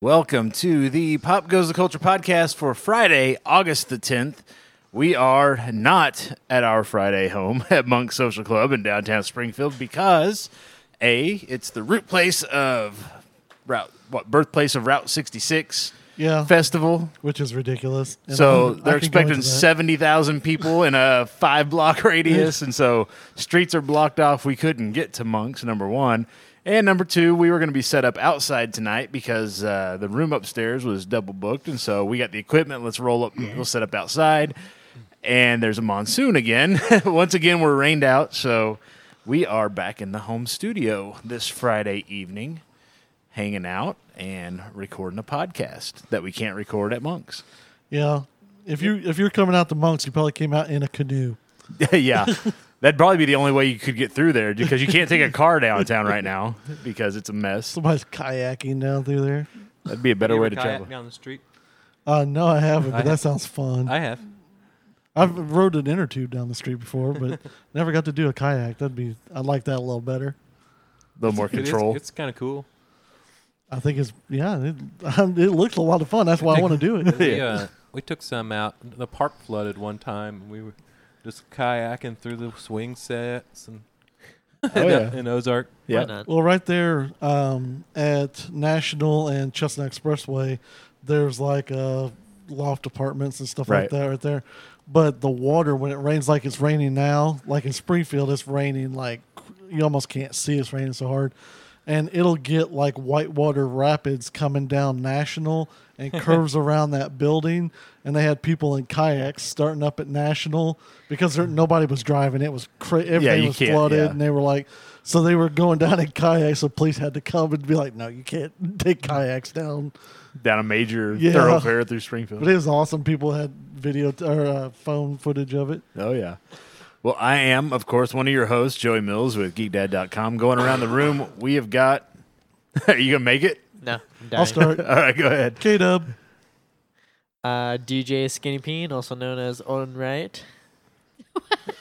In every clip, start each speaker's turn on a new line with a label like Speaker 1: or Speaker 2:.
Speaker 1: Welcome to the Pop Goes the Culture podcast for Friday, August the 10th. We are not at our Friday home at Monk Social Club in downtown Springfield because A, it's the root place of route what birthplace of Route 66
Speaker 2: Yeah.
Speaker 1: festival.
Speaker 2: which is ridiculous. And
Speaker 1: So
Speaker 2: I'm- I
Speaker 1: they're
Speaker 2: could go
Speaker 1: expecting
Speaker 2: into that.
Speaker 1: 70,000 people in a five block radius. And so streets are blocked off. We couldn't get to Monks, number one. And number two, we were going to be set up outside tonight because uh, the room upstairs was double booked. And so we got the equipment. Let's roll up. We'll set up outside. And there's a monsoon again. Once again, we're rained out. So we are back in the home studio this Friday evening, hanging out and recording a podcast that we can't record at Monks.
Speaker 2: Yeah. If you if you're coming out the monks, you probably came out in a canoe.
Speaker 1: yeah. That'd probably be the only way you could get through there because you can't take a car downtown right now because it's a mess.
Speaker 2: Somebody's kayaking down through there.
Speaker 1: That'd be a better
Speaker 3: You
Speaker 1: way
Speaker 3: ever
Speaker 1: to
Speaker 3: kayak
Speaker 1: travel.
Speaker 3: down the street.
Speaker 2: Uh, no, I haven't, but
Speaker 3: I
Speaker 2: that
Speaker 3: have-
Speaker 2: sounds fun. I,
Speaker 3: I have.
Speaker 2: have rode an inner tube down the street before, but never got to do a kayak. That'd be I like that a little better.
Speaker 1: A little more
Speaker 3: It is-
Speaker 1: control.
Speaker 3: it's kind of cool.
Speaker 2: I think it's yeah, it, it looks a lot of fun. That's why I want to do it.
Speaker 3: We, uh, we took some out. The park flooded one time. We were just kayaking through the swing sets and
Speaker 1: Oh, yeah.
Speaker 3: in Ozark.
Speaker 1: Yeah.
Speaker 4: not?
Speaker 2: Well, right there um, at National and Chestnut Expressway, there's like uh, loft apartments and stuff
Speaker 1: Right.
Speaker 2: like that right there. But the water, when it rains like it's raining now, like in Springfield, it's raining like you almost can't see it's raining so hard. And it'll get like whitewater rapids coming down National and curves around that building. And they had people in kayaks starting up at National because there, nobody was driving. It was cra- everything
Speaker 1: you
Speaker 2: was
Speaker 1: can't,
Speaker 2: flooded
Speaker 1: yeah.
Speaker 2: and they were like, so they were going down in kayaks. So police had to come and be like, no, you can't take kayaks down.
Speaker 1: Down a major
Speaker 2: Yeah.
Speaker 1: thoroughfare through
Speaker 2: But
Speaker 1: Springfield.
Speaker 2: it was awesome. People had video t- or uh, phone footage of it.
Speaker 1: Oh, yeah. Well, I am, of course, one of your hosts, Joey Mills with GeekDad.com. Going around the room, we have got. Are you going to make it?
Speaker 4: No, I'm dying.
Speaker 2: I'll start.
Speaker 1: All right, go ahead.
Speaker 2: K Dub.
Speaker 4: Uh, DJ Skinny Peen, also known as Owen Wright,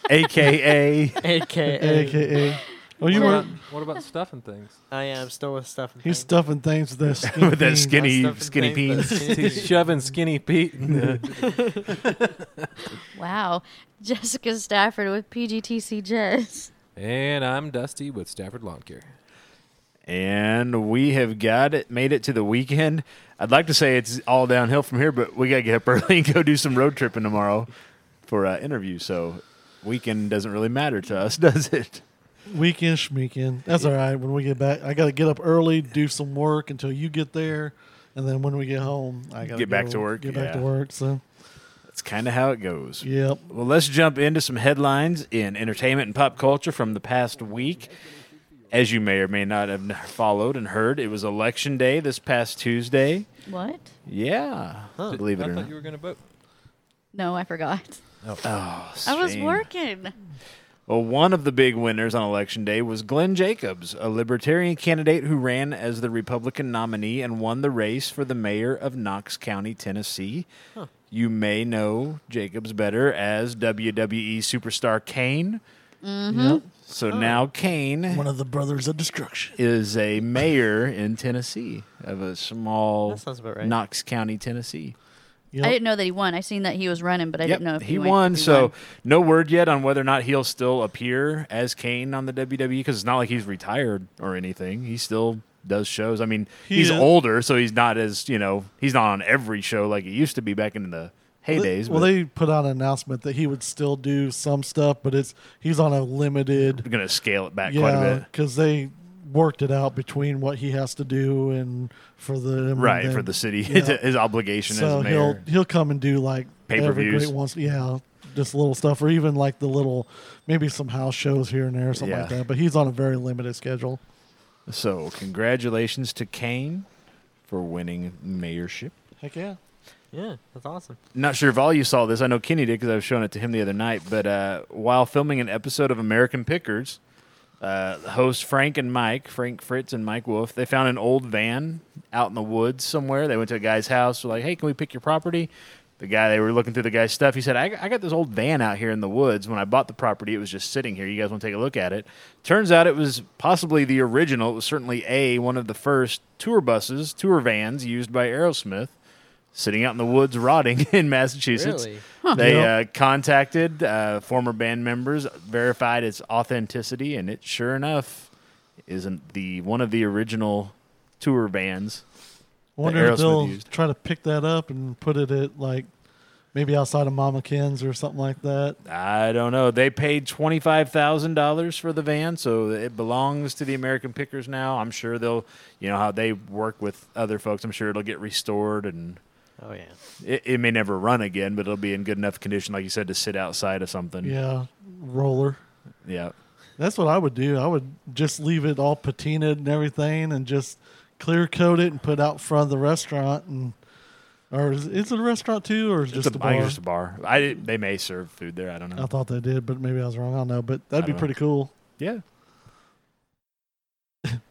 Speaker 1: AKA.
Speaker 4: aka
Speaker 2: AKA. Oh,
Speaker 3: What
Speaker 2: you were.
Speaker 3: about, what about stuffing things?
Speaker 4: I am still with stuff. and
Speaker 2: He's
Speaker 4: Things.
Speaker 2: stuffing things with that skinny.
Speaker 1: With that
Speaker 2: jeans.
Speaker 4: Not
Speaker 1: skinny,
Speaker 4: Stuff and
Speaker 1: skinny penis.
Speaker 3: He's shoving skinny
Speaker 4: Things, but Skinny Peen.
Speaker 3: uh, Pete. In the,
Speaker 5: Wow. Jessica Stafford with PGTC Jazz.
Speaker 3: and I'm Dusty with Stafford Lawn Care.
Speaker 1: And we have got it, made it to the weekend. I'd like to say it's all downhill from here, but we got to get up early and go do some road tripping tomorrow for an interview. So weekend doesn't really matter to us, does it?
Speaker 2: Weekend schmeekend. That's all right. When we get back, I got to get up early, do some work until you get there. And then when we get home, I got
Speaker 1: Get back to work,
Speaker 2: Get back
Speaker 1: yeah.
Speaker 2: to work. So,
Speaker 1: That's kind of how it goes.
Speaker 2: yep.
Speaker 1: Well, let's jump into some headlines in entertainment and pop culture from the past week. As you may or may not have followed and heard, it was election day this past Tuesday.
Speaker 5: What?
Speaker 1: Yeah, believe it
Speaker 3: I
Speaker 1: or
Speaker 3: thought
Speaker 1: not.
Speaker 3: you were going to vote.
Speaker 5: No, I forgot.
Speaker 1: Oh,
Speaker 5: I was
Speaker 1: shame.
Speaker 5: working.
Speaker 1: Well, one of the big winners on election day was Glenn Jacobs, a libertarian candidate who ran as the Republican nominee and won the race for the mayor of Knox County, Tennessee. You may know Jacobs better as WWE superstar Kane.
Speaker 2: Yep.
Speaker 1: So now Kane
Speaker 2: One of the brothers of destruction.
Speaker 1: is a mayor in Tennessee of a small
Speaker 4: That sounds about right.
Speaker 1: Knox County, Tennessee.
Speaker 2: Yep.
Speaker 5: I didn't know that he won. I seen that he was running, but I
Speaker 1: Yep,
Speaker 5: didn't know if
Speaker 1: he,
Speaker 5: he,
Speaker 1: won. so no word yet on whether or not he'll still appear as Kane on the WWE because it's not like he's retired or anything. He still does shows. I mean,
Speaker 2: He
Speaker 1: he's
Speaker 2: is-
Speaker 1: older, so he's not as you know he's not on every show like he used to be back in the heydays.
Speaker 2: Well,
Speaker 1: but
Speaker 2: they put out an announcement that he would still do some stuff, but it's he's on a limited,
Speaker 1: they're gonna scale it back quite a
Speaker 2: yeah,
Speaker 1: bit,
Speaker 2: because they worked it out between what he has to do and for the and
Speaker 1: right?
Speaker 2: then-
Speaker 1: for the city,
Speaker 2: yeah.
Speaker 1: his obligation
Speaker 2: so
Speaker 1: as
Speaker 2: he'll
Speaker 1: mayor.
Speaker 2: he'll come and do like every
Speaker 1: Pay-per-views.
Speaker 2: great once, yeah, just little stuff, or even like the little maybe some house shows here and there, or something like
Speaker 1: Yeah.
Speaker 2: that. But he's on a very limited schedule.
Speaker 1: So congratulations to Kane for winning mayorship.
Speaker 2: Heck yeah,
Speaker 4: Yeah, that's awesome.
Speaker 1: not sure if all you saw this. I know Kenny did because I was showing it to him the other night. But uh, while filming an episode of American Pickers, uh, hosts Frank and Mike, Frank Fritz and Mike Wolf, they found an old van out in the woods somewhere. They went to a guy's house. Were like, "Hey, can we pick your property?" The guy, they were looking through the guy's stuff. He said, I, I got this old van out here in the woods. When I bought the property, it was just sitting here. You guys want to take a look at it? Turns out it was possibly the original. It was certainly A, one of the first tour buses, tour vans used by Aerosmith, sitting out in the woods rotting in Massachusetts.
Speaker 4: Really?
Speaker 1: They
Speaker 2: Yeah.
Speaker 1: uh, contacted uh, former band members, verified its authenticity, and it sure enough isn't the one of the original tour bands.
Speaker 2: Wonder
Speaker 1: Aerosmith
Speaker 2: if they'll
Speaker 1: used.
Speaker 2: try to pick that up and put it at like maybe outside of Mama Ken's or something like that.
Speaker 1: I don't know. They paid twenty five thousand dollars for the van, so it belongs to the American Pickers now. I'm sure they'll, you know, how they work with other folks. I'm sure it'll get restored, and
Speaker 4: Oh yeah.
Speaker 1: it, it may never run again, but it'll be in good enough condition, like you said, to sit outside of something.
Speaker 2: Yeah, roller.
Speaker 1: yeah.
Speaker 2: That's what I would do. I would just leave it all patinaed and everything, and just clear coat it and put out front of the restaurant. And or is, is it a restaurant too, or is
Speaker 1: Just
Speaker 2: it just
Speaker 1: it's
Speaker 2: a
Speaker 1: a,
Speaker 2: bar? Oh.
Speaker 1: I think it's just a bar. I didn't- they may serve food there. I don't know.
Speaker 2: I thought they did, but maybe I was wrong. I don't know, but that'd
Speaker 1: I
Speaker 2: be
Speaker 1: don't know.
Speaker 2: pretty cool.
Speaker 1: yeah.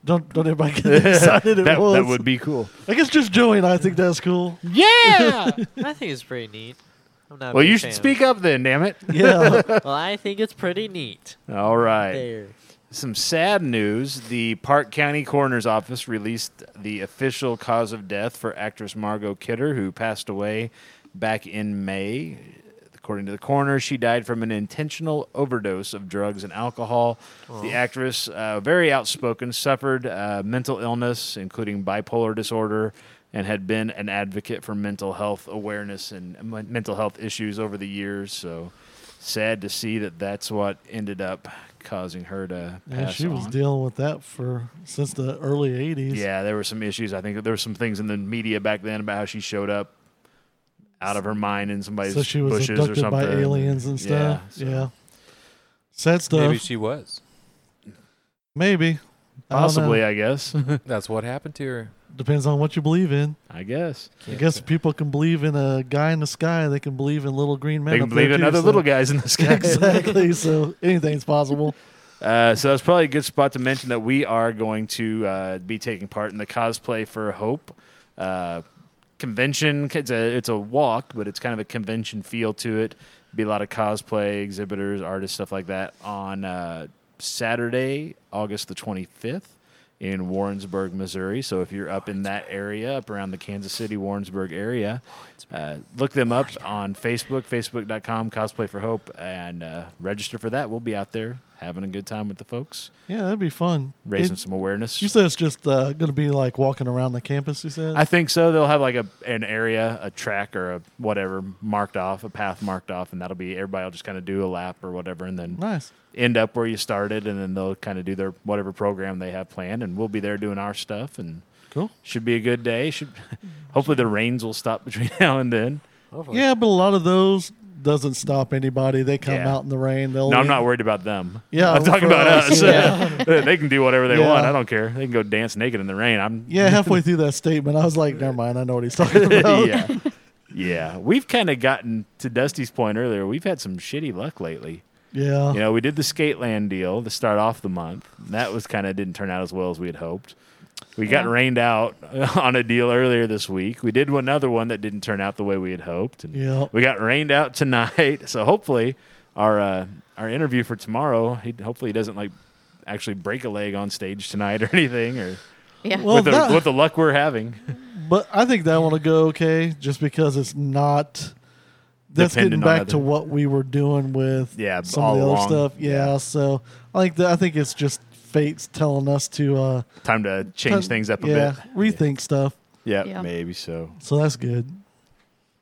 Speaker 2: Don't don't everybody get excited at
Speaker 1: that,
Speaker 2: once.
Speaker 1: that would be cool.
Speaker 2: I guess just Joey and I think that's cool.
Speaker 4: Yeah. I think it's pretty neat. I'm not. a
Speaker 1: Well,
Speaker 4: big
Speaker 1: you
Speaker 4: fan
Speaker 1: should
Speaker 4: of
Speaker 1: speak up then, damn it.
Speaker 2: Yeah,
Speaker 4: it. Well, I think it's pretty neat.
Speaker 1: All right.
Speaker 4: There.
Speaker 1: Some sad news. The Park County Coroner's Office released the official cause of death for actress Margot Kidder, who passed away back in May. According to the coroner, she died from an intentional overdose of drugs and alcohol. The actress, uh, very outspoken, suffered uh, mental illness, including bipolar disorder, and had been an advocate for mental health awareness and men- mental health issues over the years. So sad to see that that's what ended up causing her to pass
Speaker 2: yeah she was
Speaker 1: on.
Speaker 2: dealing with that for since the early '80s.
Speaker 1: Yeah, there were some issues. I think there were some things in the media back then about how she showed up out of her mind in somebody's
Speaker 2: so she was
Speaker 1: bushes or
Speaker 2: abducted
Speaker 1: something.
Speaker 2: by aliens and stuff.
Speaker 1: Yeah,
Speaker 2: Yeah,
Speaker 1: so-
Speaker 2: sad stuff.
Speaker 3: Maybe
Speaker 2: Maybe,
Speaker 3: she was.
Speaker 2: I don't know.
Speaker 1: Possibly, I guess.
Speaker 3: That's what happened to her.
Speaker 2: depends on what you believe in.
Speaker 1: I guess.
Speaker 2: I guess if people can believe in a guy in the sky. They can believe in little green men.
Speaker 1: they can
Speaker 2: up there
Speaker 1: believe in
Speaker 2: too,
Speaker 1: other
Speaker 2: so-
Speaker 1: little guys in the sky.
Speaker 2: exactly. So anything's possible.
Speaker 1: Uh, so that's probably a good spot to mention that we are going to uh, be taking part in the cosplay for Hope uh, convention. It's a it's a walk, but it's kind of a convention feel to it. Be a lot of cosplay exhibitors, artists, stuff like that on uh, Saturday, August the twenty fifth. In Warrensburg, Missouri. So if you're up in that area, up around the Kansas City, Warrensburg area, uh, look them up on Facebook, facebook.com, cosplay for hope, and uh, register for that. We'll be out there having a good time with the folks,
Speaker 2: Yeah, that'd be fun.
Speaker 1: raising
Speaker 2: It-
Speaker 1: some awareness.
Speaker 2: you said it's just uh, going to be like walking around the campus. You said.
Speaker 1: I think so. They'll have like a an area, a track or a whatever marked off, a path marked off, and that'll be everybody will just kind of do a lap or whatever, and then
Speaker 2: nice.
Speaker 1: end up where you started, and then they'll kind of do their whatever program they have planned, and we'll be there doing our stuff, and
Speaker 2: Cool.
Speaker 1: should be a good day. Should hopefully the rains will stop between now and then.
Speaker 4: Hopefully.
Speaker 2: Yeah, but a lot of those doesn't stop anybody. They come
Speaker 1: Yeah.
Speaker 2: out in the rain. They'll
Speaker 1: No, I'm not worried about them.
Speaker 2: Yeah,
Speaker 1: I'm talking
Speaker 2: for
Speaker 1: about us.
Speaker 2: us,
Speaker 1: they can do whatever they
Speaker 2: Yeah.
Speaker 1: want. I don't care. They can go dance naked in the rain. I'm
Speaker 2: Yeah, halfway through that statement, I was like, never mind. I know what he's talking about.
Speaker 1: yeah. Yeah. We've kind of gotten to Dusty's point earlier. We've had some shitty luck lately.
Speaker 2: Yeah.
Speaker 1: You know, we did the Skateland deal to start off the month. That was kind of didn't turn out as well as we had hoped. We got
Speaker 5: Yeah.
Speaker 1: rained out on a deal earlier this week. We did another one that didn't turn out the way we had hoped. And
Speaker 2: Yeah.
Speaker 1: We got rained out tonight. So hopefully our uh, our interview for tomorrow, he, hopefully he doesn't like actually break a leg on stage tonight or anything or
Speaker 5: Yeah.
Speaker 2: Well,
Speaker 1: with, the,
Speaker 2: that-
Speaker 1: with the luck we're having.
Speaker 2: But I think that one will go okay just because it's not. That's
Speaker 1: Dependent on
Speaker 2: getting back
Speaker 1: other-
Speaker 2: to what we were doing with
Speaker 1: Yeah,
Speaker 2: some
Speaker 1: all
Speaker 2: of the other
Speaker 1: along.
Speaker 2: stuff. Yeah,
Speaker 1: Yeah.
Speaker 2: so I think that I think it's just fate's telling us to uh,
Speaker 1: Time to change
Speaker 2: tou-
Speaker 1: things up a
Speaker 2: yeah,
Speaker 1: bit.
Speaker 2: rethink stuff.
Speaker 1: Yeah,
Speaker 5: Yeah.
Speaker 1: maybe so.
Speaker 2: So that's good.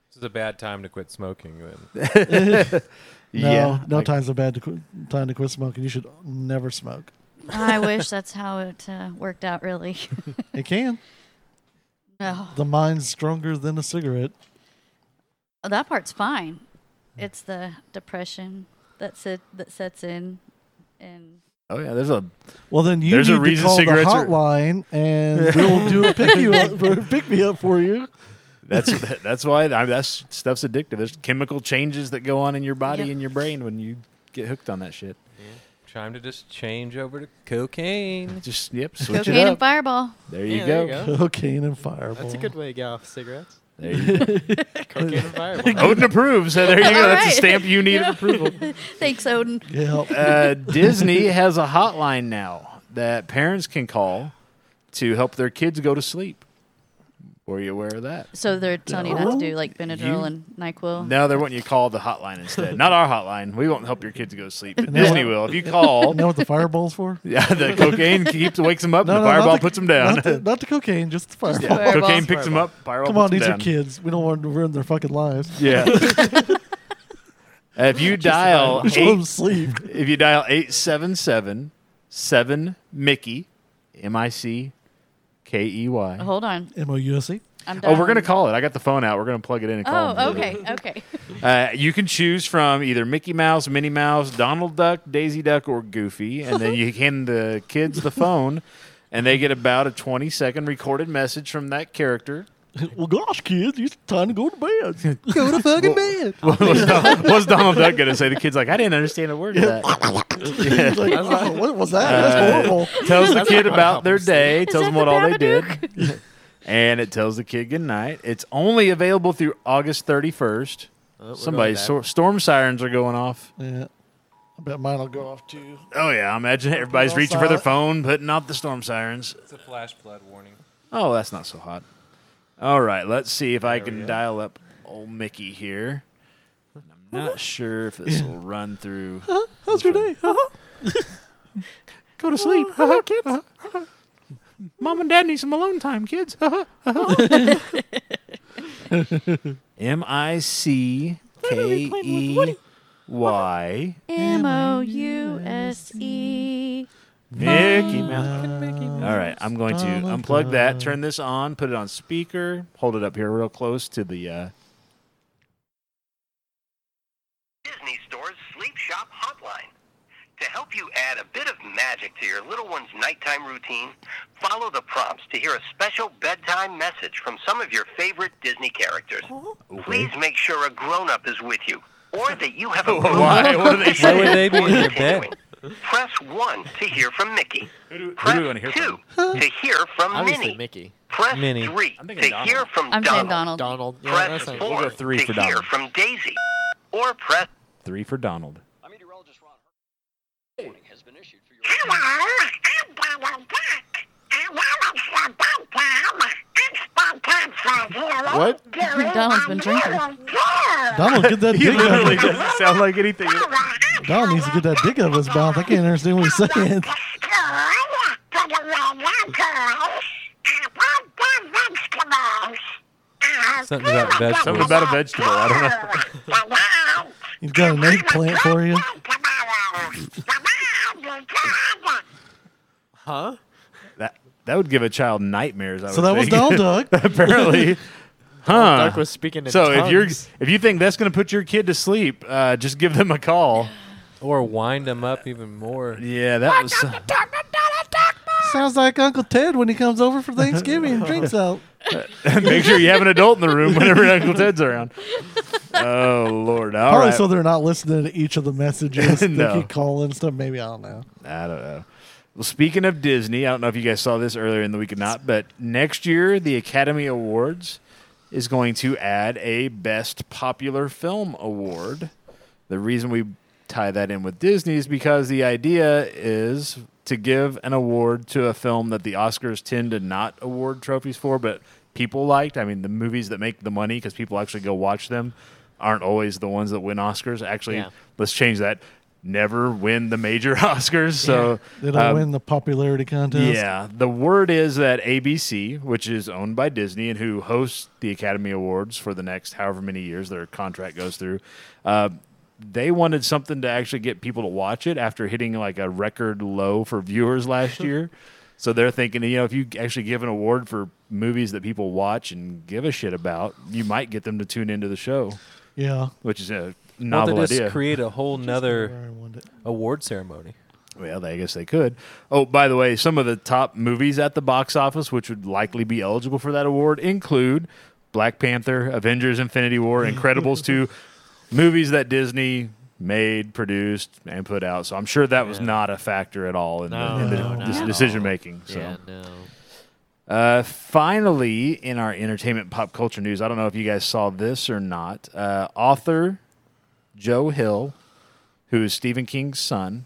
Speaker 3: This is a bad time to quit smoking. Then.
Speaker 2: No, no
Speaker 1: like-
Speaker 2: time's a bad to qu- time to quit smoking. You should never smoke.
Speaker 5: I wish that's how it uh, worked out, really.
Speaker 2: It can.
Speaker 5: No.
Speaker 2: The mind's stronger than a cigarette.
Speaker 5: Oh, that part's fine. It's the depression that sit, that sets in, and
Speaker 1: Oh yeah, there's a
Speaker 2: Well, then you
Speaker 1: There's a
Speaker 2: need to
Speaker 1: reason
Speaker 2: call the
Speaker 1: cigarettes are-
Speaker 2: hotline, and we'll do a pick you up, pick me up for you.
Speaker 1: that's that's why I that's stuff's addictive. There's chemical changes that go on in your body
Speaker 5: Yep.
Speaker 1: and your brain when you get hooked on that shit.
Speaker 3: Time to just change over to cocaine.
Speaker 1: Just yep, switch
Speaker 5: cocaine
Speaker 1: it
Speaker 5: and
Speaker 1: up.
Speaker 5: fireball.
Speaker 1: There you
Speaker 4: Yeah,
Speaker 1: go.
Speaker 4: there you go.
Speaker 2: Cocaine and fireball.
Speaker 4: That's a good way to get off cigarettes.
Speaker 1: There you go.
Speaker 4: Cocaine environment.
Speaker 1: Odin approves. So there you go.
Speaker 5: All
Speaker 1: That's a
Speaker 5: right.
Speaker 1: stamp you need
Speaker 5: Yeah.
Speaker 1: of approval.
Speaker 5: Thanks, Odin.
Speaker 2: Yeah.
Speaker 1: Uh, Disney has a hotline now that parents can call to help their kids go to sleep. Were you aware of that?
Speaker 5: So they're telling you not to do like Benadryl
Speaker 1: You-
Speaker 5: and Nyquil.
Speaker 1: No, they want you to call the hotline instead. Not our hotline. We won't help your kids go to sleep. But
Speaker 2: No.
Speaker 1: Disney will. If you call,
Speaker 2: You know what the fireball's for?
Speaker 1: yeah, the cocaine keeps wakes them up, and the
Speaker 2: not
Speaker 1: fireball
Speaker 2: the-
Speaker 1: puts them down.
Speaker 2: Not the, not the cocaine, just the fireball.
Speaker 5: Yeah. Fireball.
Speaker 1: Cocaine picks them up. Fireball
Speaker 2: Come on,
Speaker 1: puts
Speaker 2: these
Speaker 1: 'em
Speaker 2: are
Speaker 1: down.
Speaker 2: kids. We don't want to ruin their fucking lives.
Speaker 1: Yeah. Uh, if you dial
Speaker 2: We should let them
Speaker 1: eight,
Speaker 2: sleep.
Speaker 1: if you dial 877 7 Mickey M I C K E Y.
Speaker 5: Hold on.
Speaker 2: M O U S E.
Speaker 5: I'm done.
Speaker 1: Oh, we're going to call it. I got the phone out. We're going to plug it in and call
Speaker 5: Oh,
Speaker 1: them.
Speaker 5: okay, okay.
Speaker 1: Uh, you can choose from either Mickey Mouse, Minnie Mouse, Donald Duck, Daisy Duck, or Goofy, and then you hand the kids the phone, and they get about a twenty-second recorded message from that character.
Speaker 2: Well, gosh, kids, it's time to go to bed.
Speaker 4: Go to fucking bed.
Speaker 1: What was, Don- what's Donald Duck going to say? The kid's like, I didn't understand a word of that.
Speaker 2: He's like, "Oh, what was that? That's horrible.
Speaker 1: Tells the kid about their day,
Speaker 5: Is
Speaker 1: tells
Speaker 5: that
Speaker 1: them what
Speaker 5: the
Speaker 1: all they did,
Speaker 5: Babadook?
Speaker 1: and it tells the kid good night. It's only available through August thirty-first.
Speaker 4: Oh,
Speaker 1: Somebody, sor- storm sirens are going off.
Speaker 2: Yeah. I bet mine will go off too.
Speaker 1: Oh yeah, I imagine everybody's
Speaker 2: on
Speaker 1: reaching for their
Speaker 2: silent.
Speaker 1: phone, putting out the storm sirens.
Speaker 3: It's a flash flood warning.
Speaker 1: Oh, that's not so hot. All right, let's see if I
Speaker 3: There we
Speaker 1: can
Speaker 3: go.
Speaker 1: dial up old Mickey here. I'm not sure if this will run through.
Speaker 2: How's your day? Huh?
Speaker 1: Go to sleep, Uh-huh, kids. Mom and Dad need some alone time, kids. Uh-huh. M I C K E Y
Speaker 5: M O U S E.
Speaker 1: Mickey Mouse. All right, I'm going to unplug that, turn this on, put it on speaker, hold it up here real close to the. Uh,
Speaker 6: Disney Store's Sleep Shop Hotline. To help you add a bit of magic to your little one's nighttime routine, follow the prompts to hear a special bedtime message from some of your favorite Disney characters. Please make sure a grown up is with you, or that you have a grown
Speaker 1: Why? What do they
Speaker 3: Why would
Speaker 1: say?
Speaker 3: they be in your bed?
Speaker 6: continuing. Press 1 to hear from Mickey.
Speaker 1: do- who
Speaker 6: Press
Speaker 1: do we wanna hear
Speaker 6: 2 to hear from
Speaker 4: Obviously,
Speaker 6: Minnie.
Speaker 4: Mickey.
Speaker 6: Press
Speaker 3: Minnie.
Speaker 6: 3
Speaker 1: I'm
Speaker 6: to
Speaker 1: thinking Donald.
Speaker 6: hear from
Speaker 5: I'm saying Donald.
Speaker 6: Donald.
Speaker 4: Donald. Yeah, that's
Speaker 6: Press
Speaker 4: not
Speaker 6: 4
Speaker 1: We'll go three
Speaker 6: to
Speaker 1: for
Speaker 6: hear
Speaker 1: Donald.
Speaker 6: from Daisy, or press
Speaker 1: Three for Donald.
Speaker 7: I'm meteorologist Ron. Hur- Warning has been issued for your.
Speaker 6: Hello, I'm Donald Duck. I wanted some bedtime. It's bedtime for you.
Speaker 4: What?
Speaker 5: Donald's been drinking.
Speaker 2: Donald, get that
Speaker 1: He
Speaker 2: dick out of
Speaker 1: literally
Speaker 2: his
Speaker 1: doesn't sound like anything.
Speaker 2: Donald needs to get that dick out of his mouth. I can't understand what he's saying.
Speaker 3: Something about vegetables.
Speaker 1: Something about a vegetable. I don't know.
Speaker 6: don't know.
Speaker 2: He's got an eggplant for you.
Speaker 4: Huh?
Speaker 1: That that would give a child nightmares. I
Speaker 2: So
Speaker 1: would
Speaker 2: that was
Speaker 1: think.
Speaker 2: Donald Duck.
Speaker 1: Apparently,
Speaker 4: Duck
Speaker 1: huh?
Speaker 4: was speaking in
Speaker 1: So if you're
Speaker 4: tongues.
Speaker 1: if you think that's going to put your kid to sleep, uh, just give them a call.
Speaker 3: Or wind them up even more.
Speaker 1: Yeah, that was.
Speaker 2: Sounds like Uncle Ted when he comes over for Thanksgiving and drinks out.
Speaker 1: make sure you have an adult in the room whenever Uncle Ted's around. Oh Lord! All
Speaker 2: Probably
Speaker 1: right.
Speaker 2: so they're not listening to each of the messages.
Speaker 1: No.
Speaker 2: They keep calling and stuff. Maybe I don't know.
Speaker 1: I don't know. Well, speaking of Disney, I don't know if you guys saw this earlier in the week or not, but next year the Academy Awards is going to add a Best Popular Film award. The reason we tie that in with Disney is because the idea is to give an award to a film that the Oscars tend to not award trophies for, but people liked. I mean, the movies that make the money because people actually go watch them aren't always the ones that win Oscars. Actually,
Speaker 4: Yeah.
Speaker 1: let's change that. Never win the major Oscars. So
Speaker 2: They don't
Speaker 1: um,
Speaker 2: win the popularity contest.
Speaker 1: yeah, the word is that ABC, which is owned by Disney and who hosts the Academy Awards for the next however many years their contract goes through, uh, they wanted something to actually get people to watch it after hitting like a record low for viewers last year. So they're thinking, you know, if you actually give an award for movies that people watch and give a shit about, you might get them to tune into the show,
Speaker 2: Yeah.
Speaker 1: which is a
Speaker 3: Well,
Speaker 1: novel
Speaker 3: they just
Speaker 1: idea.
Speaker 3: create a whole nother
Speaker 2: Where I wanted it.
Speaker 3: award ceremony.
Speaker 1: Well, I guess they could. Oh, by the way, some of the top movies at the box office, which would likely be eligible for that award, include Black Panther, Avengers: Infinity War, Incredibles 2, movies that Disney made, produced, and put out. So I'm sure that was
Speaker 4: Yeah.
Speaker 1: not a factor at all in
Speaker 4: No,
Speaker 1: the, in the
Speaker 4: no,
Speaker 1: dis-
Speaker 4: no.
Speaker 1: decision making. So
Speaker 4: Yeah, no.
Speaker 1: Uh, finally, in our entertainment pop culture news, I don't know if you guys saw this or not. Uh, author Joe Hill, who is Stephen King's son,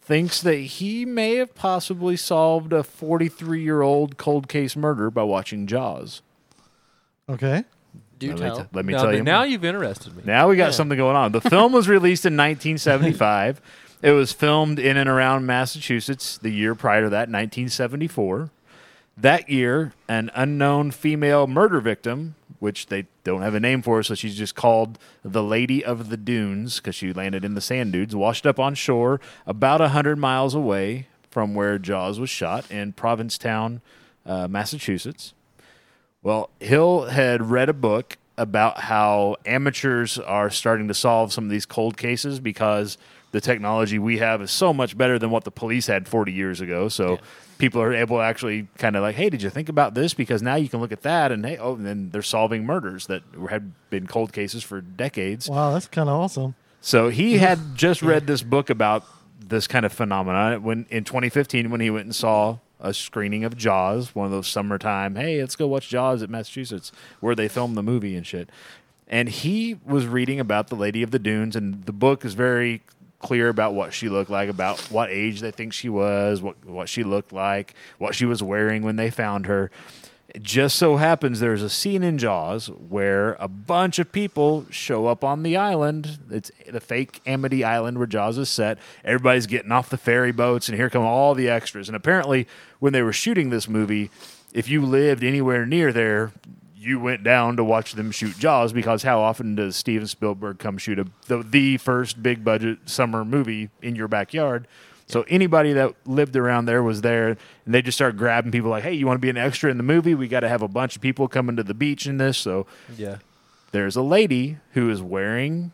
Speaker 1: thinks that he may have possibly solved a 43 year old cold case murder by watching Jaws.
Speaker 2: Okay.
Speaker 1: Let
Speaker 4: Do
Speaker 1: me,
Speaker 4: tell.
Speaker 1: t- let me
Speaker 3: now,
Speaker 1: tell
Speaker 3: but
Speaker 1: you.
Speaker 3: now you've interested me.
Speaker 1: Now we got something going on. The film was released in 1975. It was filmed in and around Massachusetts the year prior to that, 1974. That year, an unknown female murder victim, which they don't have a name for, so she's just called the Lady of the Dunes because she landed in the sand dunes, washed up on shore about 100 miles away from where Jaws was shot in Provincetown, uh, Massachusetts. Well, Hill had read a book about how amateurs are starting to solve some of these cold cases because the technology we have is so much better than what the police had 40 years ago. So people are able to actually kind of like, hey, did you think about this? Because now you can look at that and hey, oh, and then they're solving murders that had been cold cases for decades.
Speaker 2: Wow, that's kind of awesome.
Speaker 1: So he had just read this book about this kind of phenomenon when in 2015 when he went and saw a screening of Jaws, one of those summertime, hey, let's go watch Jaws at Massachusetts where they filmed the movie and shit. And he was reading about the Lady of the Dunes and the book is very clear about what she looked like, about what age they think she was, what what she looked like, what she was wearing when they found her. It just so happens there's a scene in Jaws where a bunch of people show up on the island. It's the fake Amity Island where Jaws is set. Everybody's getting off the ferry boats, and here come all the extras. And apparently, when they were shooting this movie, if you lived anywhere near there, you went down to watch them shoot Jaws because how often does Steven Spielberg come shoot a, the, the first big budget summer movie in your backyard? So anybody that lived around there was there, and they just started grabbing people like, "Hey, you want to be an extra in the movie? We got to have a bunch of people coming to the beach in this." So
Speaker 3: Yeah.
Speaker 1: there's a lady who is wearing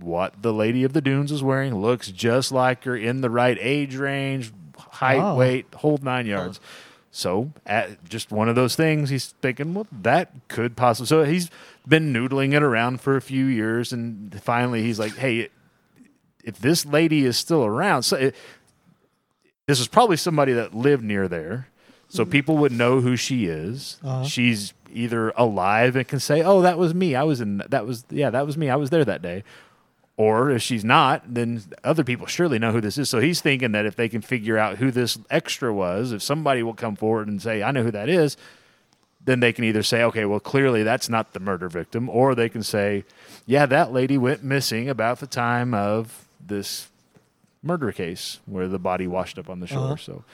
Speaker 1: what the lady of the dunes is wearing looks just like her in the right age range height
Speaker 2: Wow.
Speaker 1: weight whole nine yards so at just one of those things he's thinking well that could possibly so he's been noodling it around for a few years and finally he's like hey if this lady is still around so it, this is probably somebody that lived near there so people would know who she is
Speaker 2: Uh-huh.
Speaker 1: she's either alive and can say oh that was me i was in that was yeah that was me i was there that day or if she's not then other people surely know who this is so he's thinking that if they can figure out who this extra was if somebody will come forward and say i know who that is then they can either say, okay, well, clearly that's not the murder victim, or they can say, yeah, that lady went missing about the time of this murder case where the body washed up on the shore.
Speaker 2: Uh-huh.
Speaker 1: So,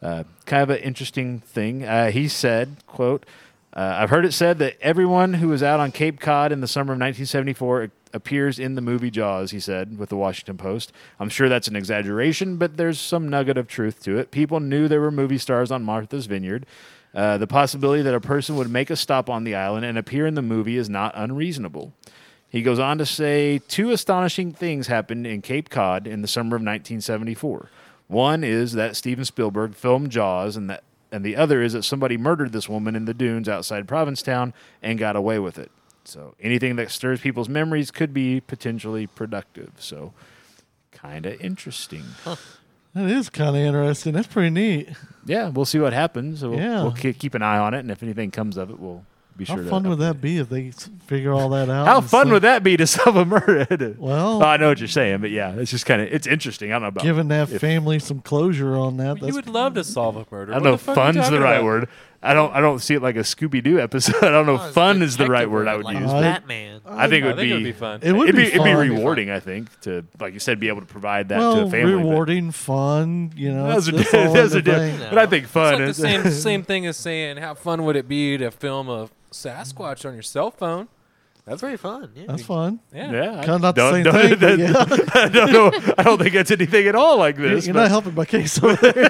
Speaker 1: uh, kind of an interesting thing. Uh, he said, quote, uh, I've heard it said that everyone who was out on Cape Cod in the summer of 1974 appears in the movie Jaws, he said, with the Washington Post. I'm sure that's an exaggeration, but there's some nugget of truth to it. People knew there were movie stars on Martha's Vineyard. Uh, the possibility that a person would make a stop on the island and appear in the movie is not unreasonable. He goes on to say two astonishing things happened in Cape Cod in the summer of 1974. One is that Steven Spielberg filmed Jaws, and that and the other is that somebody murdered this woman in the dunes outside Provincetown and got away with it. So anything that stirs people's memories could be potentially productive. So kind of interesting.
Speaker 2: That is kind of interesting. That's pretty neat.
Speaker 1: Yeah, we'll see what happens. We'll,
Speaker 2: Yeah.
Speaker 1: we'll ke- keep an eye on it, and if anything comes of it, we'll be
Speaker 2: How
Speaker 1: sure. to
Speaker 2: fun would
Speaker 1: update.
Speaker 2: that be if they s- figure all that out?
Speaker 1: How
Speaker 2: and
Speaker 1: fun
Speaker 2: see-
Speaker 1: would that be to solve a murder?
Speaker 2: Well-
Speaker 1: Oh, I know what you're saying, but yeah, it's just kind of it's interesting. I don't know about
Speaker 2: Giving that
Speaker 1: if-
Speaker 2: family some closure on that.
Speaker 3: you
Speaker 2: That's,
Speaker 3: would love to solve a murder.
Speaker 1: I don't
Speaker 3: What
Speaker 1: know if
Speaker 3: the fuck are you
Speaker 1: fun's the
Speaker 3: talking
Speaker 1: right
Speaker 3: about?
Speaker 1: word. I don't I don't see it like a Scooby Doo episode. I don't
Speaker 2: Oh,
Speaker 1: know if fun is the right word I would
Speaker 4: like
Speaker 1: use.
Speaker 2: Uh,
Speaker 4: Batman.
Speaker 1: I think it
Speaker 3: Oh, I
Speaker 1: would
Speaker 3: think it would
Speaker 1: be
Speaker 3: be fun.
Speaker 2: it would
Speaker 1: it'd
Speaker 2: be,
Speaker 1: be, it'd be
Speaker 2: fun.
Speaker 1: rewarding, I think, to like you said, be able to provide that to
Speaker 2: well,
Speaker 1: a family. but
Speaker 2: rewarding, fun. You know,
Speaker 1: Those are,
Speaker 2: that's all in
Speaker 1: those
Speaker 2: the
Speaker 1: are different.
Speaker 2: thing.
Speaker 1: But I think fun
Speaker 3: It's like the
Speaker 1: is
Speaker 3: same same thing as saying how fun would it be to film a Sasquatch on your cell phone?
Speaker 4: That's very fun. Yeah.
Speaker 2: That's fun.
Speaker 3: Yeah.
Speaker 1: yeah. I
Speaker 2: Kind of not the
Speaker 1: don't-
Speaker 2: same
Speaker 1: don't-
Speaker 2: thing. but
Speaker 1: that-
Speaker 2: yeah.
Speaker 1: I don't know. I don't think that's anything at all like this.
Speaker 2: You're
Speaker 1: but-
Speaker 2: not helping my case. over there.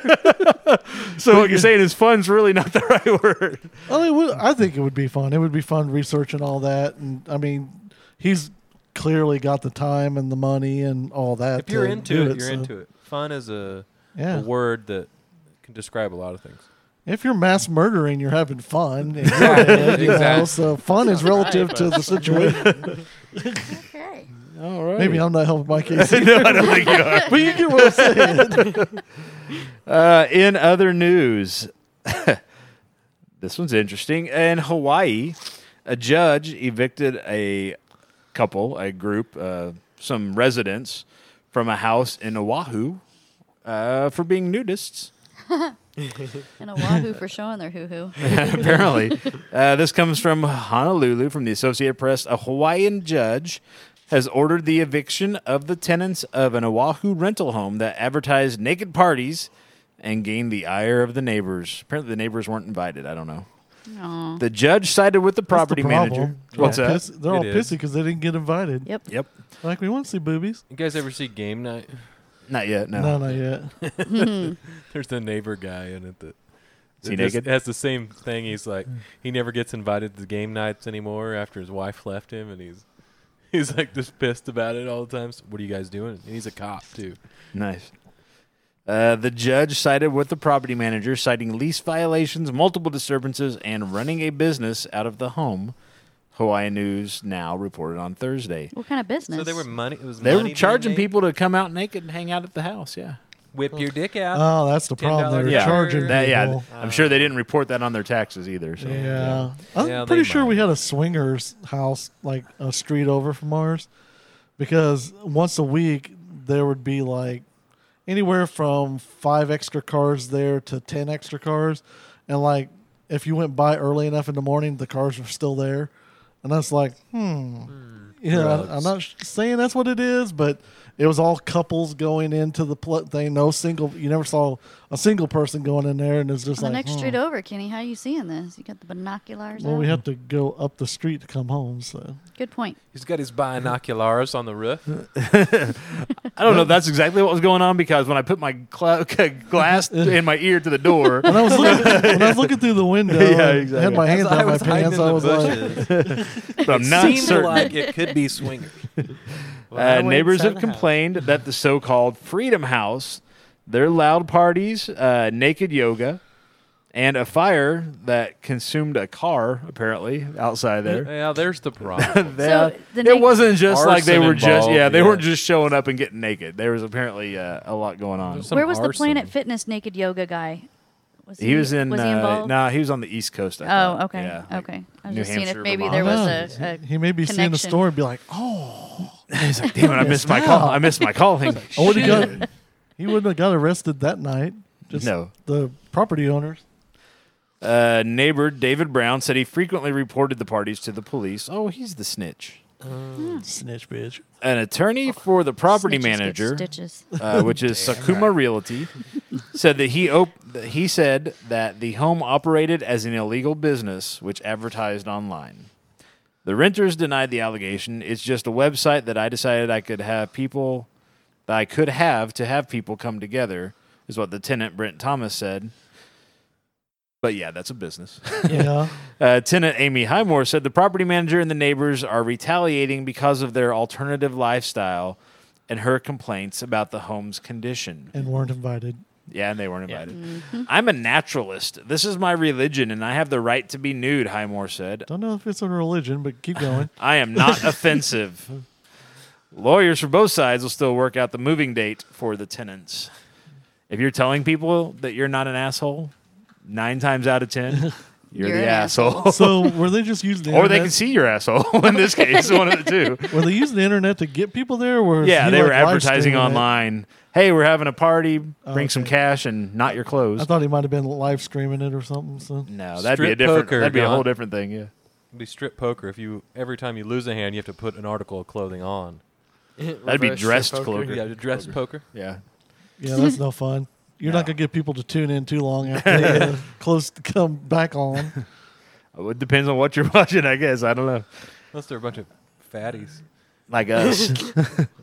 Speaker 1: so what you're saying is fun's really not the right word.
Speaker 2: Well, it would, I think it would be fun. It would be fun researching all that, and I mean, he's clearly got the time and the money and all that.
Speaker 3: If you're
Speaker 2: to
Speaker 3: into
Speaker 2: do
Speaker 3: it,
Speaker 2: it,
Speaker 3: you're
Speaker 2: so-
Speaker 3: into it. Fun is a,
Speaker 2: Yeah.
Speaker 3: a word that can describe a lot of things.
Speaker 2: If you're mass murdering, you're having fun. and you're into it, you know,
Speaker 3: exactly.
Speaker 2: so fun is relative to the situation.
Speaker 5: Okay.
Speaker 1: All right.
Speaker 2: Maybe I'm not helping my case,
Speaker 1: no, I don't think you are.
Speaker 2: but you get what I'm saying.
Speaker 1: Uh, in other news, This one's interesting. In Hawaii, a judge evicted a couple, a group, uh, some residents from a house in Oahu uh, for being nudists.
Speaker 5: And a wahoo for showing their hoo hoo.
Speaker 1: apparently. Uh, this comes from Honolulu, from the Associated Press. A Hawaiian judge has ordered the eviction of the tenants of an Oahu rental home that advertised naked parties and gained the ire of the neighbors. Apparently, the neighbors weren't invited. I don't know.
Speaker 5: No.
Speaker 1: The judge sided with the
Speaker 2: That's the
Speaker 1: property manager.
Speaker 2: problem. They're all
Speaker 1: What's that?
Speaker 2: piss- They're
Speaker 3: It
Speaker 2: all
Speaker 3: is.
Speaker 2: pissy because they didn't get invited.
Speaker 5: Yep.
Speaker 1: Yep.
Speaker 2: Like we want to see boobies.
Speaker 3: You guys ever see Game Night?
Speaker 1: Not yet. No.
Speaker 2: No, not yet.
Speaker 3: There's the neighbor guy in it that.
Speaker 1: Is he
Speaker 3: that just
Speaker 1: naked?
Speaker 3: Has the same thing. He's like,
Speaker 2: Mm.
Speaker 3: he never gets invited to game nights anymore after his wife left him, and he's, he's like just pissed about it all the time. So, what are you guys doing? And he's a cop too.
Speaker 1: Nice. Uh, the judge sided with the property manager, citing lease violations, multiple disturbances, and running a business out of the home. Hawaii News Now reported on Thursday.
Speaker 5: What kind of business?
Speaker 3: So they were money. It was
Speaker 1: They
Speaker 3: money
Speaker 1: were
Speaker 3: being
Speaker 1: charging
Speaker 3: made?
Speaker 1: people to come out naked and hang out at the house. Yeah,
Speaker 3: whip your dick out.
Speaker 2: Oh, that's the
Speaker 3: $10
Speaker 2: problem. They're
Speaker 1: Yeah.
Speaker 2: charging.
Speaker 1: That- yeah.
Speaker 2: people.
Speaker 1: I'm sure they didn't report that on their taxes either. So.
Speaker 2: Yeah. I'm
Speaker 3: Yeah, they
Speaker 2: pretty sure we
Speaker 3: might.
Speaker 2: had a swingers house like a street over from ours because once a week there would be like anywhere from five extra cars there to 10 extra cars. And like if you went by early enough in the morning, the cars were still there. And that's like, hmm. Yeah, I, I'm not sh- saying that's what it is, but it was all couples going into the pl- thing. No single, you never saw a single person going in there, and it's just
Speaker 5: On the
Speaker 2: like
Speaker 5: next
Speaker 2: hmm.
Speaker 5: street over, Kenny. How you seeing this? You got the binoculars.
Speaker 2: Well,
Speaker 5: out?
Speaker 2: we have to go up the street to come home. So
Speaker 5: Good point.
Speaker 3: He's got his binoculars on the roof.
Speaker 1: I don't know. if That's exactly what was going on because when I put my cla glass in my ear to the door,
Speaker 2: when I was looking, when I was looking through the window,
Speaker 1: Yeah,
Speaker 2: and
Speaker 1: exactly.
Speaker 2: had my
Speaker 3: As
Speaker 2: hands
Speaker 3: I
Speaker 2: out my
Speaker 3: was hiding
Speaker 2: pants.
Speaker 3: in
Speaker 2: I
Speaker 3: the
Speaker 2: was like,
Speaker 3: bushes.
Speaker 1: but I'm not
Speaker 3: seemed
Speaker 1: certain.
Speaker 3: like it could be swingers.
Speaker 1: Uh, neighbors have complained that the so-called Freedom House, their loud parties, uh, naked yoga, and a fire that consumed a car apparently outside there.
Speaker 3: Yeah, there's the
Speaker 1: That-
Speaker 3: problem.
Speaker 5: the
Speaker 1: uh, it
Speaker 5: naked-
Speaker 1: wasn't just like they
Speaker 3: Arson
Speaker 1: were just
Speaker 3: involved,
Speaker 1: yeah they
Speaker 3: yeah.
Speaker 1: weren't just showing up and getting naked. There was apparently uh, a lot going on.
Speaker 3: Some
Speaker 5: Where was the
Speaker 3: arson.
Speaker 5: Planet Fitness naked yoga guy? Was
Speaker 1: He was in.
Speaker 5: Was he
Speaker 1: uh,
Speaker 5: involved?
Speaker 1: nah, he was on the East Coast. I
Speaker 5: Oh,
Speaker 1: thought.
Speaker 5: okay.
Speaker 1: Yeah, like-
Speaker 5: okay. I was
Speaker 1: New
Speaker 5: just seeing if
Speaker 1: Hampshire,
Speaker 5: maybe
Speaker 1: Vermont.
Speaker 5: there was
Speaker 2: "Oh,
Speaker 5: a, a
Speaker 2: he may be seeing
Speaker 5: connection.
Speaker 2: the store and be like, oh,
Speaker 1: He's like, damn it, I missed my call. I missed my call. Thing.
Speaker 2: I would have got, he wouldn't have got arrested that night. Just
Speaker 1: No.
Speaker 2: the property owners.
Speaker 1: Uh, neighbor David Brown said he frequently reported the parties to the police. Oh, he's the snitch.
Speaker 4: Hmm.
Speaker 2: Snitch bitch.
Speaker 1: An attorney for the property
Speaker 5: Snitches get
Speaker 1: manager,
Speaker 5: Stitches.
Speaker 1: uh, which is Sakuma Realty, said that he op- that he said that the home operated as an illegal business, which advertised online. The renters denied the allegation. It's just a website that I decided I could have people that I could have to have people come together, is what the tenant Brent Thomas said. But yeah, that's a business.
Speaker 2: Yeah.
Speaker 1: Uh, tenant Amy Highmore said the property manager and the neighbors are retaliating because of their alternative lifestyle and her complaints about the home's condition.
Speaker 2: and weren't invited.
Speaker 1: Yeah, and they weren't invited. I'm a naturalist. This is my religion, and I have the right to be nude, Highmore said.
Speaker 2: Don't know if it's a religion, but keep going.
Speaker 1: I am not offensive. Lawyers for both sides will still work out the moving date for the tenants. If you're telling people that you're not an asshole, nine times out of ten, you're,
Speaker 5: You're
Speaker 1: the
Speaker 5: an
Speaker 1: asshole.
Speaker 2: So were they just using the
Speaker 1: or they
Speaker 2: internet?
Speaker 1: can see your asshole in this case one of the two
Speaker 2: were they using the internet to get people there? Or was
Speaker 1: yeah
Speaker 2: he,
Speaker 1: they
Speaker 2: like,
Speaker 1: were
Speaker 2: live
Speaker 1: advertising
Speaker 2: streaming it?
Speaker 1: online hey we're having a party bring some
Speaker 2: okay.
Speaker 1: cash and not your clothes
Speaker 2: I thought he might have been live streaming it or something. So
Speaker 1: no that'd be a
Speaker 3: Strip
Speaker 1: different
Speaker 3: poker,
Speaker 1: that'd be a
Speaker 3: Don.
Speaker 1: whole different thing yeah
Speaker 3: It'd be strip poker. If you every time you lose a hand, you have to put an article of clothing on.
Speaker 1: be
Speaker 4: Reverse
Speaker 1: dressed
Speaker 4: poker.
Speaker 1: clothing.
Speaker 3: You have to dress poker.
Speaker 1: yeah
Speaker 2: Yeah, that's no fun. You're
Speaker 1: No.
Speaker 2: not gonna get people to tune in too long after they uh, close to come back on.
Speaker 1: Well, it depends on what you're watching i guess i don't know
Speaker 3: Unless they're a bunch of fatties,
Speaker 1: like uh, us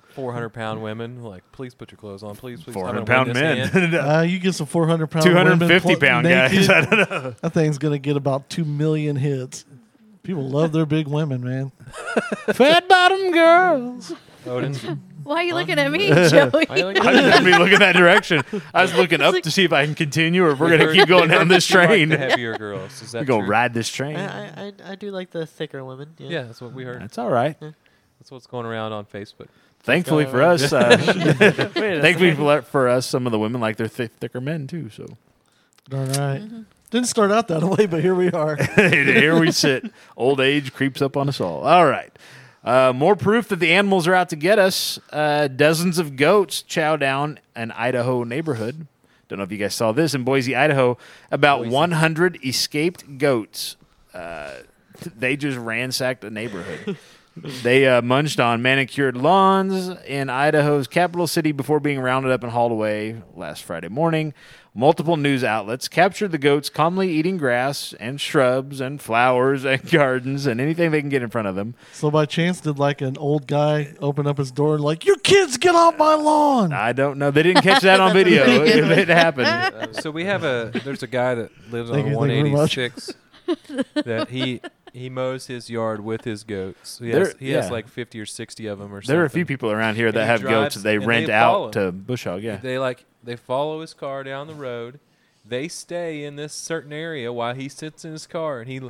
Speaker 3: four hundred pound women. Like, please put your clothes on, please, please.
Speaker 1: 400
Speaker 3: I'm gonna win
Speaker 1: pound
Speaker 3: this hand."
Speaker 1: men
Speaker 2: Uh, you get some 400 pound,
Speaker 1: 250
Speaker 2: women pl-
Speaker 1: pound
Speaker 2: naked,
Speaker 1: guys i don't know
Speaker 2: That thing's gonna get about two million hits. People love their big women, man.
Speaker 1: fat bottom girls
Speaker 3: Odin,
Speaker 5: Why are you looking at me, Joey?
Speaker 3: Why are you looking
Speaker 1: i was gonna be looking that direction i was looking up to see if i can continue or if we're gonna keep going down this
Speaker 3: you like
Speaker 1: train
Speaker 3: the
Speaker 1: we're
Speaker 3: heavier girls. Is that
Speaker 1: gonna
Speaker 3: true?
Speaker 1: ride this train
Speaker 4: I, I, I, I do like the thicker women. Yeah.
Speaker 3: Yeah, that's what we heard.
Speaker 1: that's all right
Speaker 3: That's what's going around on Facebook.
Speaker 1: Thankfully
Speaker 4: Go
Speaker 1: for
Speaker 4: around.
Speaker 1: us, uh,
Speaker 4: Wait a
Speaker 1: thankfully for, for us, some of the women like their thick, thicker men too. So
Speaker 2: Darn
Speaker 5: Mm-hmm.
Speaker 2: right. Didn't start out that way, but here we are.
Speaker 1: And here we sit. Old age creeps up on us all. All right. Uh, more proof that the animals are out to get us. Uh, dozens of goats chow down an Idaho neighborhood. Don't know if you guys saw this in Boise, Idaho. About 100 escaped goats. Uh, they just ransacked the neighborhood. they uh, munched on manicured lawns in Idaho's capital city before being rounded up and hauled away last Friday morning. Multiple news outlets captured the goats calmly eating grass and shrubs and flowers and gardens and anything they can get in front of them.
Speaker 2: So by chance, did like an old guy open up his door and like, "Your kids get off my lawn"?
Speaker 1: I don't know. They didn't catch that on video. it, it happened.
Speaker 3: Uh, so we have a there's a guy that lives
Speaker 2: Thank
Speaker 3: on
Speaker 2: you, thank you very much.
Speaker 3: 186 that he he mows his yard with his goats. He
Speaker 1: There-
Speaker 3: has, he has
Speaker 1: yeah.
Speaker 3: like 50 or 60 of them or something.
Speaker 1: There are a few people around here
Speaker 3: And
Speaker 1: that
Speaker 3: he
Speaker 1: have goats
Speaker 3: drives-
Speaker 1: that they
Speaker 3: and they
Speaker 1: rent
Speaker 3: follow
Speaker 1: out
Speaker 3: him.
Speaker 1: to bush hog. Yeah.
Speaker 3: They like they follow his car down the road. They stay in this certain area while he sits in his car and he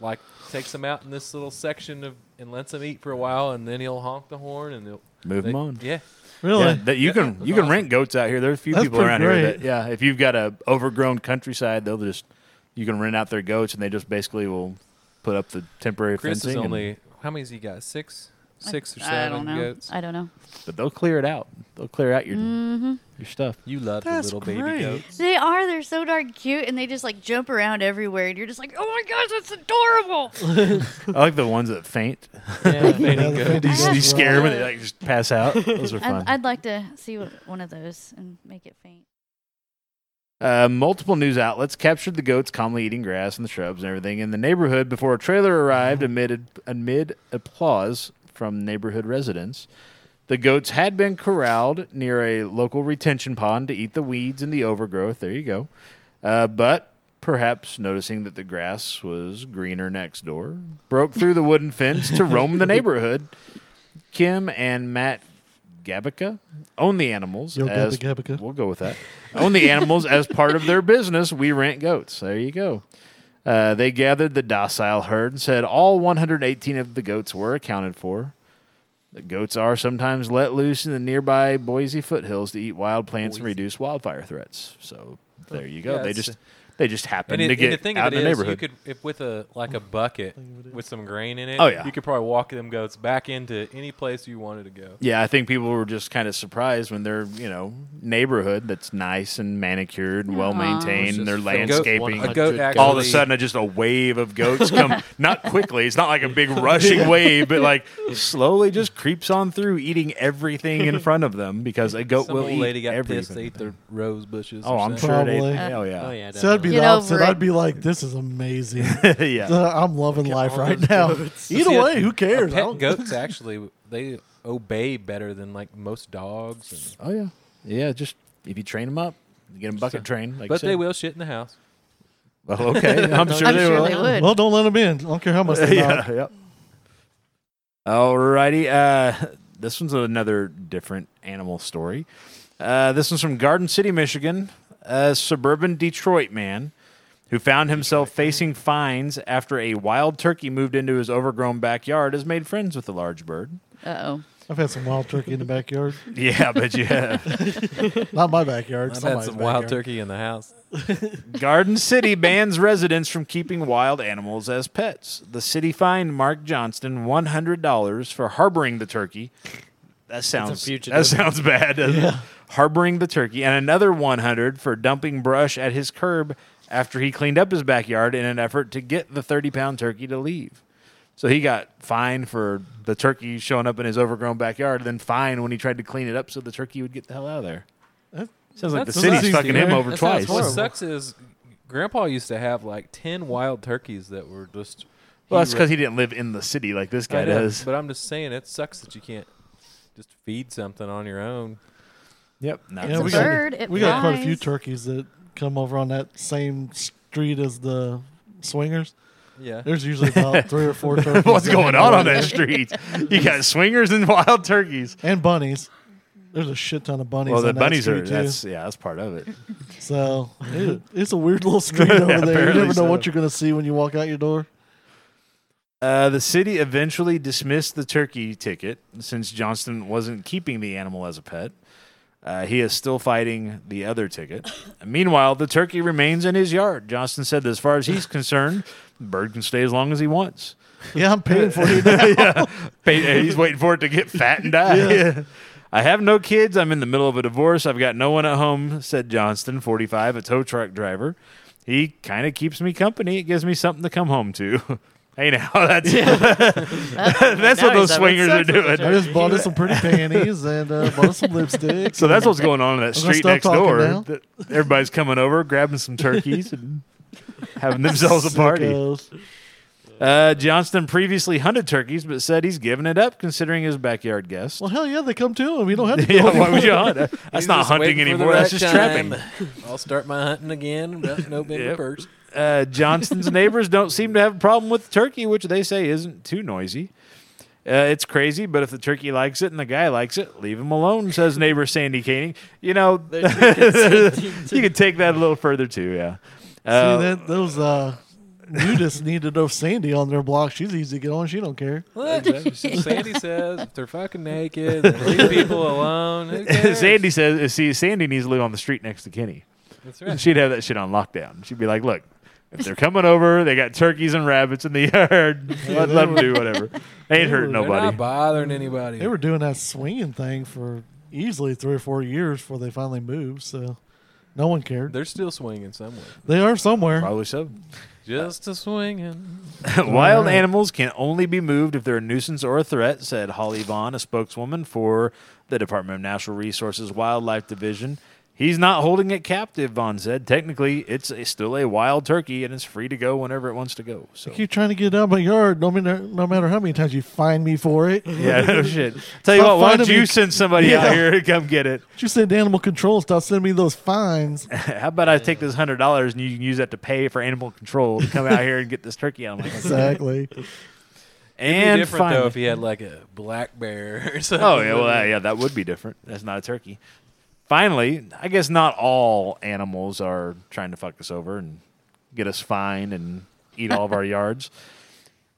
Speaker 3: like takes them out in this little section of and lets them eat for a while and then he'll honk the horn and they'll
Speaker 1: Move
Speaker 3: they-
Speaker 1: 'em on.
Speaker 3: Yeah.
Speaker 2: Really?
Speaker 1: Yeah, that you can you can rent goats out here. There's a few
Speaker 2: That's
Speaker 1: people
Speaker 2: pretty
Speaker 1: around here
Speaker 2: great.
Speaker 1: that yeah, if you've got a overgrown countryside, they'll just you can rent out their goats and they just basically will put up the temporary
Speaker 3: Chris
Speaker 1: fencing.
Speaker 3: is
Speaker 1: and-
Speaker 3: only how many's he got? 6 6 or 7
Speaker 5: I don't know.
Speaker 3: goats.
Speaker 5: I don't know.
Speaker 1: but they'll clear it out. They'll clear out your
Speaker 2: Mm-hmm.
Speaker 1: your stuff.
Speaker 3: you love the
Speaker 2: That's
Speaker 3: little
Speaker 2: great.
Speaker 3: baby goats.
Speaker 5: They are. They're so darn cute, and they just like jump around everywhere, and you're just like, oh my gosh, that's adorable.
Speaker 1: I like the ones that faint.
Speaker 4: Yeah.
Speaker 2: Yeah, the
Speaker 1: You,
Speaker 2: Fendi
Speaker 1: s- you
Speaker 2: goats.
Speaker 1: scare them and they like just pass out. Those are fun.
Speaker 5: I'd, I'd like to see what, one of those and make it faint.
Speaker 1: Uh, multiple news outlets captured the goats calmly eating grass and the shrubs and everything in the neighborhood before a trailer arrived amid amid applause from neighborhood residents. The goats had been corralled near a local retention pond to eat the weeds and the overgrowth. There you go. Uh, but perhaps noticing that the grass was greener next door, broke through the wooden fence to roam the neighborhood. Kim and Matt Gabica own the animals.
Speaker 2: Yo,
Speaker 1: as-
Speaker 2: Gabica, Gabica.
Speaker 1: We'll go with that. Own the animals as part of their business. We rent goats. There you go. Uh, they gathered the docile herd and said all 118 of the goats were accounted for. The goats are sometimes let loose in the nearby Boise foothills to eat wild plants and reduce wildfire threats. So there you go.
Speaker 3: Yeah,
Speaker 1: they
Speaker 3: it's-
Speaker 1: just they just happen
Speaker 3: And, it,
Speaker 1: to
Speaker 3: and
Speaker 1: get
Speaker 3: the thing
Speaker 1: out
Speaker 3: of it
Speaker 1: in the
Speaker 3: is, you
Speaker 1: neighborhood.
Speaker 3: could if with a like a bucket with some grain in it.
Speaker 1: Oh, yeah.
Speaker 3: you could probably walk them goats back into any place you wanted to go.
Speaker 1: yeah, I think people were just kind of surprised when their you know neighborhood that's nice and manicured, well
Speaker 4: It's
Speaker 1: maintained,
Speaker 4: just
Speaker 1: their
Speaker 4: so-
Speaker 1: landscaping.
Speaker 3: A goat
Speaker 4: All
Speaker 3: actually,
Speaker 1: all of a sudden, just a wave of goats come. not quickly. It's not like a big rushing wave, but like slowly, just creeps on through, eating everything in front of them because a goat
Speaker 3: some
Speaker 1: will
Speaker 3: old
Speaker 1: eat
Speaker 3: lady got pissed.
Speaker 1: everything.
Speaker 3: They ate their rose bushes.
Speaker 1: Oh,
Speaker 3: or
Speaker 1: I'm
Speaker 3: something.
Speaker 1: sure. They,
Speaker 2: Probably.
Speaker 1: oh yeah.
Speaker 4: Oh yeah.
Speaker 2: So that'd be the
Speaker 4: definitely.
Speaker 5: Get
Speaker 2: opposite.
Speaker 5: over it.
Speaker 2: I'd be like, "This is amazing.
Speaker 1: Oh, yeah.
Speaker 2: Uh, I'm loving life
Speaker 3: all
Speaker 2: right
Speaker 3: those
Speaker 2: now." Either
Speaker 3: See, a-
Speaker 2: way, who cares?
Speaker 3: A
Speaker 2: I
Speaker 3: pet
Speaker 2: don't-
Speaker 3: goats actually they obey better than like most dogs. and-
Speaker 1: Oh yeah. Yeah. Just if you train them up, you get them bucket trained. Like you
Speaker 3: but
Speaker 1: said.
Speaker 3: they will shit in the house.
Speaker 1: Well, okay. I'm sure
Speaker 5: I'm
Speaker 1: they
Speaker 5: sure
Speaker 1: will.
Speaker 5: they would.
Speaker 2: Well, don't let them in. I don't care how much they knock.
Speaker 1: yeah. Yep. Alrighty. Uh, this one's another different animal story. Uh, this one's from Garden City, Michigan. A suburban Detroit man who found himself facing fines after a wild turkey moved into his overgrown backyard has made friends with the large bird.
Speaker 5: Uh oh.
Speaker 2: I've had some wild turkey in the backyard.
Speaker 1: Yeah, but you have.
Speaker 2: Not my backyard.
Speaker 3: I've had
Speaker 2: somebody's
Speaker 3: some wild
Speaker 2: backyard.
Speaker 3: turkey in the house.
Speaker 1: Garden City bans residents from keeping wild animals as pets. The city fined Mark Johnston one hundred dollars for harboring the turkey. That sounds that
Speaker 4: fugitive.
Speaker 1: sounds bad. doesn't it? Harboring the turkey and another one hundred for dumping brush at his curb after he cleaned up his backyard in an effort to get the thirty pound turkey to leave. So he got fined for the turkey showing up in his overgrown backyard, then fined when he tried to clean it up so the turkey would get the hell out of there. Sounds like the
Speaker 3: That's-
Speaker 1: city's
Speaker 3: that's-
Speaker 1: fucking him over
Speaker 4: that sounds
Speaker 1: twice.
Speaker 3: What
Speaker 4: horrible.
Speaker 3: sucks is Grandpa used to have like ten wild turkeys that were just.
Speaker 1: Well, that's
Speaker 3: ra-
Speaker 1: because he didn't live in the city like this
Speaker 3: I
Speaker 1: guy
Speaker 3: know,
Speaker 1: does.
Speaker 3: But I'm just saying, it sucks that you can't just feed something on your own.
Speaker 1: Yep.
Speaker 5: It's
Speaker 2: Yeah,
Speaker 5: a
Speaker 2: we got-
Speaker 5: bird. it
Speaker 2: We got quite a few
Speaker 5: flies.
Speaker 2: turkeys that come over on that same street as the swingers.
Speaker 3: Yeah.
Speaker 2: There's usually about three or four turkeys.
Speaker 1: What's
Speaker 2: that
Speaker 1: going
Speaker 2: hang
Speaker 1: on on
Speaker 2: around
Speaker 1: that
Speaker 2: there.
Speaker 1: street? You got swingers and wild turkeys.
Speaker 2: And bunnies. There's a shit ton of bunnies.
Speaker 1: Well, the
Speaker 2: on that
Speaker 1: bunnies
Speaker 2: street
Speaker 1: are.
Speaker 2: too.
Speaker 1: That's yeah, that's part of it.
Speaker 2: So it- it's a weird little street over there. You
Speaker 1: apparently
Speaker 2: never know
Speaker 1: so.
Speaker 2: what you're gonna see when you walk out your door.
Speaker 1: Uh, the city eventually dismissed the turkey ticket since Johnston wasn't keeping the animal as a pet. Uh, he is still fighting the other ticket. Meanwhile, the turkey remains in his yard. Johnston said that as far as he's concerned, the bird can stay as long as he wants.
Speaker 2: Yeah, I'm paying for you.
Speaker 1: yeah. Pay- uh, He's waiting for it to get fat and die. I have no kids. I'm in the middle of a divorce. I've got no one at home, said Johnston, 45, a tow truck driver. He kind of keeps me company. It gives me something to come home to. hey, now, that's, that's what
Speaker 4: Now he's
Speaker 1: those
Speaker 4: having
Speaker 1: swingers are
Speaker 4: sex with the
Speaker 1: doing.
Speaker 2: I just bought us some pretty panties and uh, bought us some lipstick.
Speaker 1: So that's what's going on in that
Speaker 2: I'm gonna
Speaker 1: street
Speaker 2: stop
Speaker 1: next
Speaker 2: talking
Speaker 1: door.
Speaker 2: now.
Speaker 1: Th- Everybody's coming over, grabbing some turkeys, and having themselves a party.
Speaker 2: Sickos.
Speaker 1: Uh, Johnston previously hunted turkeys, but said he's given it up considering his backyard guest.
Speaker 2: Well, hell yeah, they come to him. We don't have to. Go
Speaker 1: yeah,
Speaker 2: anywhere.
Speaker 1: why would you hunt? That's
Speaker 3: He's
Speaker 1: not
Speaker 3: just
Speaker 1: hunting
Speaker 3: waiting for the
Speaker 1: anymore.
Speaker 3: right
Speaker 1: That's just trapping.
Speaker 3: time. I'll start my hunting again. No, November
Speaker 1: Yep.
Speaker 3: first.
Speaker 1: Uh, Johnston's neighbors don't seem to have a problem with turkey, which they say isn't too noisy. Uh, it's crazy, but if the turkey likes it and the guy likes it, leave him alone, says neighbor Sandy Caning. You know,
Speaker 4: They're too consenting to-
Speaker 1: you could take that a little further too, yeah. Uh,
Speaker 2: See that those uh, nudists need to know Sandy on their block. She's easy to get on. She don't care.
Speaker 3: Sandy says if they're fucking naked, then leave people alone. Who cares?
Speaker 1: Sandy says, uh, see, Sandy needs to live on the street next to Kenny.
Speaker 3: That's
Speaker 1: And
Speaker 3: right.
Speaker 1: she'd have that shit on lockdown. She'd be like, look, if they're coming over, they got turkeys and rabbits in the yard. let, let them do whatever. They ain't hurting
Speaker 2: They're
Speaker 3: They're
Speaker 1: nobody.
Speaker 3: not bothering anybody.
Speaker 2: They were doing that swinging thing for easily three or four years before they finally moved. So no one cared.
Speaker 3: They're still swinging somewhere.
Speaker 2: They are somewhere.
Speaker 1: Probably so.
Speaker 3: Just a swinging.
Speaker 1: Wild
Speaker 2: right.
Speaker 1: animals can only be moved if they're a nuisance or a threat, said Holly Vaughn, a spokeswoman for the Department of Natural Resources Wildlife Division. He's not holding it captive, Vaughn said. Technically, it's a, still a wild turkey and it's free to go whenever it wants to go. So,
Speaker 2: I keep trying to get out of my yard. No matter no matter how many times you find me for it.
Speaker 1: yeah, no shit. Tell you what,
Speaker 2: Stop
Speaker 1: why don't
Speaker 2: finding
Speaker 1: you
Speaker 2: me-
Speaker 1: send somebody out
Speaker 2: Yeah.
Speaker 1: here to come get it?
Speaker 2: You said animal control stop sending me those fines.
Speaker 1: How about I take this hundred dollars and you can use that to pay for animal control to come out here and get this turkey out of my house?
Speaker 2: exactly.
Speaker 3: It'd be
Speaker 1: And
Speaker 3: different though
Speaker 1: finally,
Speaker 3: if you had like a black bear or something.
Speaker 1: oh yeah, well uh, yeah, that would be different. That's not a turkey. Finally, I guess not all animals are trying to fuck us over and get us fined and eat all of our yards.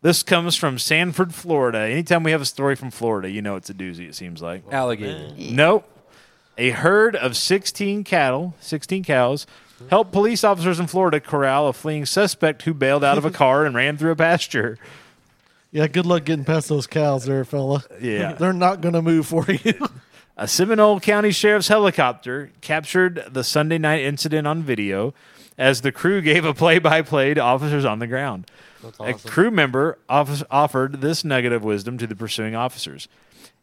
Speaker 1: This comes from Sanford, Florida. Anytime we have a story from Florida, you know it's a doozy. It seems like.
Speaker 3: alligator.
Speaker 1: Nope. A herd of 16 cattle, 16 cows, helped police officers in Florida corral a fleeing suspect who bailed out of a car and ran through a pasture.
Speaker 2: Yeah, good luck getting past those cows there, fella.
Speaker 1: Yeah.
Speaker 2: They're not gonna move for you.
Speaker 1: A Seminole County Sheriff's helicopter captured the Sunday night incident on video as the crew gave a play by play to officers on the ground. A crew member off- offered this nugget of wisdom to the pursuing officers.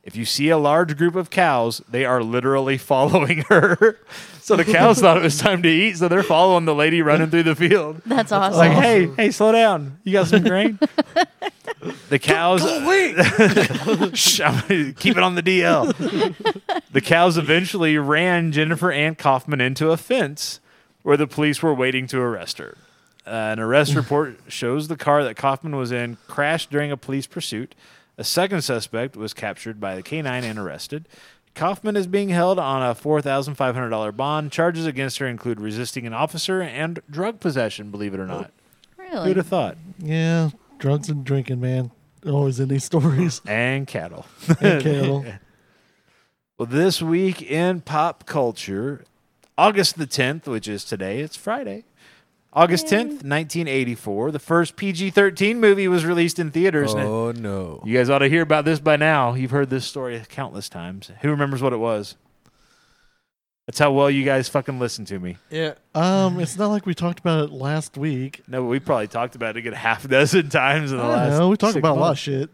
Speaker 1: If you see a large group of cows, they are literally following her. so the cows thought it was time to eat, so they're following the lady running through the field.
Speaker 5: That's awesome.
Speaker 1: Like, hey, hey, slow down. You got some grain? the cows. Shh, I'm gonna keep it on the DL. the cows eventually ran Jennifer Ann Kaufman into a fence where the police were waiting to arrest her. Uh, an arrest report shows the car that Kaufman was in crashed during a police pursuit. A second suspect was captured by the canine and arrested. Kaufman is being held on a $4,500 bond. Charges against her include resisting an officer and drug possession, believe it or not.
Speaker 5: really?
Speaker 1: Who'd have thought?
Speaker 2: yeah, drugs and drinking, man. Always in these stories.
Speaker 1: And cattle.
Speaker 2: And cattle.
Speaker 1: Well, this week in pop culture, August the 10th, which is today, it's Friday. August 10th, 1984, the first PG 13 movie was released in theaters. and it-
Speaker 3: Oh no.
Speaker 1: You guys ought to hear about this by now. You've heard this story countless times. Who remembers what it was? That's how well you guys fucking listen to me.
Speaker 4: Yeah.
Speaker 2: Um, it's not like we talked about it last week.
Speaker 1: No, we probably talked about it a good half dozen times in the
Speaker 2: I
Speaker 1: last.
Speaker 2: know, we talk
Speaker 1: six
Speaker 2: about a lot of
Speaker 1: months.
Speaker 2: shit.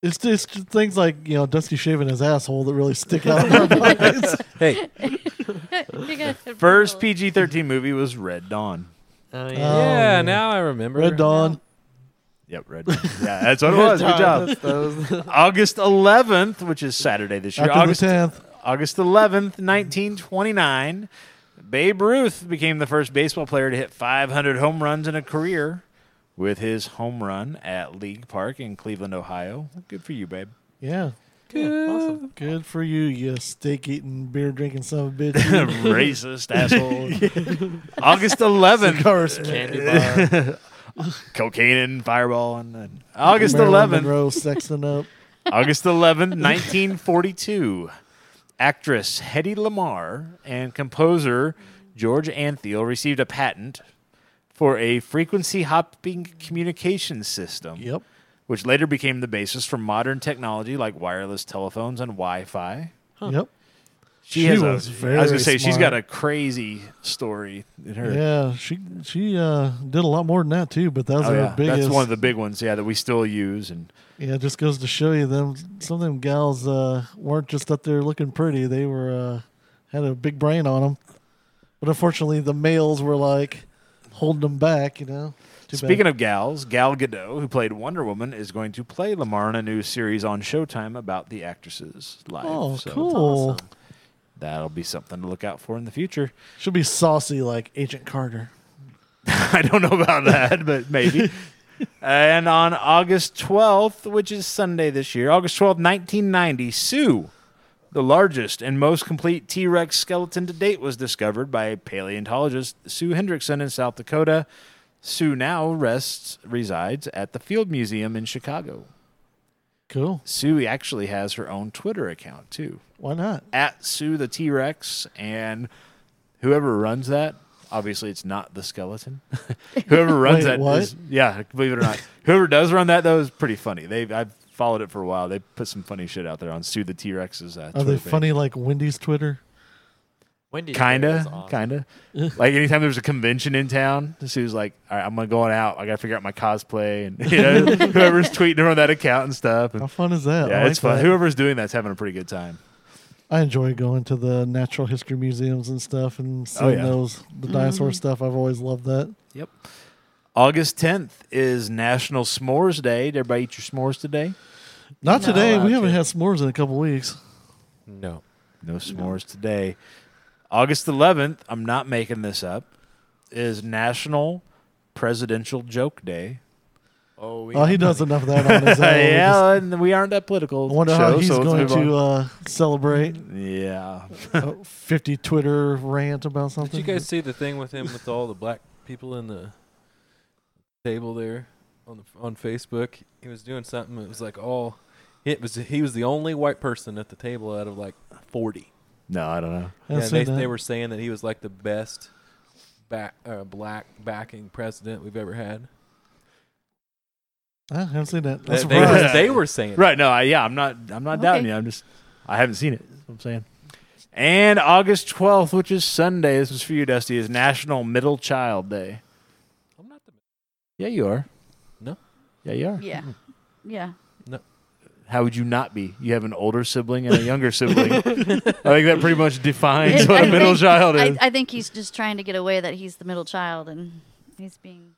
Speaker 2: It's just things like you know Dusty shaving his asshole that really stick out. in our minds.
Speaker 3: Hey,
Speaker 5: You guys are
Speaker 1: First
Speaker 5: brutal.
Speaker 1: PG 13 movie was Red Dawn.
Speaker 4: Oh,
Speaker 2: Oh,
Speaker 4: yeah.
Speaker 3: yeah,
Speaker 2: yeah.
Speaker 3: now I remember.
Speaker 2: Red Dawn.
Speaker 1: Yep, Red Dawn. yeah, that's what it was. Good job. August 11th, which is Saturday this year.
Speaker 2: After
Speaker 1: August
Speaker 2: the tenth,
Speaker 1: August 11th, 1929, Babe Ruth became the first baseball player to hit 500 home runs in a career with his home run at League Park in Cleveland, Ohio. Good for you, babe.
Speaker 2: yeah, Uh,
Speaker 4: awesome.
Speaker 2: good for you, you steak eating, beer drinking son of a bitch.
Speaker 1: Racist asshole. August 11th,
Speaker 2: Cars,
Speaker 4: Candy bar.
Speaker 1: cocaine and fireball. And then August
Speaker 2: Marilyn
Speaker 1: 11th,
Speaker 2: Monroe sexing up.
Speaker 1: August 11th, 1942. Actress Hedy Lamarr and composer George Antheil received a patent for a frequency hopping communication system,
Speaker 2: Yep.
Speaker 1: which later became the basis for modern technology like wireless telephones and Wi Fi.
Speaker 2: Yep.
Speaker 1: She,
Speaker 2: She
Speaker 1: has a, I
Speaker 2: was
Speaker 1: was
Speaker 2: very
Speaker 1: gonna say she's
Speaker 2: smart.
Speaker 1: got a crazy story in her.
Speaker 2: Yeah, she she uh, did a lot more than that too, but that was
Speaker 1: Oh,
Speaker 2: her
Speaker 1: yeah.
Speaker 2: biggest.
Speaker 1: That's one of the big ones, yeah, that we still use. And
Speaker 2: yeah, it just goes to show you them some of them gals uh, weren't just up there looking pretty; they were uh, had a big brain on them. But unfortunately, the males were like holding them back. You know. Too
Speaker 1: speaking of gals, Gal Gadot, who played Wonder Woman, is going to play Lamar in a new series on Showtime about the actress's life.
Speaker 2: oh,
Speaker 1: So
Speaker 2: cool!
Speaker 1: That'll be something to look out for in the future.
Speaker 2: She'll be saucy like Agent Carter.
Speaker 1: I don't know about that, but maybe. and on August 12th, which is Sunday this year, August 12th, 1990, Sue, the largest and most complete T Rex skeleton to date, was discovered by paleontologist Sue Hendrickson in South Dakota. Sue now rests, resides at the Field Museum in Chicago.
Speaker 2: Cool.
Speaker 1: Sue actually has her own Twitter account, too,
Speaker 2: Why not?
Speaker 1: at Sue the T Rex. And whoever runs that, obviously it's not the skeleton. whoever runs
Speaker 2: Wait,
Speaker 1: that is
Speaker 2: what?
Speaker 1: yeah, believe it or not. whoever does run that though is pretty funny. They I've followed it for a while. They put some funny shit out there on Sue the T Rex's. Uh,
Speaker 2: Are
Speaker 1: Twitter
Speaker 2: they
Speaker 1: page.
Speaker 2: funny like Wendy's Twitter?
Speaker 4: Wendy's burger is
Speaker 1: Kinda,
Speaker 4: awesome.
Speaker 1: kinda. like anytime there's a convention in town, Sue's like, "All right, I'm gonna go on out. I gotta figure out my cosplay." And you know, whoever's tweeting her on that account and stuff. And,
Speaker 2: How fun is that? I
Speaker 1: yeah,
Speaker 2: like
Speaker 1: it's fun.
Speaker 2: that.
Speaker 1: Whoever's doing that's having a pretty good time.
Speaker 2: I enjoy going to the natural history museums and stuff and seeing
Speaker 1: Oh, yeah.
Speaker 2: those the
Speaker 3: Mm-hmm.
Speaker 2: dinosaur stuff. I've always loved that.
Speaker 1: Yep. August 10th is National S'mores Day. Did everybody eat your s'mores today?
Speaker 2: Not today.
Speaker 4: allowed
Speaker 2: We haven't
Speaker 4: to.
Speaker 2: had s'mores in a couple weeks.
Speaker 3: No.
Speaker 1: No s'mores today. August 11th, I'm not making this up, is National Presidential Joke Day.
Speaker 4: Oh, we
Speaker 2: Oh, he does enough of that on his own. We
Speaker 1: yeah,
Speaker 2: just-
Speaker 1: and we aren't that political.
Speaker 2: I wonder
Speaker 1: show,
Speaker 2: how he's
Speaker 1: so let's
Speaker 2: going
Speaker 1: move on.
Speaker 2: to uh, celebrate
Speaker 1: yeah.
Speaker 2: a 50 Twitter rant about
Speaker 3: Did
Speaker 2: something.
Speaker 3: you guys see the thing with him with all the black people in the table there on the, on Facebook? He was doing something. It was like all. It was he was the only white person at the table out of like forty.
Speaker 1: No, I don't know.
Speaker 2: I
Speaker 3: Yeah,
Speaker 2: seen
Speaker 3: they,
Speaker 2: that.
Speaker 3: they were saying that he was like the best back, uh, black backing president we've ever had.
Speaker 2: I haven't seen that.
Speaker 3: They,
Speaker 2: That's
Speaker 3: they were-
Speaker 1: surprised.
Speaker 3: they were saying it.
Speaker 1: Right. No. I, yeah. I'm not. I'm not doubting
Speaker 5: Okay.
Speaker 1: you. I'm just. I haven't seen it. that's what I'm saying. And August 12th, which is Sunday, this is for you, Dusty, is National Middle Child Day.
Speaker 3: I'm not the
Speaker 1: Yeah, you are.
Speaker 3: No.
Speaker 1: Yeah, you are.
Speaker 5: Yeah. Yeah.
Speaker 1: How would you not be? You have an older sibling and a younger sibling. I think that pretty much defines what a
Speaker 5: I
Speaker 1: middle
Speaker 5: think-
Speaker 1: child
Speaker 5: I,
Speaker 1: is.
Speaker 5: I think he's just trying to get away that he's the middle child and he's being.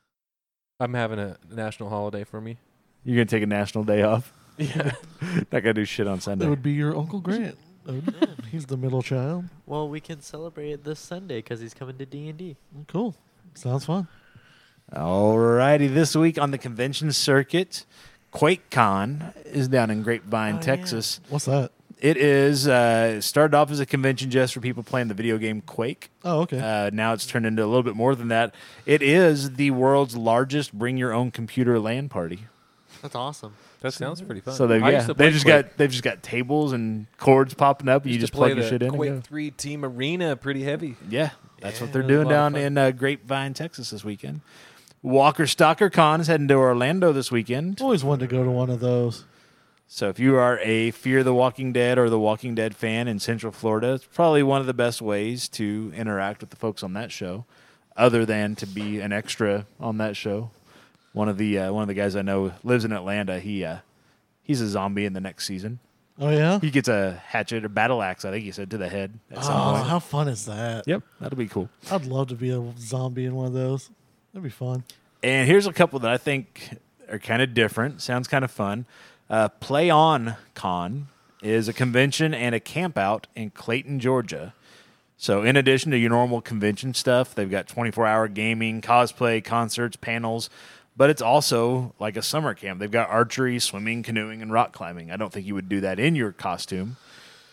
Speaker 3: I'm having a national holiday for me.
Speaker 1: You're gonna take a national day off.
Speaker 3: Yeah.
Speaker 1: Not gonna do shit on
Speaker 2: That
Speaker 1: Sunday.
Speaker 2: would be your Uncle Grant. That would- He's the middle child.
Speaker 4: Well, we can celebrate it this Sunday because he's coming to D and D.
Speaker 2: Cool. Sounds fun.
Speaker 1: Alrighty, this week on the convention circuit, QuakeCon is down in Grapevine,
Speaker 4: Oh, yeah.
Speaker 1: Texas.
Speaker 2: What's that?
Speaker 1: It is uh, it started off as a convention just for people playing the video game Quake.
Speaker 2: Oh, okay.
Speaker 1: Uh, now it's turned into a little bit more than that. It is the world's largest bring your own computer LAN party.
Speaker 4: That's awesome.
Speaker 3: That sounds pretty fun.
Speaker 1: So they
Speaker 3: I
Speaker 1: yeah,
Speaker 3: used to
Speaker 1: they
Speaker 3: play
Speaker 1: just
Speaker 3: Quake.
Speaker 1: got they've just got tables and cords popping up, and you
Speaker 3: Used to
Speaker 1: just
Speaker 3: play
Speaker 1: plug your
Speaker 3: the
Speaker 1: shit in.
Speaker 3: Quake
Speaker 1: And go.
Speaker 3: Three Team Arena, pretty heavy.
Speaker 1: Yeah, that's
Speaker 3: Yeah,
Speaker 1: what they're
Speaker 3: that was a
Speaker 1: doing
Speaker 3: lot of
Speaker 1: down
Speaker 3: fun.
Speaker 1: in uh, Grapevine, Texas this weekend. Walker Stalker Con is heading to Orlando this weekend.
Speaker 2: Always wanted to go to one of those.
Speaker 1: So if you are a Fear the Walking Dead or the Walking Dead fan in Central Florida, it's probably one of the best ways to interact with the folks on that show, other than to be an extra on that show. One of the uh, one of the guys I know lives in Atlanta. He uh, he's a zombie in the next season.
Speaker 2: Oh, yeah?
Speaker 1: He gets a hatchet or battle axe, I think he said, to the head at some
Speaker 2: Oh,
Speaker 1: point.
Speaker 2: how fun is that?
Speaker 1: Yep, that'll be cool.
Speaker 2: I'd love to be a zombie in one of those. That'd be fun.
Speaker 1: And here's a couple that I think are kind of different. Sounds kind of fun. Uh, Play On Con is a convention and a camp out in Clayton, Georgia. So, in addition to your normal convention stuff, they've got 24 hour gaming, cosplay, concerts, panels, but it's also like a summer camp. They've got archery, swimming, canoeing, and rock climbing. I don't think you would do that in your costume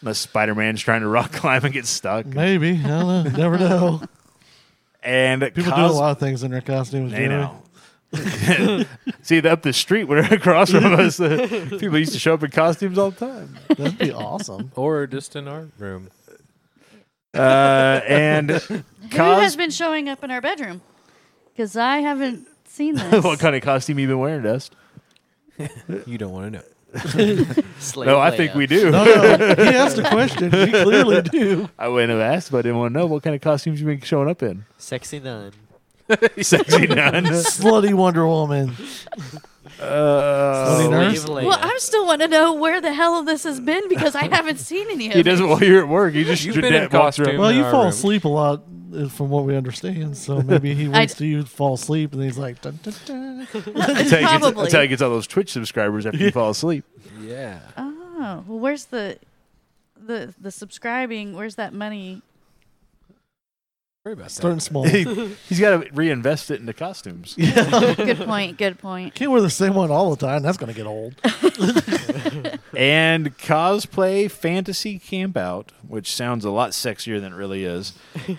Speaker 1: unless Spider Man's trying to rock climb and get stuck.
Speaker 2: Maybe. I don't know. Never know.
Speaker 1: And
Speaker 2: People do
Speaker 1: cos-
Speaker 2: a lot of things in their costumes.
Speaker 1: They
Speaker 2: Jerry.
Speaker 1: know. It's either up the street, where across from us. uh, people used to show up in costumes all the time.
Speaker 2: That'd be awesome.
Speaker 3: or just in our room.
Speaker 1: Uh, and
Speaker 5: Who has
Speaker 1: cos-
Speaker 5: been showing up in our bedroom? Because I haven't seen this.
Speaker 1: what kind of costume you been wearing, Dust?
Speaker 3: You don't want to know.
Speaker 4: Slave
Speaker 1: No, I think we do.
Speaker 2: No, no, he asked a question. You clearly do.
Speaker 1: I wouldn't have asked if I didn't want to know what kind of costumes you've been showing up in.
Speaker 4: Sexy nun.
Speaker 1: Sexy nun.
Speaker 2: Slutty Wonder Woman.
Speaker 1: Uh,
Speaker 2: Slutty nurse?
Speaker 4: Slave lady.
Speaker 5: well, I'm still wanting to know where the hell this has been because I haven't seen any of
Speaker 1: he
Speaker 5: it.
Speaker 1: doesn't while you're at work. He just
Speaker 3: You've
Speaker 1: did
Speaker 3: been in
Speaker 1: that walks around.
Speaker 3: costume.
Speaker 2: Well,
Speaker 3: in
Speaker 2: you
Speaker 3: our
Speaker 2: fall
Speaker 3: room.
Speaker 2: asleep a lot, uh, from what we understand. So maybe he waits till you fall asleep, and he's like, dun, dun, dun.
Speaker 1: That's how, he gets,
Speaker 5: Probably.
Speaker 1: that's how he gets all those Twitch subscribers after you fall asleep.
Speaker 3: Yeah.
Speaker 5: Oh, well, where's the the the subscribing? Where's that money?
Speaker 3: Worry about that.
Speaker 2: starting small.
Speaker 1: he, has got to reinvest it into costumes.
Speaker 5: Good point. Good point.
Speaker 2: Can't wear the same one all the time. That's going to get old.
Speaker 1: and cosplay fantasy campout, which sounds a lot sexier than it really is,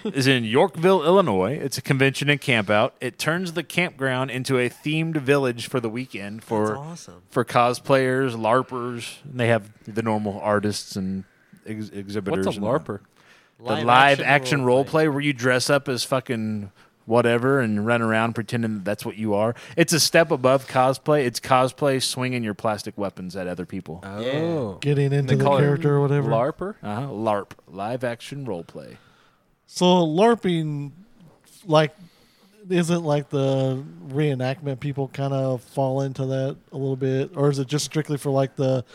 Speaker 1: is in Yorkville, Illinois. It's a convention and campout. It turns the campground into a themed village for the weekend for
Speaker 4: awesome.
Speaker 1: for cosplayers, larpers, and they have the normal artists and ex- exhibitors.
Speaker 3: What's a
Speaker 1: and all that.
Speaker 3: LARPer?
Speaker 1: The live, action, role play where you dress up as fucking whatever and run around pretending that that's what you are. It's a step above cosplay. It's cosplay swinging your plastic weapons at other people.
Speaker 3: Oh.
Speaker 2: Getting into
Speaker 3: They
Speaker 2: the
Speaker 3: call it
Speaker 2: character or whatever.
Speaker 3: LARPer?
Speaker 1: Uh-huh. LARP, live action role play.
Speaker 2: So LARPing, like, isn't like the reenactment people kind of fall into that a little bit, or is it just strictly for like the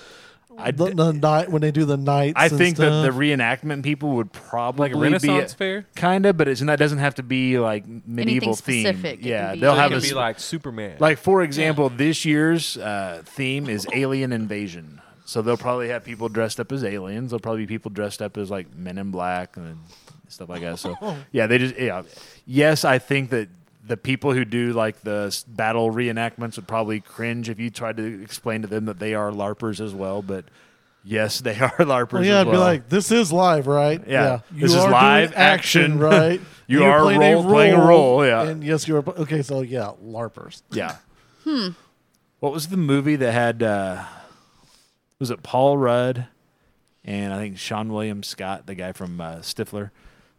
Speaker 1: I
Speaker 2: the,
Speaker 1: d-
Speaker 2: the night when they do the nights?
Speaker 1: I
Speaker 2: and
Speaker 1: think that the
Speaker 2: stuff?
Speaker 1: reenactment people would probably
Speaker 3: Like a Renaissance
Speaker 1: be
Speaker 3: fair?
Speaker 1: kind of, but it's and that doesn't have to be like medieval themed.
Speaker 5: specific. It can
Speaker 1: Yeah,
Speaker 5: be-
Speaker 1: they'll
Speaker 5: So it
Speaker 1: have
Speaker 3: It
Speaker 1: a
Speaker 3: could
Speaker 1: s-
Speaker 3: be like Superman.
Speaker 1: Like for example, this year's uh, theme is alien invasion. So they'll probably have people dressed up as aliens. There'll probably be people dressed up as like Men in Black and stuff like that. So
Speaker 2: Oh.
Speaker 1: yeah, they just yeah. Yes, I think that the people who do like the s- battle reenactments would probably cringe if you tried to explain to them that they are larpers as well. But yes, they are larpers.
Speaker 2: Well, yeah,
Speaker 1: as
Speaker 2: I'd be
Speaker 1: well.
Speaker 2: like, this is live, right?
Speaker 1: Yeah.
Speaker 2: You
Speaker 1: This is
Speaker 2: are doing
Speaker 1: live action.
Speaker 2: right?
Speaker 1: You
Speaker 2: You're
Speaker 1: are role- playing a role, yeah.
Speaker 2: And yes, you are. Okay, so yeah, LARPers.
Speaker 1: Yeah. Hmm. What was the movie that had? Uh, was it Paul Rudd and I think Sean William Scott, the guy from uh, Stifler?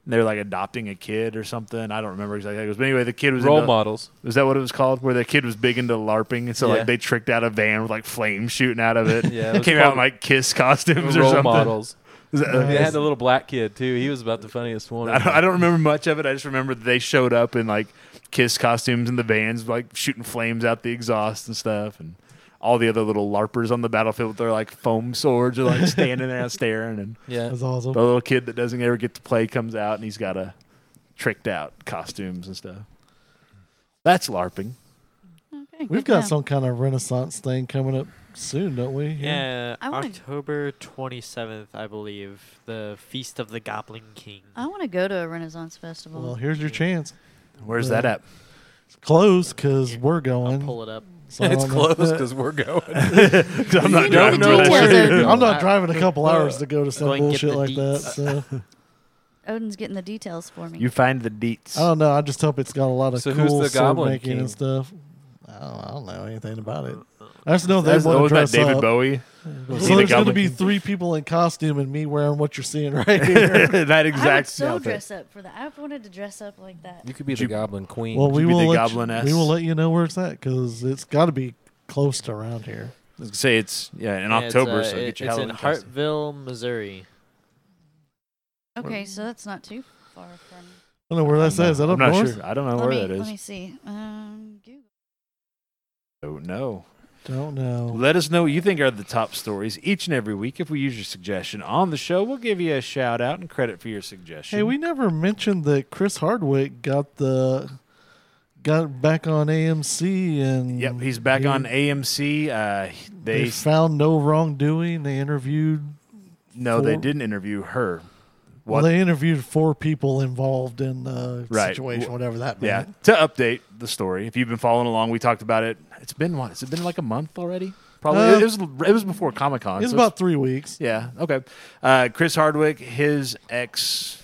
Speaker 1: And they were like adopting a kid or something. I don't remember exactly. how it was. But anyway, the kid was
Speaker 3: Role
Speaker 1: into,
Speaker 3: models.
Speaker 1: Was that what it was called? Where the kid was big into LARPing, and so
Speaker 3: Yeah.
Speaker 1: like they tricked out a van with like flames shooting out of it.
Speaker 3: Yeah, it was
Speaker 1: came out
Speaker 3: called-
Speaker 1: in like Kiss costumes or
Speaker 3: Role
Speaker 1: something.
Speaker 3: models.
Speaker 1: Is that- uh,
Speaker 3: They had the little black kid, too. He was about the funniest one.
Speaker 1: I don't, I don't remember much of it. I just remember that they showed up in like Kiss costumes in the vans, like shooting flames out the exhaust and stuff, and all the other little larpers on the battlefield with their like foam swords are like standing there staring, and
Speaker 3: Yeah.
Speaker 2: That's awesome.
Speaker 1: the little kid that doesn't ever get to play comes out and he's got a tricked out costumes and stuff. That's larping.
Speaker 5: Okay,
Speaker 2: We've
Speaker 5: good to
Speaker 2: got
Speaker 5: know.
Speaker 2: some kind of Renaissance thing coming up soon, don't we?
Speaker 4: Yeah,
Speaker 5: I wanna-
Speaker 4: October 27th, I believe, the Feast of the Goblin King.
Speaker 5: I want to go to a Renaissance festival.
Speaker 2: Well, here's your chance.
Speaker 1: Where's
Speaker 2: Yeah.
Speaker 1: that at?
Speaker 2: It's close because we're going.
Speaker 4: Pull it up.
Speaker 2: so I
Speaker 3: It's
Speaker 2: don't know.
Speaker 3: close because we're going.
Speaker 1: 'Cause I'm not
Speaker 5: You
Speaker 1: driving
Speaker 5: know
Speaker 1: to that
Speaker 5: details
Speaker 1: shit.
Speaker 5: of-
Speaker 2: I'm not
Speaker 4: Uh,
Speaker 2: driving a couple hours to go to some
Speaker 4: Go and get
Speaker 2: bullshit
Speaker 4: the
Speaker 2: like that.
Speaker 4: deets.
Speaker 2: So
Speaker 5: Odin's getting the details for me.
Speaker 1: You find the deets.
Speaker 2: I don't know. I just hope it's got a lot of
Speaker 3: So who's
Speaker 2: cool
Speaker 3: the
Speaker 2: soap
Speaker 3: Goblin
Speaker 2: making
Speaker 3: King?
Speaker 2: and stuff. I don't, I don't know anything about it. I just know they
Speaker 1: That's
Speaker 2: want to
Speaker 1: was that
Speaker 2: dress
Speaker 1: David
Speaker 2: up.
Speaker 1: Bowie. Is he the
Speaker 2: So there's going to
Speaker 1: Goblin
Speaker 2: be
Speaker 1: King?
Speaker 2: three people in costume and me wearing what you're seeing right here.
Speaker 1: that
Speaker 5: I would
Speaker 1: exact
Speaker 5: so
Speaker 1: outfit.
Speaker 5: dress up for that. I've wanted to dress up like that.
Speaker 3: You could be the
Speaker 1: Shoot.
Speaker 3: Goblin Queen.
Speaker 2: well, we
Speaker 1: be the
Speaker 2: will, let you,
Speaker 1: Goblin-esque.
Speaker 2: we will let you know where it's at because it's got to be close to around here.
Speaker 1: I was gonna Say it's yeah in
Speaker 4: Yeah,
Speaker 1: October,
Speaker 4: it's, uh,
Speaker 1: so
Speaker 4: it-
Speaker 1: get your
Speaker 4: It's
Speaker 1: Halloween
Speaker 4: in
Speaker 1: costume.
Speaker 4: Hartville, Missouri.
Speaker 5: Okay, so that's not too far from.
Speaker 2: I don't know where that says. Is that
Speaker 1: I'm
Speaker 2: up
Speaker 1: not
Speaker 2: north?
Speaker 1: sure. I don't know
Speaker 5: Let
Speaker 1: where
Speaker 5: me,
Speaker 1: that
Speaker 5: let
Speaker 1: is.
Speaker 5: me see. Um, Google.
Speaker 1: Oh no.
Speaker 2: Don't know.
Speaker 1: Let us know what you think are the top stories each and every week. If we use your suggestion on the show, we'll give you a shout out and credit for your suggestion.
Speaker 2: Hey, we never mentioned that Chris Hardwick got the got back on AMC and
Speaker 1: Yep, he's back
Speaker 2: he-
Speaker 1: on AMC. Uh,
Speaker 2: They,
Speaker 1: they
Speaker 2: found no wrongdoing. They interviewed.
Speaker 1: no, they
Speaker 2: four-
Speaker 1: didn't interview her.
Speaker 2: Well,
Speaker 1: What?
Speaker 2: they interviewed four people involved in the
Speaker 1: Right.
Speaker 2: situation, whatever that meant.
Speaker 1: yeah, to update the story. If you've been following along, we talked about it. It's been what? Has it been like a month already? Probably.
Speaker 2: Uh,
Speaker 1: it was. It was before Comic Con.
Speaker 2: It's about three weeks.
Speaker 1: Yeah. Okay. Uh, Chris Hardwick, his ex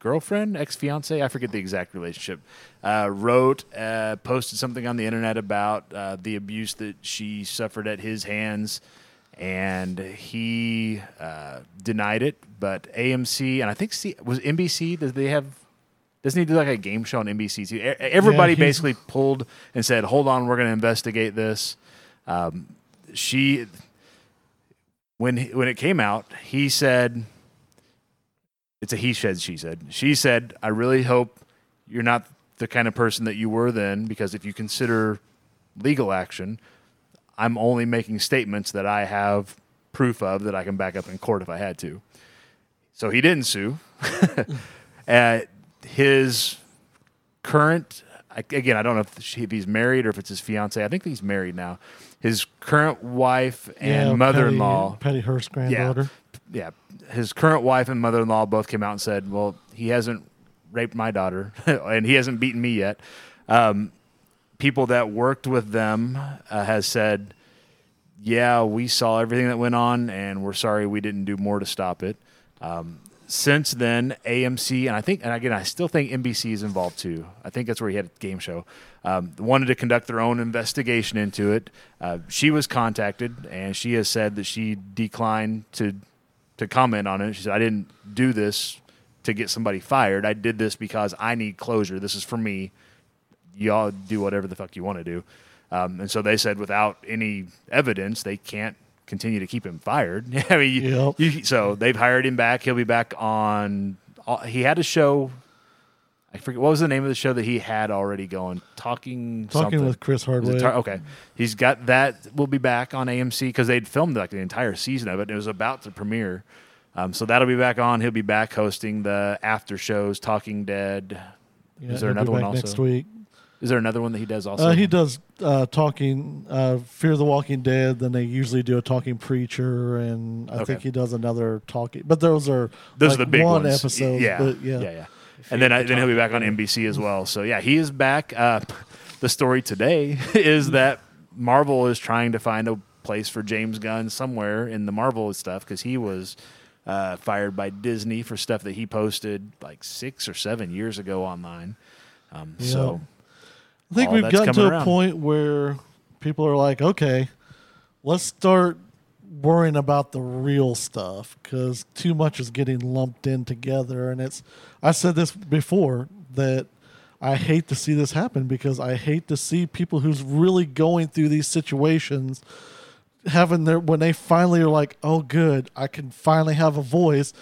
Speaker 1: girlfriend, ex fiance, I forget the exact relationship, uh, wrote, uh, posted something on the internet about uh, the abuse that she suffered at his hands. And he uh, denied it, but AMC and I think C- was NBC. Did they have? Doesn't he do like a game show on NBC? Too? E- Everybody
Speaker 2: he's-
Speaker 1: basically pulled and said, "Hold on, we're going to investigate this." Um, she when he, when it came out, he said, "It's a he said, she said." She said, "I really hope you're not the kind of person that you were then, because if you consider legal action, I'm only making statements that I have proof of that I can back up in court if I had to." So he didn't sue. uh, his current I- again i don't know if, she, if he's married or if it's his fiance i think he's married now his current wife and
Speaker 2: Yeah,
Speaker 1: mother-in-law
Speaker 2: Patty, Patty Hearst's granddaughter.
Speaker 1: yeah his current wife and mother-in-law both came out and said well he hasn't raped my daughter and he hasn't beaten me yet um, people that worked with them uh, has said yeah we saw everything that went on and we're sorry we didn't do more to stop it um, since then amc and i think and again i still think nbc is involved too i think that's where he had a game show um, wanted to conduct their own investigation into it uh, she was contacted and she has said that she declined to to comment on it. She said, I didn't do this to get somebody fired. I did this because I need closure. This is for me. Y'all do whatever the fuck you want to do. Um, and so they said, without any evidence, they can't continue to keep him fired. I mean, you-
Speaker 2: Yep.
Speaker 1: you- so they've hired him back. He'll be back on. uh, He had a show. I forget what was the name of the show that he had already going. Talking.
Speaker 2: Talking
Speaker 1: something.
Speaker 2: with Chris
Speaker 1: Was it oh,
Speaker 2: Hardwick.
Speaker 1: Tar- okay, he's got that. Will be back on AMC because they'd filmed like the entire season of it. and It was about to premiere, um, so that'll be back on. He'll be back hosting the after shows, Talking Dead.
Speaker 2: Yeah,
Speaker 1: is there
Speaker 2: he'll be
Speaker 1: another one
Speaker 2: back
Speaker 1: also?
Speaker 2: next week?
Speaker 1: Is there another one that he does also?
Speaker 2: Uh, he does uh, talking uh, Fear the Walking Dead. Then they usually do a talking preacher, and I
Speaker 1: Okay.
Speaker 2: think he does another talking. But those are
Speaker 1: Those
Speaker 2: like,
Speaker 1: are the big
Speaker 2: one
Speaker 1: ones.
Speaker 2: episode.
Speaker 1: yeah.
Speaker 2: but yeah,
Speaker 1: yeah, yeah. And then I, then he'll be back on NBC as well. So yeah, he is back. Uh, the story today is that Marvel is trying to find a place for James Gunn somewhere in the Marvel stuff because he was uh, fired by Disney for stuff that he posted like six or seven years ago online. Um, So
Speaker 2: I think
Speaker 1: all
Speaker 2: we've
Speaker 1: that's
Speaker 2: gotten to
Speaker 1: coming
Speaker 2: a
Speaker 1: around.
Speaker 2: point where people are like, okay, let's start worrying about the real stuff because too much is getting lumped in together. And it's, I said this before that I hate to see this happen because I hate to see people who's really going through these situations having their when they finally are like, oh, good, I can finally have a voice.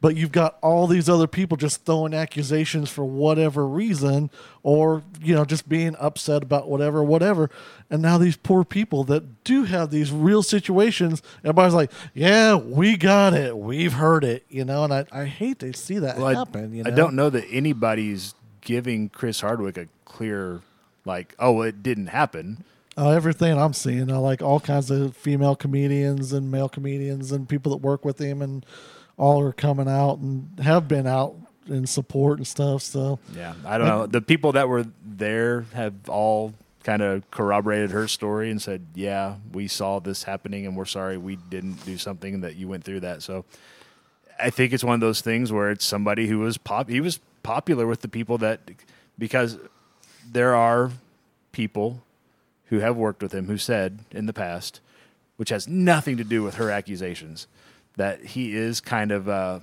Speaker 2: But you've got all these other people just throwing accusations for whatever reason, or you know, just being upset about whatever, whatever. And now these poor people that do have these real situations, everybody's like, "Yeah, we got it, we've heard it," you know. And I, I hate to see that
Speaker 1: Well, I-
Speaker 2: happen. you know?
Speaker 1: I don't know that anybody's giving Chris Hardwick a clear like, oh, it didn't happen.
Speaker 2: Uh, everything I'm seeing, I like all kinds of female comedians and male comedians and people that work with him, and all are coming out and have been out in support and stuff. So
Speaker 1: Yeah, I don't know. The people that were there have all kind of corroborated her story and said, "Yeah, we saw this happening, and we're sorry we didn't do something that you went through that." So, I think it's one of those things where it's somebody who was pop. He was popular with the people that because there are people who have worked with him who said in the past, which has nothing to do with her accusations, that he is kind of. Uh,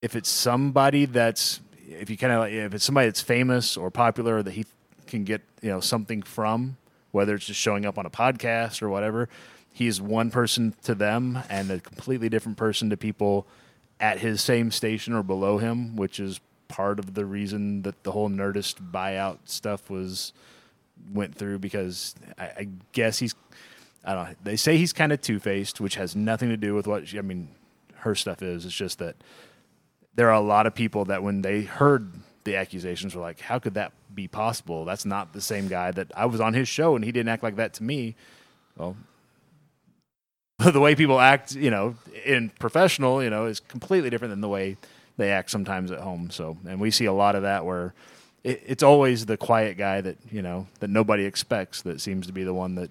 Speaker 1: if it's somebody that's if you kind of if it's somebody that's famous or popular that he can get you know something from whether it's just showing up on a podcast or whatever he's one person to them and a completely different person to people at his same station or below him which is part of the reason that the whole nerdist buyout stuff was went through because I, I guess he's I don't know. They say he's kind of two faced, which has nothing to do with what she, I mean. Her stuff is. It's just that there are a lot of people that when they heard the accusations were like, "How could that be possible? That's not the same guy that I was on his show and he didn't act like that to me." Well, the way people act, you know, in professional, you know, is completely different than the way they act sometimes at home. So, and we see a lot of that where it, it's always the quiet guy that you know that nobody expects that seems to be the one that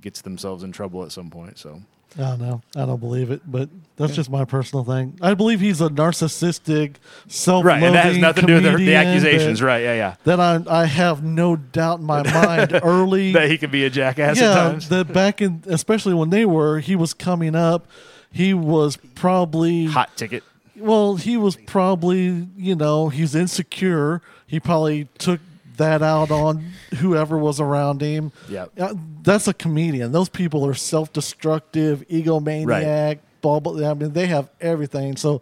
Speaker 1: gets themselves in trouble at some point. So,
Speaker 2: I don't know. I don't believe it, but that's just my personal thing. I believe he's a narcissistic, self-loathing
Speaker 1: Right, and that has nothing to do with the, the
Speaker 2: comedian
Speaker 1: accusations.
Speaker 2: That,
Speaker 1: right? Yeah, yeah.
Speaker 2: that I, I have no doubt in my mind early.
Speaker 1: That he can be a jackass at
Speaker 2: yeah,
Speaker 1: times.
Speaker 2: that back in, especially when they were, he was coming up. He was probably
Speaker 1: Hot ticket.
Speaker 2: Well, he was probably, you know, he's insecure. He probably took that out on whoever was around him.
Speaker 1: Yep.
Speaker 2: Uh, That's a comedian. Those people are self destructive, egomaniac, blah, blah. I mean, they have everything. So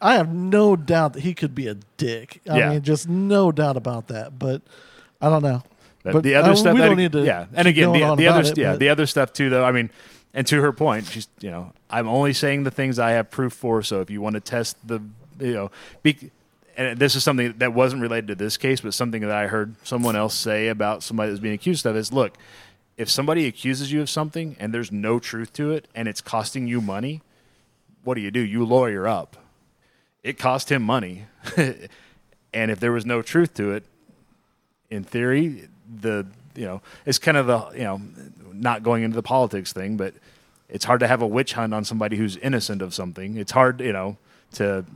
Speaker 2: I have no doubt that he could be a dick. I
Speaker 1: Yeah.
Speaker 2: mean, just no doubt about that. But I don't know.
Speaker 1: That-
Speaker 2: but
Speaker 1: the other
Speaker 2: uh,
Speaker 1: stuff,
Speaker 2: we
Speaker 1: that-
Speaker 2: don't need to.
Speaker 1: yeah. And
Speaker 2: keep
Speaker 1: again,
Speaker 2: going
Speaker 1: the,
Speaker 2: on
Speaker 1: the
Speaker 2: about
Speaker 1: other,
Speaker 2: it,
Speaker 1: yeah,
Speaker 2: but-
Speaker 1: the other stuff too, though. I mean, and to her point, she's, you know, I'm only saying the things I have proof for. So if you want to test the, you know, be, and this is something that wasn't related to this case, but something that I heard someone else say about somebody that's being accused of is, look, if somebody accuses you of something and there's no truth to it and it's costing you money, what do you do? You lawyer up. It cost him money. and if there was no truth to it, in theory, the you know it's kind of the you know not going into the politics thing, but it's hard to have a witch hunt on somebody who's innocent of something. It's hard, you know, to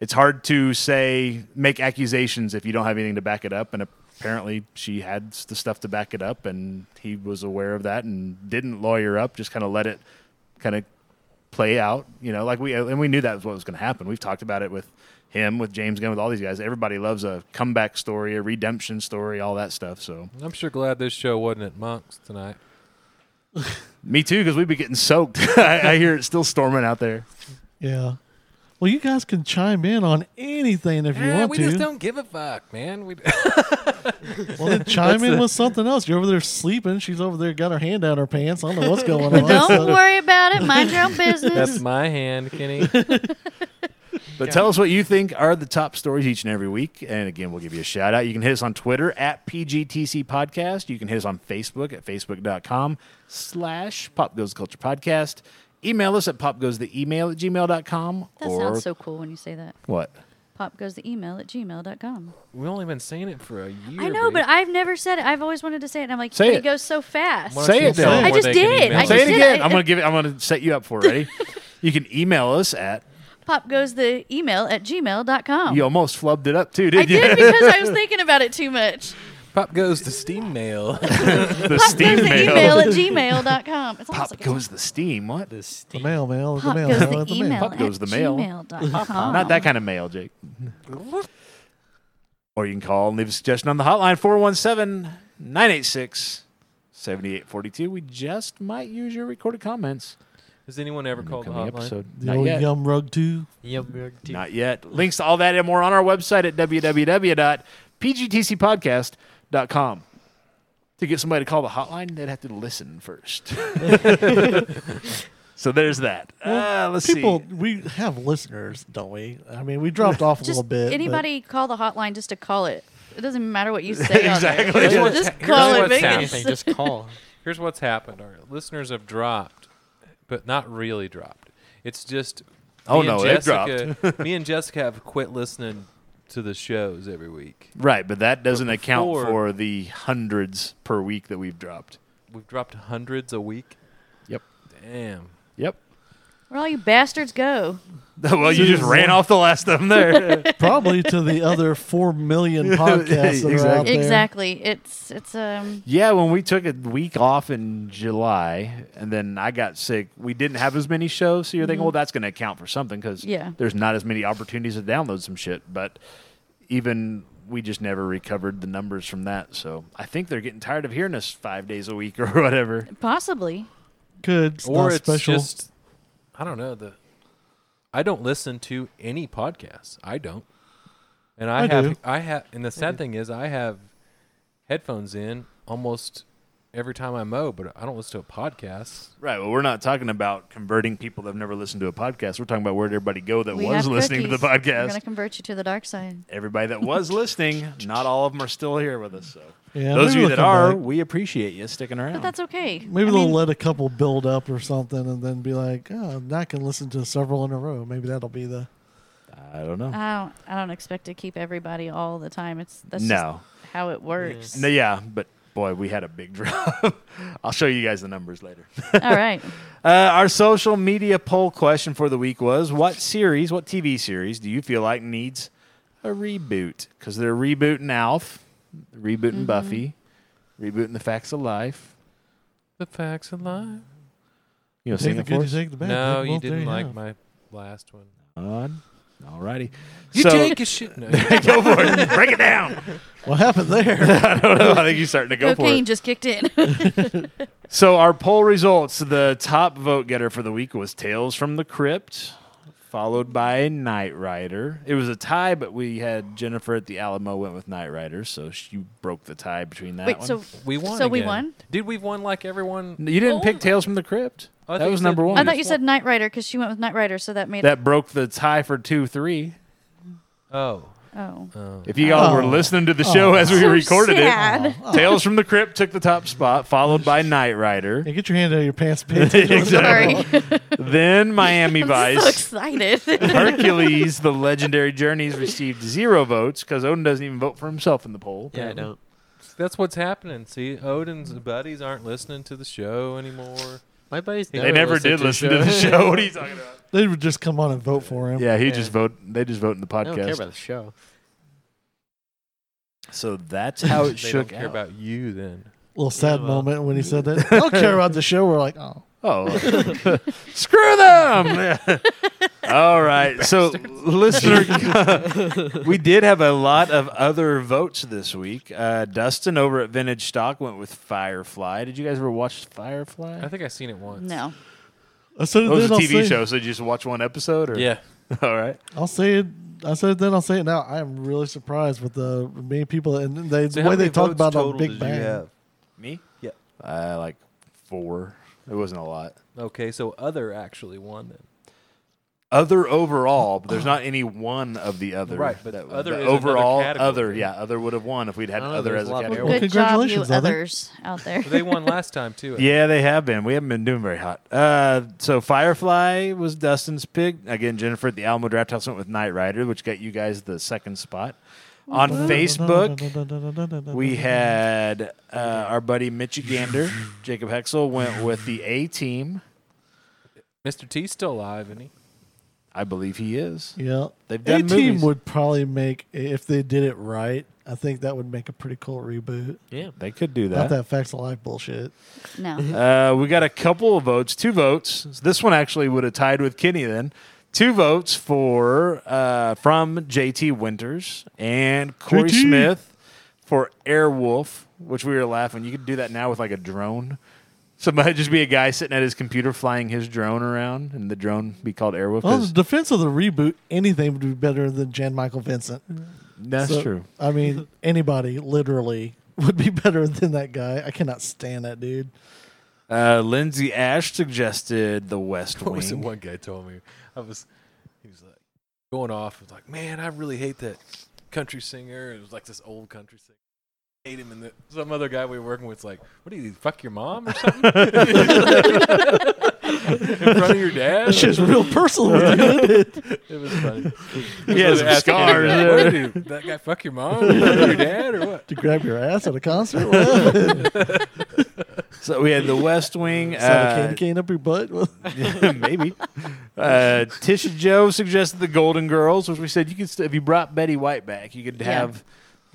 Speaker 1: it's hard to say make accusations if you don't have anything to back it up. And apparently, she had s- the stuff to back it up, and he was aware of that and didn't lawyer up. Just kind of let it kind of play out. You know, like we and we knew that was what was going to happen. We've talked about it with him, with James Gunn, with all these guys. Everybody loves a comeback story, a redemption story, all that stuff. So
Speaker 3: I'm sure glad this show wasn't at Monk's tonight.
Speaker 1: me too, because we'd be getting soaked. I, I hear it's still storming out there.
Speaker 2: Yeah. Well, you guys can chime in on anything if you
Speaker 3: Eh,
Speaker 2: want
Speaker 3: we
Speaker 2: to.
Speaker 3: just don't give a fuck, man. We
Speaker 2: Well, then chime in with something else. You're over there sleeping. She's over there, got her hand down her pants. I don't know what's going on.
Speaker 5: Don't
Speaker 2: So-
Speaker 5: worry about it. Mind your own business.
Speaker 3: that's my hand, Kenny.
Speaker 1: But tell us what you think are the top stories each and every week. And again, we'll give you a shout out. You can hit us on Twitter at PGTC Podcast. You can hit us on Facebook at facebook.com slash Pop Goes the Culture Podcast. Email us at popgoestheemail at gmail.com.
Speaker 5: That
Speaker 1: or
Speaker 5: sounds so cool when you say that.
Speaker 1: what?
Speaker 5: Pop goes the email at gmail.com.
Speaker 3: We've only been saying it for a year.
Speaker 5: I know,
Speaker 3: babe.
Speaker 5: but I've never said it. I've always wanted to say it. And I'm like,
Speaker 1: Say it.
Speaker 5: it goes so fast.
Speaker 3: Why don't
Speaker 1: Say
Speaker 3: you
Speaker 1: it then.
Speaker 3: tell 'em
Speaker 1: I
Speaker 3: where
Speaker 5: just
Speaker 3: they can
Speaker 5: did.
Speaker 3: email
Speaker 5: I
Speaker 3: us?
Speaker 1: Say
Speaker 5: just
Speaker 1: it
Speaker 5: did.
Speaker 1: again.
Speaker 5: I-
Speaker 1: I, am gonna give it I'm gonna set you up for it. Ready? you can email us at
Speaker 5: Pop goes the email at gmail.com.
Speaker 1: you almost flubbed it up too,
Speaker 5: I
Speaker 1: didn't
Speaker 5: did
Speaker 1: you?
Speaker 5: because I was thinking about it too much.
Speaker 3: Pop goes to steam mail.
Speaker 1: the
Speaker 5: Pop
Speaker 1: steam
Speaker 5: goes the
Speaker 1: mail.
Speaker 5: email at gmail.com. It's almost
Speaker 1: Pop
Speaker 5: like a-
Speaker 1: goes the steam. What?
Speaker 4: The
Speaker 2: The
Speaker 4: steam.
Speaker 2: mail, mail, the
Speaker 5: Pop
Speaker 2: mail.
Speaker 5: goes
Speaker 2: mail,
Speaker 5: the
Speaker 2: mail.
Speaker 5: email
Speaker 1: Pop goes
Speaker 5: at
Speaker 1: the mail.
Speaker 5: gmail.com.
Speaker 1: Not that kind of mail, Jake. or you can call and leave a suggestion on the hotline 417 986 7842. We just might use your recorded comments.
Speaker 3: Has anyone ever called the
Speaker 1: Coming
Speaker 3: hotline?
Speaker 1: episode.
Speaker 2: The
Speaker 1: Not
Speaker 2: old
Speaker 1: yet.
Speaker 2: yum rug too.
Speaker 4: Yum, yum, yum.
Speaker 1: Not yet. Links to all that and more on our website at www.pgtcpodcast.com. To get somebody to call the hotline, they'd have to listen first. so there's that. uh, let's
Speaker 2: People,
Speaker 1: see.
Speaker 2: we have listeners, don't we? I mean, we dropped off a
Speaker 5: Just
Speaker 2: little bit. but-
Speaker 5: anybody call the hotline just to call it. It doesn't matter what you say. on there.
Speaker 1: Exactly.
Speaker 5: Just-
Speaker 1: Here's
Speaker 3: what's-
Speaker 5: Just
Speaker 3: here's
Speaker 5: call
Speaker 3: what's
Speaker 5: it. make
Speaker 3: happening.
Speaker 5: it.
Speaker 4: Anything, just call.
Speaker 3: Here's what's happened. Our listeners have dropped, but not really dropped. It's just
Speaker 1: Oh,
Speaker 3: me and
Speaker 1: no, they've
Speaker 3: Jessica, me and Jessica have quit listening to the shows every week.
Speaker 1: Right, but that doesn't account
Speaker 3: before-
Speaker 1: for the hundreds per week that we've dropped.
Speaker 3: We've dropped hundreds a week.
Speaker 1: Yep.
Speaker 3: Damn.
Speaker 1: Yep.
Speaker 5: Where all you bastards go.
Speaker 1: well, you just ran off the last of them there.
Speaker 2: probably to the other four million podcasts that are
Speaker 1: Exactly.
Speaker 2: out there.
Speaker 5: Exactly. It's it's um
Speaker 1: yeah, when we took a week off in July and then I got sick, we didn't have as many shows. So you're thinking, well, that's going to account for something because
Speaker 5: Yeah.
Speaker 1: there's not as many opportunities to download some shit. But even we just never recovered the numbers from that. So I think they're getting tired of hearing us five days a week or whatever.
Speaker 5: possibly.
Speaker 2: Good. It's not
Speaker 3: or it's
Speaker 2: special.
Speaker 3: just I don't know the I don't listen to any podcasts. I don't. And I,
Speaker 2: I
Speaker 3: have
Speaker 2: do.
Speaker 3: I have and the sad thing is I have headphones in almost every time I mow, but I don't listen to a podcast.
Speaker 1: Right. Well, we're not talking about converting people that have never listened to a podcast. We're talking about where'd everybody go that
Speaker 5: We
Speaker 1: was
Speaker 5: have
Speaker 1: listening to the
Speaker 5: cookies. We're
Speaker 1: podcast.
Speaker 5: gonna convert you to the dark side.
Speaker 1: everybody that was listening, not all of them are still here with us. So
Speaker 2: Yeah,
Speaker 1: those of you
Speaker 2: maybe
Speaker 1: that
Speaker 2: they'll come
Speaker 1: are,
Speaker 2: back.
Speaker 1: we appreciate you sticking around.
Speaker 5: But that's okay.
Speaker 2: Maybe
Speaker 5: I
Speaker 2: they'll
Speaker 5: mean,
Speaker 2: let a couple build up or something, and then be like, "Oh, now I can listen to several in a row." Maybe that'll be the.
Speaker 1: I don't know.
Speaker 5: I don't I don't expect to keep everybody all the time. It's that's
Speaker 1: No.
Speaker 5: just how it works.
Speaker 1: no, yeah, but Boy, we had a big drop. I'll show you guys the numbers later.
Speaker 5: All right.
Speaker 1: Uh, our social media poll question for the week was What series, what TV series do you feel like needs a reboot? Because they're rebooting Alf, rebooting Buffy, rebooting The Facts of Life.
Speaker 3: The facts of life.
Speaker 1: You know,
Speaker 2: Take
Speaker 1: sing
Speaker 2: the
Speaker 1: it for
Speaker 2: good, you
Speaker 1: us?
Speaker 2: take the bad.
Speaker 3: No,
Speaker 2: Take
Speaker 3: you
Speaker 2: both, there
Speaker 3: didn't like
Speaker 2: have it.
Speaker 3: my last one.
Speaker 1: On. All righty.
Speaker 3: You
Speaker 1: So-
Speaker 3: take a shit. No.
Speaker 1: go for it. Break it down.
Speaker 2: What happened there?
Speaker 1: I don't know. I think you're starting to go for
Speaker 5: Cocaine
Speaker 1: it.
Speaker 5: just kicked in.
Speaker 1: So our poll results: the top vote getter for the week was Tales from the Crypt, followed by Knight Rider. It was a tie, but we had Jennifer at the Alamo went with Knight Rider, so she broke the tie between that
Speaker 5: Wait,
Speaker 1: one.
Speaker 5: so
Speaker 3: We won.
Speaker 5: So we
Speaker 3: again.
Speaker 5: won?
Speaker 3: Dude, we've won like everyone.
Speaker 1: you didn't
Speaker 5: Oh.
Speaker 1: pick Tales from the Crypt.
Speaker 3: Oh, I
Speaker 1: that
Speaker 3: thought
Speaker 1: was
Speaker 3: you said-
Speaker 1: number one.
Speaker 5: I thought you
Speaker 3: just
Speaker 5: said Knight Rider because she went with Knight Rider, so that made
Speaker 1: that broke the tie for two three.
Speaker 3: Oh.
Speaker 5: Oh,
Speaker 3: oh.
Speaker 1: If you all were
Speaker 2: Oh.
Speaker 1: listening to the show as we
Speaker 5: So
Speaker 1: recorded
Speaker 5: sad.
Speaker 1: it, Tales from the Crypt took the top spot, followed by Knight Rider,
Speaker 2: Hey, get your hand out of your pants. Pay attention.
Speaker 5: sorry.
Speaker 1: then Miami
Speaker 5: I'm
Speaker 1: Vice.
Speaker 5: so excited.
Speaker 1: Hercules, the legendary journeys, received zero votes because Odin doesn't even vote for himself in the poll.
Speaker 4: Yeah, I don't.
Speaker 3: That's what's happening. See, Odin's buddies aren't listening to the show anymore.
Speaker 4: My buddies.
Speaker 3: They
Speaker 1: They never did listen to the show. What are you talking about?
Speaker 2: They would just come on and vote for him.
Speaker 1: Yeah, he
Speaker 4: Yeah.
Speaker 1: just vote. They just vote in the
Speaker 4: I don't care
Speaker 1: podcast.
Speaker 4: about the show.
Speaker 1: So that's how
Speaker 3: they
Speaker 1: it shook
Speaker 3: don't care
Speaker 1: out.
Speaker 3: about you then.
Speaker 2: Little sad
Speaker 4: Yeah, well.
Speaker 2: moment when he said that. I don't care about the show. We're like, oh,
Speaker 1: Oh, screw them! All right, so listener, we did have a lot of other votes this week. Uh, Dustin over at Vintage Stock went with Firefly. Did you guys ever watch Firefly?
Speaker 3: I think I've seen it once.
Speaker 5: Uh, no.
Speaker 2: I said it
Speaker 1: It was
Speaker 2: then,
Speaker 1: a
Speaker 2: I'll
Speaker 1: TV
Speaker 2: say-
Speaker 1: show, so did you just watch one episode? Or?
Speaker 3: Yeah.
Speaker 1: All right.
Speaker 2: I'll say it. I said it then. I'll say it now. I am really surprised with the many people and they,
Speaker 3: So
Speaker 2: the
Speaker 3: how
Speaker 2: way they
Speaker 3: many
Speaker 2: talk
Speaker 3: votes
Speaker 2: about it on
Speaker 3: total
Speaker 2: Big
Speaker 3: did you
Speaker 2: Bang.
Speaker 3: have?
Speaker 1: Me?
Speaker 3: Yeah.
Speaker 1: Uh, like four. It wasn't a lot.
Speaker 3: Okay, so other actually won then.
Speaker 1: Other overall, but there's not any one of the other.
Speaker 3: Right, but other
Speaker 1: the
Speaker 3: is another
Speaker 1: overall
Speaker 3: category.
Speaker 1: other, yeah, other would have won if we'd had
Speaker 4: I don't know,
Speaker 1: other
Speaker 4: there's
Speaker 1: as
Speaker 4: a
Speaker 1: a
Speaker 4: lot more
Speaker 1: category.
Speaker 4: Well,
Speaker 5: Good job, you
Speaker 2: congratulations, Heather.
Speaker 5: others out there.
Speaker 3: They won last time too.
Speaker 1: Yeah, they have been. We haven't been doing very hot. Uh, so Firefly was Dustin's pick again. Jennifer at the Alamo Draft House went with Knight Rider, which got you guys the second spot. On Facebook, we had uh, our buddy Mitchy Gander, Jacob Hexel went with the A Team.
Speaker 3: Mr. T's still alive, isn't he?
Speaker 1: I believe he is.
Speaker 2: Yeah,
Speaker 1: They've done
Speaker 2: a team
Speaker 1: movies.
Speaker 2: would probably make if they did it right. I think that would make a pretty cool reboot.
Speaker 4: Yeah.
Speaker 1: They could do
Speaker 2: Not that facts of life bullshit.
Speaker 5: no.
Speaker 1: Uh, we got a couple of votes, two votes. This one actually would have tied with Kenny then. Two votes for uh, from JT Winters and Corey
Speaker 2: JT.
Speaker 1: Smith for Airwolf, which we were laughing. You could do that now with like a drone. Somebody just be a guy sitting at his computer flying his drone around, and the drone be called Airwolf.
Speaker 2: Well,
Speaker 1: 'cause-
Speaker 2: the defense of the reboot, anything would be better than Jan Michael Vincent.
Speaker 1: that's
Speaker 2: So,
Speaker 1: true.
Speaker 2: I mean, anybody literally would be better than that guy. I cannot stand that dude.
Speaker 1: Uh, Lindsay Ash suggested the West
Speaker 3: What was it
Speaker 1: Wing.
Speaker 3: one guy told me? I was he was like going off. I was like, man, I really hate that country singer. It was like this old country singer. Hate him and the, some other guy we were working with was like, what do you fuck your mom or something? In front of your dad?
Speaker 2: That shit's real personal, dude.
Speaker 3: It was funny.
Speaker 1: He has
Speaker 3: Literally asked him,
Speaker 1: scars.
Speaker 3: like, what do you do? That guy fuck your mom? In front of your dad or what?
Speaker 2: to grab your ass at a concert. What?
Speaker 1: So we had the West Wing.
Speaker 2: Slide a
Speaker 1: uh,
Speaker 2: candy cane up your butt.
Speaker 1: Maybe. Uh, Tisha Joe suggested the Golden Girls, which we said you could st- if you brought Betty White back, you could
Speaker 5: Yeah.
Speaker 1: have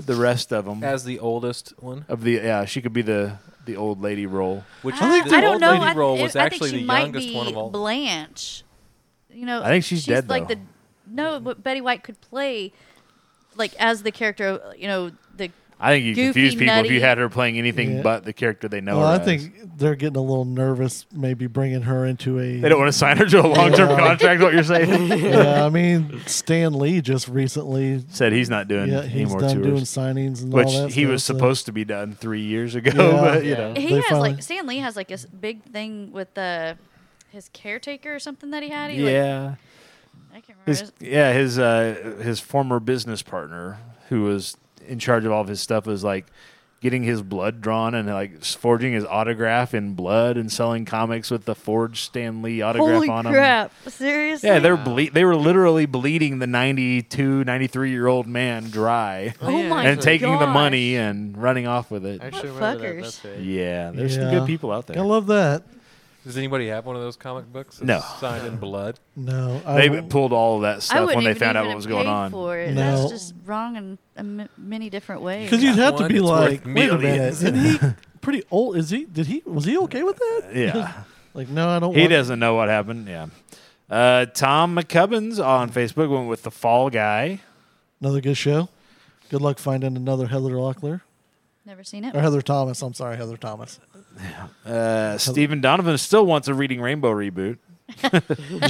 Speaker 1: the rest of them
Speaker 3: As the oldest one,
Speaker 1: of the yeah. She could be the the old lady role.
Speaker 3: which
Speaker 5: I,
Speaker 3: the
Speaker 5: I don't
Speaker 3: old
Speaker 5: know.
Speaker 3: lady
Speaker 5: I,
Speaker 3: role
Speaker 5: it-
Speaker 3: was
Speaker 5: I
Speaker 3: actually
Speaker 5: think she
Speaker 3: the
Speaker 5: might
Speaker 3: youngest
Speaker 5: be
Speaker 3: one of all.
Speaker 5: Blanche. You know,
Speaker 1: I think she's
Speaker 5: she's
Speaker 1: dead,
Speaker 5: like
Speaker 1: though.
Speaker 5: the no, but Betty White could play like as the character. You know, the
Speaker 1: I think you
Speaker 5: Goofy,
Speaker 1: confuse people if you
Speaker 5: nutty.
Speaker 1: had her playing anything
Speaker 2: Yeah.
Speaker 1: but the character they know.
Speaker 2: well,
Speaker 1: her
Speaker 2: I
Speaker 1: as.
Speaker 2: think they're getting a little nervous, maybe bringing her into a.
Speaker 1: they don't want to sign her to a long term
Speaker 2: Yeah.
Speaker 1: contract. What you're saying?
Speaker 2: yeah, I mean, Stan Lee just recently.
Speaker 1: Said he's not doing
Speaker 2: Yeah,
Speaker 1: any
Speaker 2: he's
Speaker 1: more
Speaker 2: done doing
Speaker 1: tours,
Speaker 2: signings and
Speaker 1: which
Speaker 2: all that.
Speaker 1: he was
Speaker 2: stuff, so-
Speaker 1: supposed to be done three years ago.
Speaker 2: Yeah.
Speaker 1: But you
Speaker 4: Yeah.
Speaker 1: know,
Speaker 5: he
Speaker 2: They
Speaker 5: has
Speaker 2: finally-
Speaker 5: like Stan Lee has like this big thing with the his caretaker or something that he had. He, like-
Speaker 1: yeah.
Speaker 5: I can't remember.
Speaker 1: His, yeah, his uh, his former business partner, who was in charge of all of his stuff, was like, getting his blood drawn and like forging his autograph in blood and selling comics with the forged Stan Lee autograph
Speaker 5: Holy
Speaker 1: on them.
Speaker 5: crap! Seriously?
Speaker 1: Yeah, they're ble- they were literally bleeding the 92, 93 year old man dry
Speaker 5: Oh
Speaker 4: Yeah,
Speaker 5: my
Speaker 1: and taking the
Speaker 5: gosh.
Speaker 1: money and running off with it.
Speaker 4: Actually,
Speaker 5: What
Speaker 4: remember that.
Speaker 5: fuckers.
Speaker 4: That's right.
Speaker 1: Yeah, there's some
Speaker 2: Yeah.
Speaker 1: good people out there.
Speaker 2: I love that.
Speaker 3: Does anybody have one of those comic books? that's
Speaker 1: No.
Speaker 3: Signed in blood.
Speaker 2: No, I
Speaker 1: They
Speaker 2: won't-
Speaker 1: pulled all of that
Speaker 5: I
Speaker 1: stuff
Speaker 5: wouldn't
Speaker 1: when they
Speaker 5: even
Speaker 1: found out
Speaker 5: even
Speaker 1: what was
Speaker 5: have
Speaker 1: going
Speaker 5: paid
Speaker 1: on.
Speaker 5: For it.
Speaker 2: No.
Speaker 5: That's just wrong in a m- many different ways.
Speaker 2: Because you'd have to
Speaker 3: One,
Speaker 2: be
Speaker 3: it's worth
Speaker 2: like, wait a minute,
Speaker 3: millions."
Speaker 2: isn't he pretty old? Is he? Did he? Was he okay with that?
Speaker 1: Yeah.
Speaker 2: Like, no, I don't.
Speaker 1: He
Speaker 2: want
Speaker 1: doesn't know what happened. Yeah. Uh, Tom McCubbins on Facebook went with the Fall Guy.
Speaker 2: Another good show. Good luck finding another Heather Locklear
Speaker 5: Never seen it.
Speaker 2: or Heather Thomas. I'm sorry, Heather Thomas.
Speaker 1: Uh, Stephen Donovan still wants a Reading Rainbow reboot.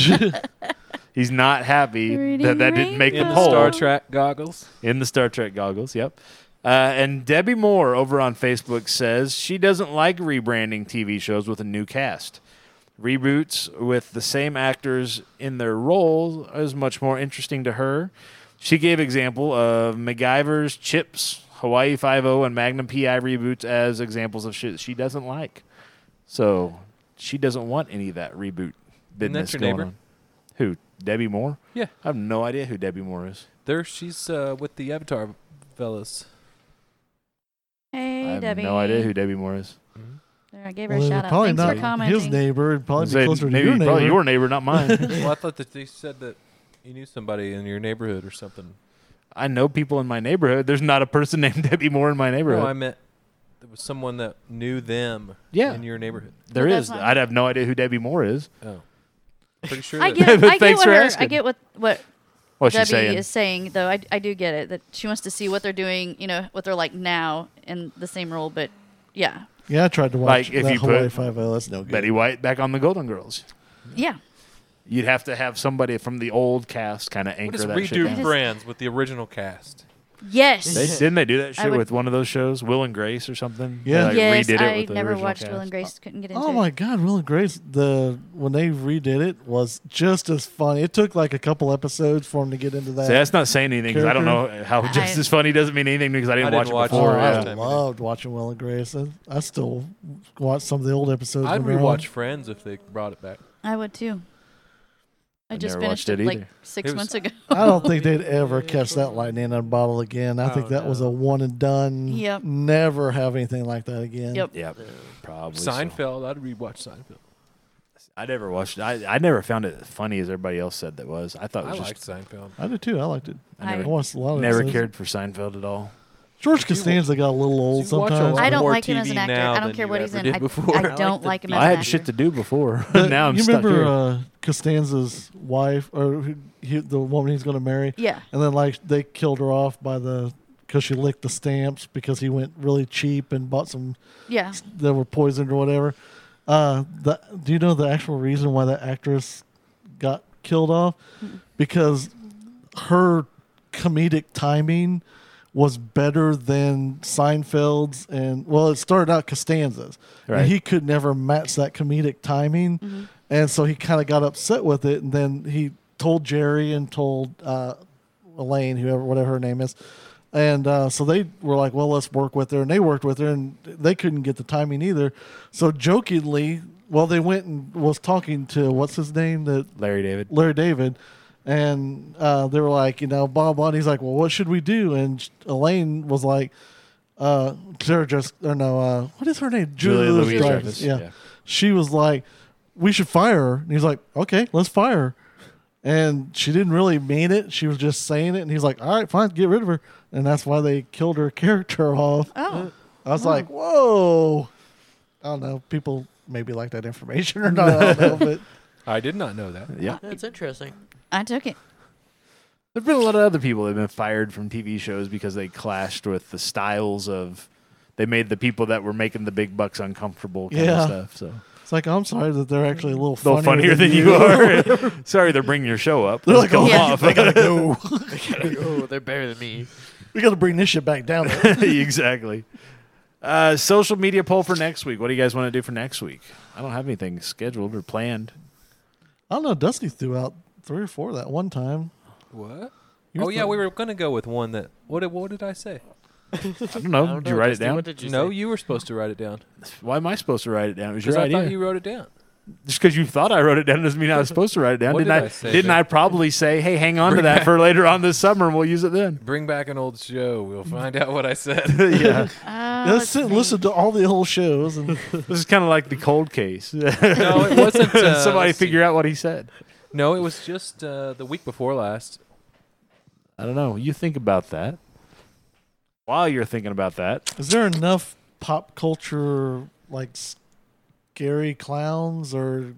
Speaker 1: He's not happy that
Speaker 5: Reading
Speaker 1: that didn't make
Speaker 3: In
Speaker 1: the
Speaker 3: the
Speaker 1: poll
Speaker 3: Star Trek goggles.
Speaker 1: in the Star Trek goggles. Yep. Uh, and Debbie Moore over on Facebook says she doesn't like rebranding TV shows with a new cast. Reboots with the same actors in their role is much more interesting to her. She gave example of MacGyver's Chips, Hawaii Five O, and Magnum PI reboots as examples of shit she doesn't like. So she doesn't want any of that reboot
Speaker 3: Isn't that
Speaker 1: business
Speaker 3: your
Speaker 1: going
Speaker 3: neighbor?
Speaker 1: on. Who? Debbie Moore?
Speaker 3: Yeah.
Speaker 1: I have no idea who Debbie Moore is.
Speaker 3: There she's uh, with the Avatar fellas.
Speaker 5: Hey,
Speaker 1: I have
Speaker 5: Debbie.
Speaker 1: no idea who Debbie Moore is.
Speaker 5: There, I gave her
Speaker 2: Well,
Speaker 5: a shout out.
Speaker 2: probably
Speaker 5: Thanks
Speaker 2: not
Speaker 5: for commenting.
Speaker 2: his neighbor. It'd probably
Speaker 1: Say,
Speaker 2: be closer to
Speaker 1: maybe
Speaker 2: your neighbor.
Speaker 1: probably your neighbor, not mine.
Speaker 3: well, I thought that they said that you knew somebody in your neighborhood or something.
Speaker 1: I know people in my neighborhood. There's not a person named Debbie Moore in my neighborhood.
Speaker 3: No, I meant there was someone that knew them
Speaker 1: Yeah.
Speaker 3: in your neighborhood.
Speaker 1: There
Speaker 5: Well,
Speaker 1: is.
Speaker 5: that's not-
Speaker 1: I'd have no idea who Debbie Moore is.
Speaker 3: Oh. Pretty sure
Speaker 5: I
Speaker 3: that-
Speaker 5: get, I get
Speaker 1: Thanks
Speaker 5: what
Speaker 1: for
Speaker 5: her, I
Speaker 1: asking.
Speaker 5: get what what
Speaker 1: What's she
Speaker 5: Debbie
Speaker 1: saying?
Speaker 5: is saying, though. I, I do get it that she wants to see what they're doing, you know, what they're like now in the same role. But yeah,
Speaker 2: Yeah, I tried to watch
Speaker 1: Like, if
Speaker 2: that
Speaker 1: you put
Speaker 2: Hawaii Five O. That's no good.
Speaker 1: Betty White back on the Golden Girls.
Speaker 5: yeah,
Speaker 1: You'd have to have somebody from the old cast kind of
Speaker 3: What
Speaker 1: anchor
Speaker 3: is
Speaker 1: that shit.
Speaker 3: redo
Speaker 1: down.
Speaker 5: Just-
Speaker 3: brands with the original cast?
Speaker 5: yes.
Speaker 1: They, didn't they do that
Speaker 5: I
Speaker 1: shit
Speaker 5: would-
Speaker 1: with one of those shows, Will and Grace or something?
Speaker 2: Yeah.
Speaker 1: They, like,
Speaker 5: yes,
Speaker 1: redid it
Speaker 5: I
Speaker 1: with the
Speaker 5: never
Speaker 1: original
Speaker 5: watched
Speaker 1: cast.
Speaker 5: Will and Grace. Couldn't get into
Speaker 2: Oh
Speaker 5: it.
Speaker 2: my God, Will and Grace! The when they redid it was just as funny. It took like a couple episodes for him to get into that.
Speaker 1: See, that's not saying anything because I don't know how
Speaker 5: I-
Speaker 1: just as funny doesn't mean anything because I didn't,
Speaker 3: didn't
Speaker 1: watch
Speaker 3: watch
Speaker 1: it
Speaker 2: Oh,
Speaker 1: before.
Speaker 3: it.
Speaker 1: yeah.
Speaker 2: I
Speaker 3: Yeah.
Speaker 2: loved watching Will and Grace. I, I still watch some of the old episodes.
Speaker 3: I'd
Speaker 2: when they're on.
Speaker 3: rewatch Friends if they brought it back.
Speaker 5: I would too. I,
Speaker 1: I
Speaker 5: just
Speaker 1: never
Speaker 5: finished
Speaker 1: watched
Speaker 5: it
Speaker 1: it
Speaker 5: like
Speaker 1: either.
Speaker 5: six
Speaker 3: It was-
Speaker 5: months ago.
Speaker 2: I don't think they'd ever catch that lightning in a bottle again. I think
Speaker 4: Oh,
Speaker 2: that was
Speaker 4: no.
Speaker 2: a one and done.
Speaker 5: Yep.
Speaker 2: Never have anything like that again.
Speaker 5: Yep.
Speaker 1: Yep, probably. so.
Speaker 3: Seinfeld, I'd rewatch Seinfeld.
Speaker 1: I never watched. I I never found it funny as everybody else said that was. I thought it
Speaker 3: I
Speaker 1: was
Speaker 3: liked
Speaker 1: just.
Speaker 3: Seinfeld.
Speaker 2: I did too. I liked it.
Speaker 1: I
Speaker 5: I-
Speaker 2: I
Speaker 1: never,
Speaker 2: watched a lot of
Speaker 1: never
Speaker 2: episodes.
Speaker 1: cared for Seinfeld at all.
Speaker 2: George Costanza got a little old
Speaker 3: you watch a
Speaker 2: sometimes.
Speaker 3: lot?
Speaker 5: I don't
Speaker 3: More
Speaker 5: like him as an
Speaker 3: TV
Speaker 5: actor.
Speaker 3: now
Speaker 5: I don't
Speaker 3: than
Speaker 5: care
Speaker 3: you
Speaker 5: what he's
Speaker 3: ever
Speaker 5: in.
Speaker 3: did
Speaker 5: I,
Speaker 3: before.
Speaker 5: I
Speaker 3: I
Speaker 4: like
Speaker 5: don't like,
Speaker 4: the
Speaker 5: him as
Speaker 4: That's
Speaker 1: I
Speaker 5: an
Speaker 1: had
Speaker 5: actor.
Speaker 1: shit to do before. now I'm
Speaker 2: you
Speaker 1: stuck
Speaker 2: remember
Speaker 1: here.
Speaker 2: Uh, Costanza's wife or who, he, the woman he's going to marry?
Speaker 5: Yeah.
Speaker 2: And then like they killed her off by the because she licked the stamps because he went really cheap and bought some
Speaker 5: Yeah.
Speaker 2: that were poisoned or whatever. Uh, the, do you know the actual reason why that actress got killed off? Because her comedic timing was better than Seinfeld's, and well, it started out Costanza's. And
Speaker 1: Right.
Speaker 2: he could never match that comedic timing, and so he kind of got upset with it. And then he told Jerry and told uh, Elaine, whoever, whatever her name is. And uh, so they were like, well, let's work with her. And they worked with her and they couldn't get the timing either. So jokingly, well, they went and was talking to what's his name that
Speaker 1: Larry David.
Speaker 2: Larry David. And uh, they were like, you know, blah, blah. And he's like, well, what should we do? And sh- Elaine was like, uh, Sarah just, or no, uh, what is her name?
Speaker 1: Julia Louis-Dreyfus,
Speaker 2: Yeah.
Speaker 1: yeah.
Speaker 2: She was like, we should fire her. And he's like, okay, let's fire her. And she didn't really mean it. She was just saying it. And he's like, all right, fine, get rid of her. And that's why they killed her character off.
Speaker 5: Oh.
Speaker 2: I was like, whoa. I don't know. People maybe like that information or not. I don't know, but.
Speaker 3: I did not know that.
Speaker 1: Yeah.
Speaker 4: That's interesting.
Speaker 5: I took it.
Speaker 1: There've been a lot of other people that have been fired from TV shows because they clashed with the styles of. They made the people that were making the big bucks uncomfortable kind
Speaker 2: Yeah.
Speaker 1: of stuff. So
Speaker 2: It's like I'm sorry that they're actually a little
Speaker 1: a
Speaker 2: funnier,
Speaker 1: little funnier than you are. Sorry, they're bringing your show up.
Speaker 2: They're like,
Speaker 1: Go
Speaker 2: oh,
Speaker 5: Yeah.
Speaker 1: off.
Speaker 2: I gotta go.
Speaker 4: oh, they're better than me.
Speaker 2: we gotta bring this shit back down.
Speaker 1: exactly. Uh, social media poll for next week. What do you guys want to do for next week? I don't have anything scheduled or planned.
Speaker 2: I don't know. Dusty threw out three or four that one time.
Speaker 3: What?
Speaker 2: You
Speaker 3: oh yeah,
Speaker 2: thought-
Speaker 3: we were gonna go with one that. What did, what did I say?
Speaker 1: I don't know.
Speaker 4: I don't
Speaker 1: Did you
Speaker 4: know,
Speaker 1: write it
Speaker 4: Dusty,
Speaker 1: down?
Speaker 4: What did you
Speaker 3: no,
Speaker 4: say?
Speaker 3: you were supposed to write it down.
Speaker 1: Why am I supposed to write it down? It was
Speaker 3: Because
Speaker 1: your
Speaker 3: I
Speaker 1: idea.
Speaker 3: thought you wrote it down.
Speaker 1: Just because you thought I wrote it down doesn't mean I was supposed to write it down.
Speaker 3: What
Speaker 1: didn't
Speaker 3: did
Speaker 1: I?
Speaker 3: I say
Speaker 1: didn't
Speaker 3: then?
Speaker 1: I probably say, "Hey, hang on to
Speaker 3: Bring
Speaker 1: that
Speaker 3: back-
Speaker 1: for later on this summer, and we'll use it then."
Speaker 3: Bring back an old show. We'll find out what I said.
Speaker 1: yeah,
Speaker 5: Uh,
Speaker 2: Let's sit and listen to all the old shows and
Speaker 1: this is kind of like the cold case.
Speaker 3: no, it wasn't. Uh,
Speaker 1: Somebody
Speaker 3: let's see.
Speaker 1: figure out what he said.
Speaker 3: No, it was just uh, the week before last.
Speaker 1: I don't know. You think about that. While you're thinking about that,
Speaker 2: Is there enough pop culture like scary clowns or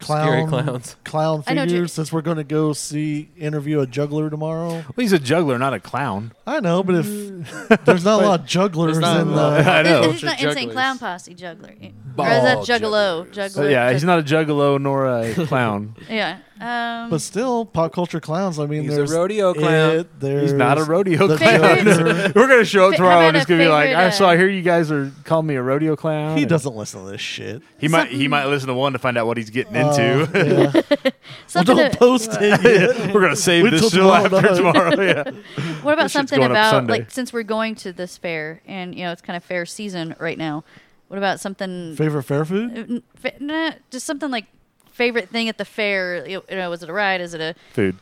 Speaker 2: clown
Speaker 3: Scary clowns.
Speaker 2: clown
Speaker 5: I know what you-
Speaker 2: figures? Since we're going to go see interview a juggler tomorrow,
Speaker 1: well, he's a juggler, not a clown.
Speaker 2: I know, but if there's not a lot of jugglers in
Speaker 4: not a
Speaker 2: the,
Speaker 4: lot.
Speaker 1: I know.
Speaker 5: He's not
Speaker 4: Culture
Speaker 5: insane
Speaker 4: jugglers.
Speaker 5: clown posse juggler. or is that
Speaker 3: Ball
Speaker 5: juggalo?
Speaker 1: Uh,
Speaker 5: Juggler.
Speaker 1: yeah, he's not a juggalo nor a clown.
Speaker 5: Yeah. Um,
Speaker 2: but still pop culture clowns. I mean,
Speaker 3: He's a
Speaker 2: there's
Speaker 3: rodeo clown.
Speaker 2: It, there's
Speaker 1: he's not a rodeo
Speaker 2: the
Speaker 1: clown.
Speaker 2: juggler.
Speaker 1: We're gonna show up
Speaker 5: Fa-
Speaker 1: tomorrow
Speaker 5: how
Speaker 1: and
Speaker 5: about
Speaker 1: it's
Speaker 5: a
Speaker 1: gonna be like,
Speaker 5: favorite,
Speaker 1: I
Speaker 5: uh,
Speaker 1: so I hear you guys are calling me a rodeo clown.
Speaker 2: he
Speaker 1: and-
Speaker 2: doesn't listen to this shit.
Speaker 1: He might. He might listen to one to find out what he's getting
Speaker 2: Uh,
Speaker 5: Oh.
Speaker 1: into.
Speaker 2: yeah. well,
Speaker 5: something
Speaker 2: don't
Speaker 5: to-
Speaker 2: post it. Yet.
Speaker 1: We're gonna save
Speaker 2: Wait
Speaker 1: this
Speaker 2: till
Speaker 1: till
Speaker 2: tomorrow
Speaker 1: after
Speaker 2: night.
Speaker 1: tomorrow. Yeah.
Speaker 5: What about
Speaker 1: This shit's
Speaker 5: something
Speaker 1: going up
Speaker 5: about
Speaker 1: Sunday.
Speaker 5: like since we're going to this fair and you know it's kind of fair season right now? What about something?
Speaker 2: Favorite fair food?
Speaker 5: n- fa- nah, just something like favorite thing at the fair. You you know, was it a ride? Is it a
Speaker 1: Food.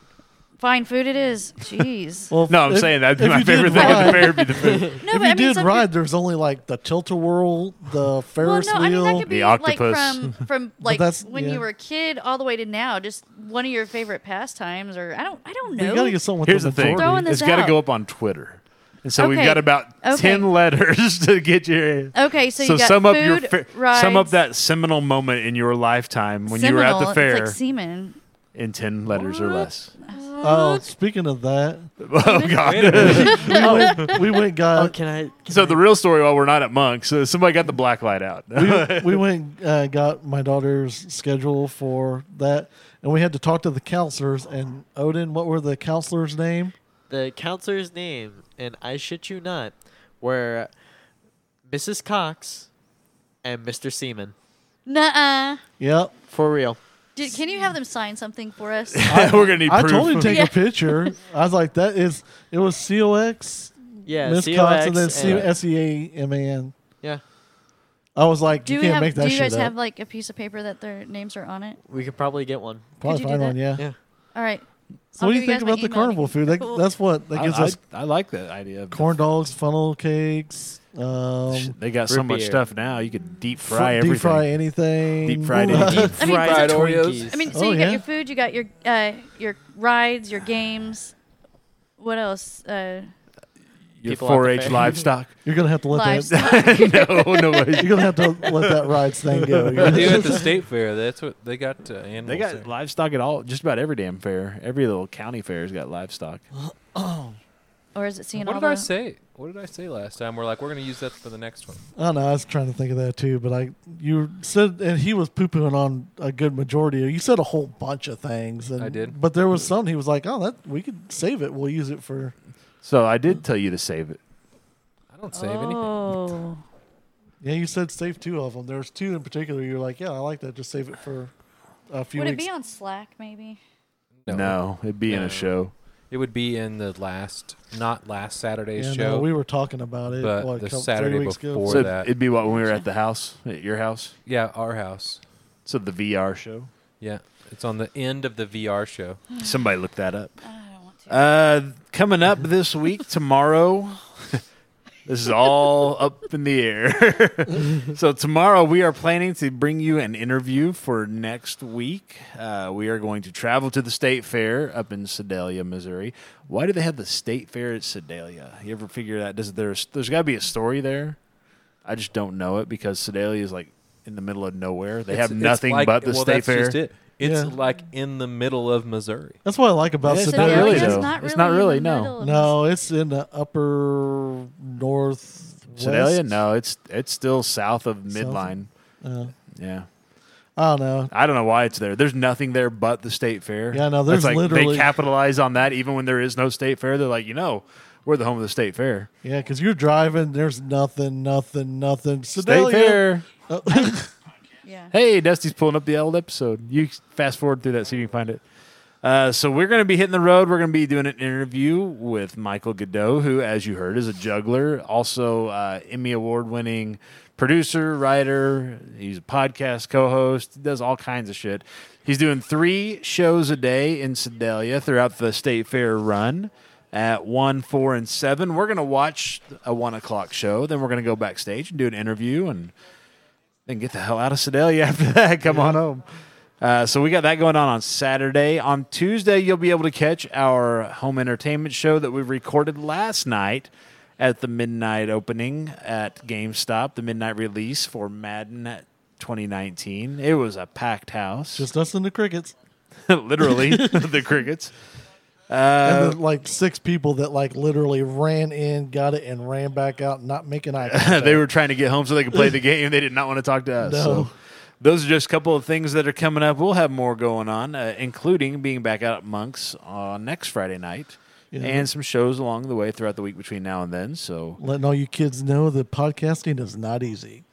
Speaker 5: fine food? It is. Jeez.
Speaker 2: Well,
Speaker 1: No, I'm
Speaker 2: if-
Speaker 1: saying that'd be
Speaker 2: if
Speaker 1: my
Speaker 2: you did
Speaker 1: favorite thing at the
Speaker 2: ride-
Speaker 1: fair. Would be the food.
Speaker 5: no,
Speaker 2: if you did
Speaker 5: something-
Speaker 2: ride, there's only like the tilt a whirl, the
Speaker 5: Well,
Speaker 2: Ferris
Speaker 5: no, I mean
Speaker 2: wheel.
Speaker 5: that could
Speaker 1: The
Speaker 5: be like
Speaker 1: octopus.
Speaker 5: from from like
Speaker 2: that's-
Speaker 5: when
Speaker 2: yeah.
Speaker 5: you were a kid all the way to now. Just one of your favorite pastimes, or I don't, I don't
Speaker 2: But
Speaker 5: know.
Speaker 2: You gotta get something with
Speaker 1: Here's
Speaker 2: the
Speaker 1: the thing.
Speaker 2: majority.
Speaker 5: Throwing this
Speaker 1: It's got to
Speaker 5: out.
Speaker 1: go up on Twitter, and so we've
Speaker 5: Okay.
Speaker 1: got about
Speaker 5: Okay.
Speaker 1: ten letters to get your.
Speaker 5: okay, so, you got
Speaker 1: sum up
Speaker 5: food,
Speaker 1: your fa- sum up
Speaker 5: rides,
Speaker 1: that seminal moment in your lifetime when you were at the
Speaker 5: seminal,
Speaker 1: fair
Speaker 5: It's like semen.
Speaker 1: in ten letters or less.
Speaker 2: Oh, speaking of that,
Speaker 1: Oh God!
Speaker 3: Wait a minute.
Speaker 2: we went, we went
Speaker 4: Oh,
Speaker 2: got
Speaker 4: can I? Can
Speaker 1: So the real story, while we're not at Monk's, uh, somebody got the black light out.
Speaker 2: we went uh, got my daughter's schedule for that, and we had to talk to the counselors. And Odin, what were the counselors' name?
Speaker 4: the counselor's name, and I shit you not, were Mrs. Cox and Mr. Seaman.
Speaker 5: Nuh-uh.
Speaker 2: Yep,
Speaker 4: For real.
Speaker 5: Did, can you have them sign something for us?
Speaker 1: we're gonna need
Speaker 2: I
Speaker 1: proof.
Speaker 2: told him to take
Speaker 5: Yeah.
Speaker 2: a picture. I was like, that is it was COX,
Speaker 4: Yeah.
Speaker 2: Miss
Speaker 4: COX
Speaker 2: Cox, and then
Speaker 4: and-
Speaker 2: C- S-E-A-M-A-N.
Speaker 4: Yeah.
Speaker 2: I was like,
Speaker 5: do
Speaker 2: you
Speaker 5: we
Speaker 2: can't
Speaker 5: have?
Speaker 2: make that
Speaker 5: do you
Speaker 2: shit
Speaker 5: guys
Speaker 2: up.
Speaker 5: have like a piece of paper that their names are on it?
Speaker 4: We could probably get one.
Speaker 2: Probably
Speaker 5: could you do
Speaker 2: find
Speaker 5: that?
Speaker 2: one, yeah.
Speaker 4: Yeah.
Speaker 5: All right.
Speaker 2: So
Speaker 5: I'll
Speaker 2: what do
Speaker 5: give
Speaker 2: you
Speaker 5: you
Speaker 2: think
Speaker 5: guys my
Speaker 2: about the
Speaker 5: email.
Speaker 2: carnival food? That,
Speaker 5: Cool.
Speaker 2: That's what that
Speaker 1: I,
Speaker 2: gives
Speaker 1: I-
Speaker 2: us
Speaker 1: I like that idea. of the
Speaker 2: corn dogs, funnel cakes, um,
Speaker 1: They got so
Speaker 4: Root
Speaker 1: much
Speaker 4: beer.
Speaker 1: stuff now. You could deep fry
Speaker 2: deep
Speaker 1: everything.
Speaker 2: fry anything,
Speaker 1: Deep fried
Speaker 2: Ooh.
Speaker 1: anything.
Speaker 5: I mean,
Speaker 4: Fried
Speaker 5: so-
Speaker 4: Oreos.
Speaker 5: I mean, so
Speaker 2: Oh,
Speaker 5: you got
Speaker 2: yeah.
Speaker 5: your food, you got your uh, your rides, your games. What else? Uh,
Speaker 1: Your
Speaker 4: People at the
Speaker 1: 4-H
Speaker 4: fair.
Speaker 1: livestock.
Speaker 2: You're gonna have to let that.
Speaker 5: livestock.
Speaker 1: no, no way.
Speaker 2: You're gonna have to let that rides thing go.
Speaker 3: They do at the state fair. That's what they got. Uh, animals.
Speaker 1: They got
Speaker 3: there.
Speaker 1: livestock at all. Just about every damn fair. Every little county fair's got livestock.
Speaker 5: or is it seeing
Speaker 3: What
Speaker 5: all
Speaker 3: did I
Speaker 5: the-
Speaker 3: say? What did I say last time? We're like, we're gonna use that for the next one.
Speaker 2: I don't know. I was trying to think of that too, but I you said and he was poo pooing on a good majority. You said a whole bunch of things. And,
Speaker 3: I did.
Speaker 2: but there was some he was like, "Oh, that we could save it. We'll use it for."
Speaker 1: So I did tell you to save it.
Speaker 3: I don't save anything.
Speaker 5: Oh.
Speaker 2: Yeah, you said save two of them. There's two in particular. You're like, "Yeah, I like that. Just save it for a few
Speaker 5: Would it
Speaker 2: weeks."
Speaker 5: be on Slack maybe?
Speaker 1: No, it'd be in
Speaker 3: No.
Speaker 1: a show.
Speaker 3: It would be in the last, not last Saturday's
Speaker 2: Yeah,
Speaker 3: show.
Speaker 2: no, uh, we were talking about it.
Speaker 3: but
Speaker 2: what,
Speaker 3: the
Speaker 2: couple- three
Speaker 3: Saturday
Speaker 2: weeks ago?
Speaker 3: before- Or
Speaker 1: So
Speaker 3: that.
Speaker 1: it'd be what when we were at the house, at your house.
Speaker 3: yeah, our house.
Speaker 1: So the VR show.
Speaker 3: Yeah, it's on the end of the VR show.
Speaker 1: Somebody look that up.
Speaker 5: I don't want to.
Speaker 1: Uh, coming up this week, tomorrow. this is all up in the air. so tomorrow we are planning to bring you an interview for next week. Uh, we are going to travel to the state fair up in Sedalia, Missouri. Why do they have the state fair at Sedalia? You ever figure that? Does there's there's got to be a story there? I just don't know it because Sedalia is like in the middle of nowhere. They
Speaker 3: It's-
Speaker 1: have
Speaker 3: it's
Speaker 1: nothing
Speaker 3: like-
Speaker 1: but the
Speaker 3: well,
Speaker 1: state
Speaker 3: that's
Speaker 1: fair.
Speaker 3: Just it. It's
Speaker 2: Yeah.
Speaker 3: like in the middle of Missouri.
Speaker 2: That's what I like about
Speaker 1: Yes,
Speaker 2: Sedalia.
Speaker 1: it's not really,
Speaker 5: Sedalia's
Speaker 1: though.
Speaker 5: Not
Speaker 1: It's not
Speaker 5: really in
Speaker 1: really, no.
Speaker 5: the middle of
Speaker 2: No, it's in the upper north.
Speaker 1: Sedalia? No, it's it's still south of midline.
Speaker 2: Uh,
Speaker 1: Yeah.
Speaker 2: I don't know.
Speaker 1: I don't know why it's there. There's nothing there but the state fair.
Speaker 2: Yeah, no,
Speaker 1: It's
Speaker 2: there's
Speaker 1: like
Speaker 2: literally-
Speaker 1: they capitalize on that even when there is no state fair. They're like, you know, we're the home of the state fair.
Speaker 2: Yeah, because you're driving. There's nothing, nothing, nothing.
Speaker 1: State
Speaker 2: Sedalia.
Speaker 1: fair.
Speaker 5: Yeah.
Speaker 1: Hey, Dusty's pulling up the old episode. You fast forward through that so you can find it. Uh, so we're going to be hitting the road. We're going to be doing an interview with Michael Godot, who, as you heard, is a juggler, also uh, Emmy award-winning producer, writer. He's a podcast co-host. He does all kinds of shit. He's doing three shows a day in Sedalia throughout the state fair run at one, four, and seven. We're going to watch a one o'clock show. Then we're going to go backstage and do an interview and then get the hell out of Sedalia after that. Come on home. Uh, so we got that going on on Saturday. On Tuesday, you'll be able to catch our home entertainment show that we recorded last night at the midnight opening at GameStop, the midnight release for Madden 2019. It was a packed house,
Speaker 2: Just us and the crickets.
Speaker 1: literally the crickets.
Speaker 2: and
Speaker 1: Uh,
Speaker 2: then, like six people that like literally ran in, got it, and ran back out, not making eye contact.
Speaker 1: they were trying to get home so they could play the game. They did not want to talk to us. So
Speaker 2: No.
Speaker 1: those are just a couple of things that are coming up. We'll have more going on, uh, including being back out at Monks on next Friday night. And some shows along the way throughout the week between now and then. So,
Speaker 2: letting all you kids know that podcasting is not easy.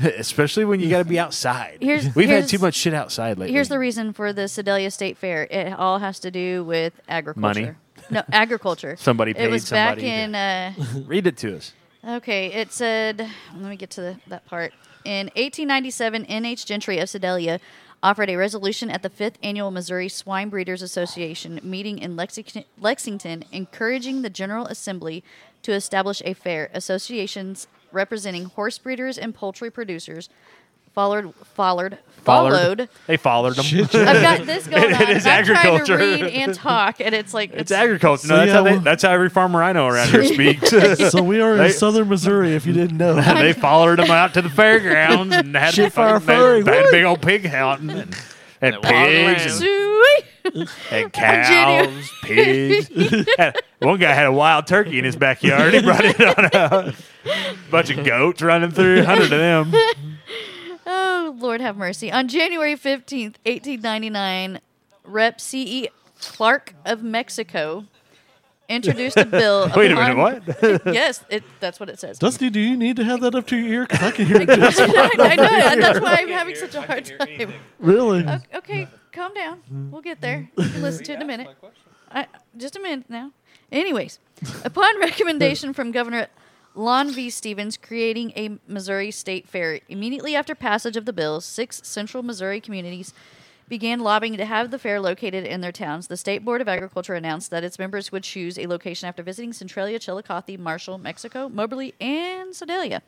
Speaker 1: especially when you got to be outside,
Speaker 5: Here's-
Speaker 1: we've had
Speaker 5: here's-
Speaker 1: too much shit outside lately.
Speaker 5: Here's the reason for the Sedalia State Fair. It all has to do with agriculture.
Speaker 1: Money.
Speaker 5: No, agriculture.
Speaker 1: Somebody
Speaker 5: It
Speaker 1: paid
Speaker 5: was back
Speaker 1: somebody to-
Speaker 5: in. Uh,
Speaker 1: Read it to us.
Speaker 5: okay, it said. Let me get to the, that part. In 1897, N.H. Gentry of Sedalia offered a resolution at the fifth annual Missouri Swine Breeders Association meeting in Lexington, Lexington, encouraging the General Assembly to establish a fair. Associations representing horse breeders and poultry producers followed, followed, followed
Speaker 1: They followed them.
Speaker 5: I've got this going on.
Speaker 1: is
Speaker 5: I'm
Speaker 1: agriculture.
Speaker 5: trying to read and talk, and it's like
Speaker 1: It's
Speaker 5: it's,
Speaker 1: agriculture. No,
Speaker 2: So,
Speaker 1: that's,
Speaker 2: yeah,
Speaker 1: how they,
Speaker 2: well-
Speaker 1: that's how every farmer I know around here speaks.
Speaker 2: So we are
Speaker 1: They-
Speaker 2: in southern Missouri, if you didn't know.
Speaker 1: they followed him out to the fairgrounds and had
Speaker 2: Shit
Speaker 1: the
Speaker 2: fire
Speaker 1: fucking-
Speaker 2: furry,
Speaker 1: they, they had a big old pig hunting and, and
Speaker 4: walked
Speaker 1: pigs
Speaker 4: around.
Speaker 1: and, and cows, pigs. Had- One guy had a wild turkey in his backyard. He brought it on out. Bunch of goats running through, hundred of them.
Speaker 5: oh Lord have mercy. On January fifteenth, eighteen ninety nine, Rep. C. E. Clark of Mexico introduced a bill.
Speaker 1: Wait a minute,
Speaker 5: upon-
Speaker 1: what?
Speaker 5: yes, it, that's what it says.
Speaker 2: Dusty, do you need to have that up to your ear? 'Cause I can hear it just
Speaker 5: I know. and That's why I'm having such a hard time.
Speaker 2: really.
Speaker 5: Okay, calm
Speaker 1: Mm-hmm.
Speaker 5: down. We'll get there. You can listen to it in a minute. I, just a minute now. Anyways, upon recommendation from Governor Lon V. Stevens creating a Missouri State Fair, immediately after passage of the bill, six central Missouri communities began lobbying to have the fair located in their towns. The State Board of Agriculture announced that its members would choose a location after visiting Centralia, Chillicothe, Marshall, Mexico, Moberly, and Sedalia.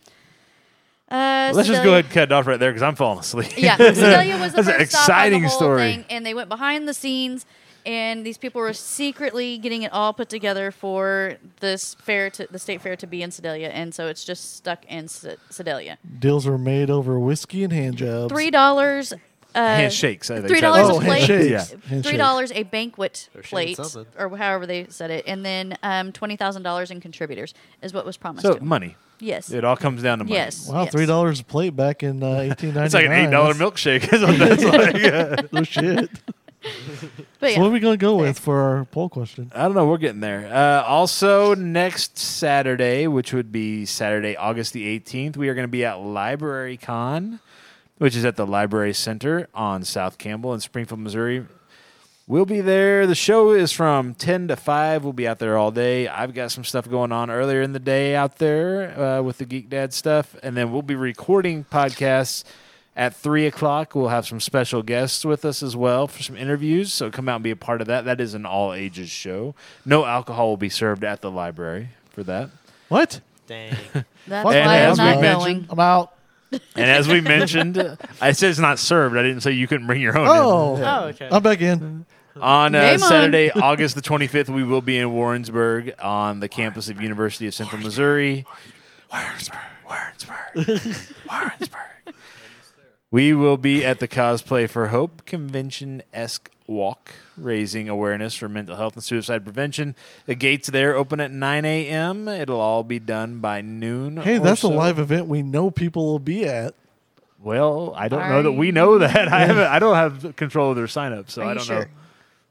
Speaker 5: Uh,
Speaker 1: Let's just
Speaker 5: Sedalia-
Speaker 1: go ahead and cut it off right there because I'm falling asleep.
Speaker 5: yeah, Sedalia was the
Speaker 1: That's an
Speaker 5: first stop on the
Speaker 1: exciting
Speaker 5: whole
Speaker 1: story.
Speaker 5: thing, and they went behind the scenes, and these people were secretly getting it all put together for this fair, to the state fair, to be in Sedalia, and so it's just stuck in Se- Sedalia.
Speaker 2: Deals were made over whiskey and hand jobs.
Speaker 5: Three dollars. Uh,
Speaker 1: Handshakes, eh, I think.
Speaker 5: Three dollars
Speaker 2: Oh,
Speaker 5: a plate.
Speaker 2: handshakes. Yeah.
Speaker 5: Three dollars a banquet
Speaker 4: They're sharing
Speaker 5: plate,
Speaker 4: something.
Speaker 5: or however they said it, and then um, twenty thousand dollars in contributors is what was promised.
Speaker 1: So
Speaker 5: to 'em.
Speaker 1: money.
Speaker 5: Yes.
Speaker 1: It all comes down to money.
Speaker 5: Yes.
Speaker 2: Wow,
Speaker 5: yes.
Speaker 2: three dollars a plate back in uh, eighteen ninety nine.
Speaker 1: It's like an eight dollar milkshake. is what that's like.
Speaker 2: No shit.
Speaker 5: But
Speaker 2: So what
Speaker 5: yeah.
Speaker 2: are we gonna go with for our poll question?
Speaker 1: I don't know. We're getting there. Uh, also, next Saturday, which would be Saturday, August the 18th, we are going to be at Library Con, which is at the Library Center on South Campbell in Springfield, Missouri. We'll be there. The show is from 10 to 5. We'll be out there all day. I've got some stuff going on earlier in the day out there uh, with the Geek Dad stuff. And then we'll be recording podcasts at 3 o'clock. We'll have some special guests with us as well for some interviews. So come out and be a part of that. That is an all ages show. No alcohol will be served at the library for that.
Speaker 2: What?
Speaker 4: Dang.
Speaker 5: That's
Speaker 2: Fuck
Speaker 5: why
Speaker 1: And
Speaker 5: I'm
Speaker 1: as we
Speaker 5: not
Speaker 1: mentioned-
Speaker 5: going.
Speaker 2: I'm out.
Speaker 1: And as we mentioned, I said it's not served. I didn't say you couldn't bring your own.
Speaker 2: Oh,
Speaker 4: Oh, okay.
Speaker 2: I'm back in.
Speaker 1: On uh,
Speaker 5: Game on.
Speaker 1: Saturday, August the 25th, we will be in Warrensburg on the campus of University of Central Missouri. Warrensburg, Warrensburg, Warrensburg. We will be at the Cosplay for Hope convention esque walk, raising awareness for mental health and suicide prevention. The gates there open at 9 a.m. It'll all be done by noon.
Speaker 2: Hey,
Speaker 1: or
Speaker 2: that's
Speaker 1: so.
Speaker 2: a live event we know people will be at.
Speaker 1: Well, I don't
Speaker 5: Are
Speaker 1: know that we
Speaker 5: you-
Speaker 1: know that. I haven't. I don't have control of their sign up, so
Speaker 5: Are
Speaker 1: I
Speaker 5: you
Speaker 1: don't know.
Speaker 5: sure?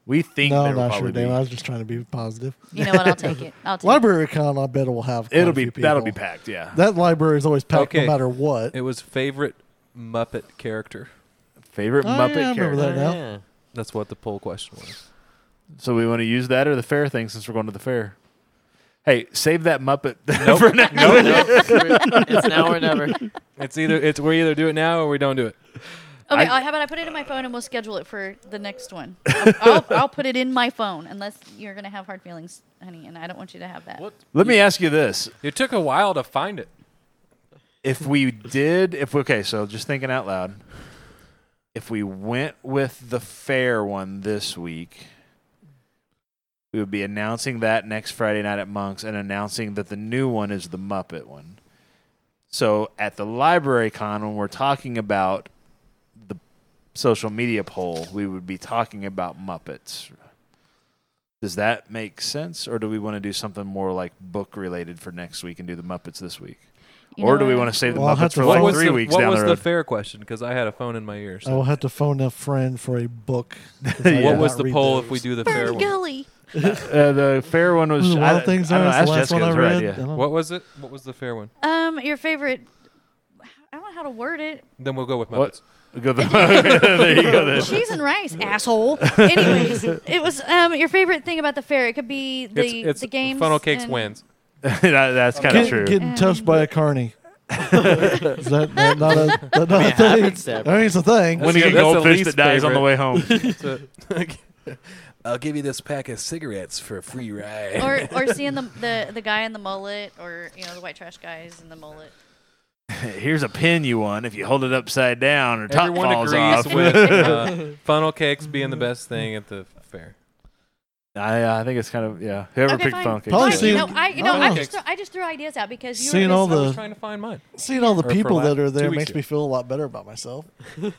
Speaker 1: We think
Speaker 2: No,
Speaker 1: there
Speaker 2: I'm
Speaker 1: will
Speaker 2: not sure,
Speaker 1: probably be.
Speaker 2: Damon. I was just trying to be positive.
Speaker 5: You know what? I'll take it. I'll take it.
Speaker 2: Library con, I bet will have. quite
Speaker 1: It'll
Speaker 2: a
Speaker 1: be
Speaker 2: few people.
Speaker 1: that'll be packed. Yeah,
Speaker 2: That library is always packed no
Speaker 3: Okay.
Speaker 2: matter what.
Speaker 3: It was favorite Muppet character.
Speaker 1: favorite
Speaker 2: Oh,
Speaker 1: Muppet
Speaker 2: yeah, I remember
Speaker 1: character.
Speaker 4: Oh,
Speaker 2: that now.
Speaker 4: Yeah.
Speaker 3: That's what the poll question was.
Speaker 1: So we want to use that or the fair thing since we're going to the fair. Hey, save that Muppet for now.
Speaker 4: No, no, it's now or never.
Speaker 3: It's either it's we either do it now or we don't do it.
Speaker 5: Okay,
Speaker 1: I-
Speaker 5: I, how about I put it in my phone and we'll schedule it for the next one. I'll, I'll, I'll put it in my phone unless you're gonna have hard feelings, honey, and I don't want you to have that.
Speaker 3: What?
Speaker 1: Let me ask you this:
Speaker 3: It took a while to find it.
Speaker 1: If we did, if okay, so just thinking out loud, if we went with the fair one this week, we would be announcing that next Friday night at Monk's and announcing that the new one is the Muppet one. So at the library con, when we're talking about the social media poll, we would be talking about Muppets. Does that make sense, or do we want to do something more like book related for next week and do the Muppets this week?
Speaker 5: You
Speaker 1: or
Speaker 5: know
Speaker 1: do we
Speaker 5: what?
Speaker 1: want to save the
Speaker 2: Well, I'll have
Speaker 1: Muppets
Speaker 2: to
Speaker 1: for
Speaker 2: Like
Speaker 1: like
Speaker 3: what was
Speaker 1: three
Speaker 3: the,
Speaker 1: weeks
Speaker 3: what
Speaker 1: down
Speaker 3: was
Speaker 1: the
Speaker 3: the
Speaker 1: road?
Speaker 3: fair question? Because I had a phone in my ear.
Speaker 2: I will
Speaker 3: So.
Speaker 2: have to phone a friend for a book. 'cause I
Speaker 1: Oh, Yeah.
Speaker 2: did
Speaker 3: What
Speaker 2: not
Speaker 3: was the
Speaker 2: read
Speaker 3: poll
Speaker 2: those.
Speaker 3: if we do the fair
Speaker 5: Burn
Speaker 3: one?
Speaker 5: Gully.
Speaker 1: uh, the fair one was
Speaker 2: Ooh,
Speaker 1: I-
Speaker 2: Wild Things
Speaker 1: I
Speaker 2: Are
Speaker 1: don't know,
Speaker 2: is the
Speaker 1: that's
Speaker 2: last one I
Speaker 1: Jessica's her
Speaker 2: read.
Speaker 1: idea.
Speaker 2: I don't-
Speaker 3: What was it? What was the fair one?
Speaker 5: Um, your favorite. I don't know how to word it.
Speaker 3: Then we'll go with Muppets.
Speaker 1: What? Go the- there you go. Then.
Speaker 5: Cheese and rice, asshole. Anyways, it was um your favorite thing about the fair. It could be the
Speaker 3: it's it's
Speaker 5: the games.
Speaker 3: funnel cakes
Speaker 5: and-
Speaker 3: wins.
Speaker 1: That- that's kind of
Speaker 2: Get,
Speaker 1: true.
Speaker 2: Getting touched by a carny. is that not, not a, that not a
Speaker 4: It
Speaker 2: thing?
Speaker 4: happens to
Speaker 2: I mean, it's a thing.
Speaker 1: when
Speaker 3: That's
Speaker 1: you get
Speaker 3: good. That's the
Speaker 1: goldfish that
Speaker 3: least
Speaker 1: dies on the
Speaker 3: favorite.
Speaker 1: way home.
Speaker 8: I'll give you this pack of cigarettes for a free ride.
Speaker 5: Or or seeing the, the the guy in the mullet, or you know the white trash guys in the mullet.
Speaker 1: Here's a pin you won. If you hold it upside down, or top
Speaker 3: Everyone
Speaker 1: falls
Speaker 3: agrees
Speaker 1: off.
Speaker 3: with uh, funnel cakes being the best thing at the fair.
Speaker 1: I, I think it's kind of yeah. Whoever
Speaker 5: okay,
Speaker 1: picked
Speaker 5: fine.
Speaker 1: funnel cakes.
Speaker 2: Probably
Speaker 5: Fine.
Speaker 2: seen-
Speaker 5: no, I you know I
Speaker 2: Oh.
Speaker 5: just throw, I just throw ideas out because you
Speaker 2: Seen
Speaker 5: were
Speaker 2: all
Speaker 5: just-
Speaker 1: Uh.
Speaker 3: I was
Speaker 2: the-
Speaker 3: trying to find mine.
Speaker 2: Seeing all the
Speaker 3: Or for
Speaker 2: people
Speaker 3: la-
Speaker 2: that are there
Speaker 3: two weeks
Speaker 2: makes
Speaker 3: ago.
Speaker 2: me feel a lot better about myself.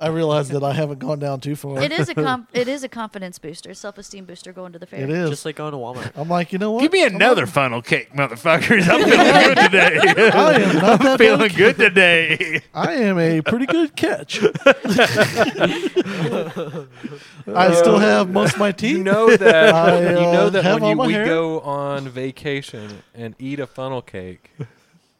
Speaker 2: I realize that I haven't gone down too far.
Speaker 5: It is a comp- it is a confidence booster, self esteem booster going to the fair.
Speaker 2: It is.
Speaker 4: Just like going to Walmart.
Speaker 2: I'm like, you know what?
Speaker 1: Give me
Speaker 2: I'm
Speaker 1: another funnel cake, motherfuckers. I'm feeling good today.
Speaker 2: not- I am not that
Speaker 1: I'm feeling
Speaker 2: bad.
Speaker 1: good today.
Speaker 2: I am a pretty good catch. I
Speaker 1: Uh,
Speaker 2: still have most of my
Speaker 3: You
Speaker 2: teeth.
Speaker 3: know that
Speaker 2: I,
Speaker 3: you know
Speaker 2: uh,
Speaker 3: that
Speaker 2: have
Speaker 3: when
Speaker 2: all
Speaker 3: you,
Speaker 2: my
Speaker 3: we
Speaker 2: hair.
Speaker 3: go on vacation and eat a funnel cake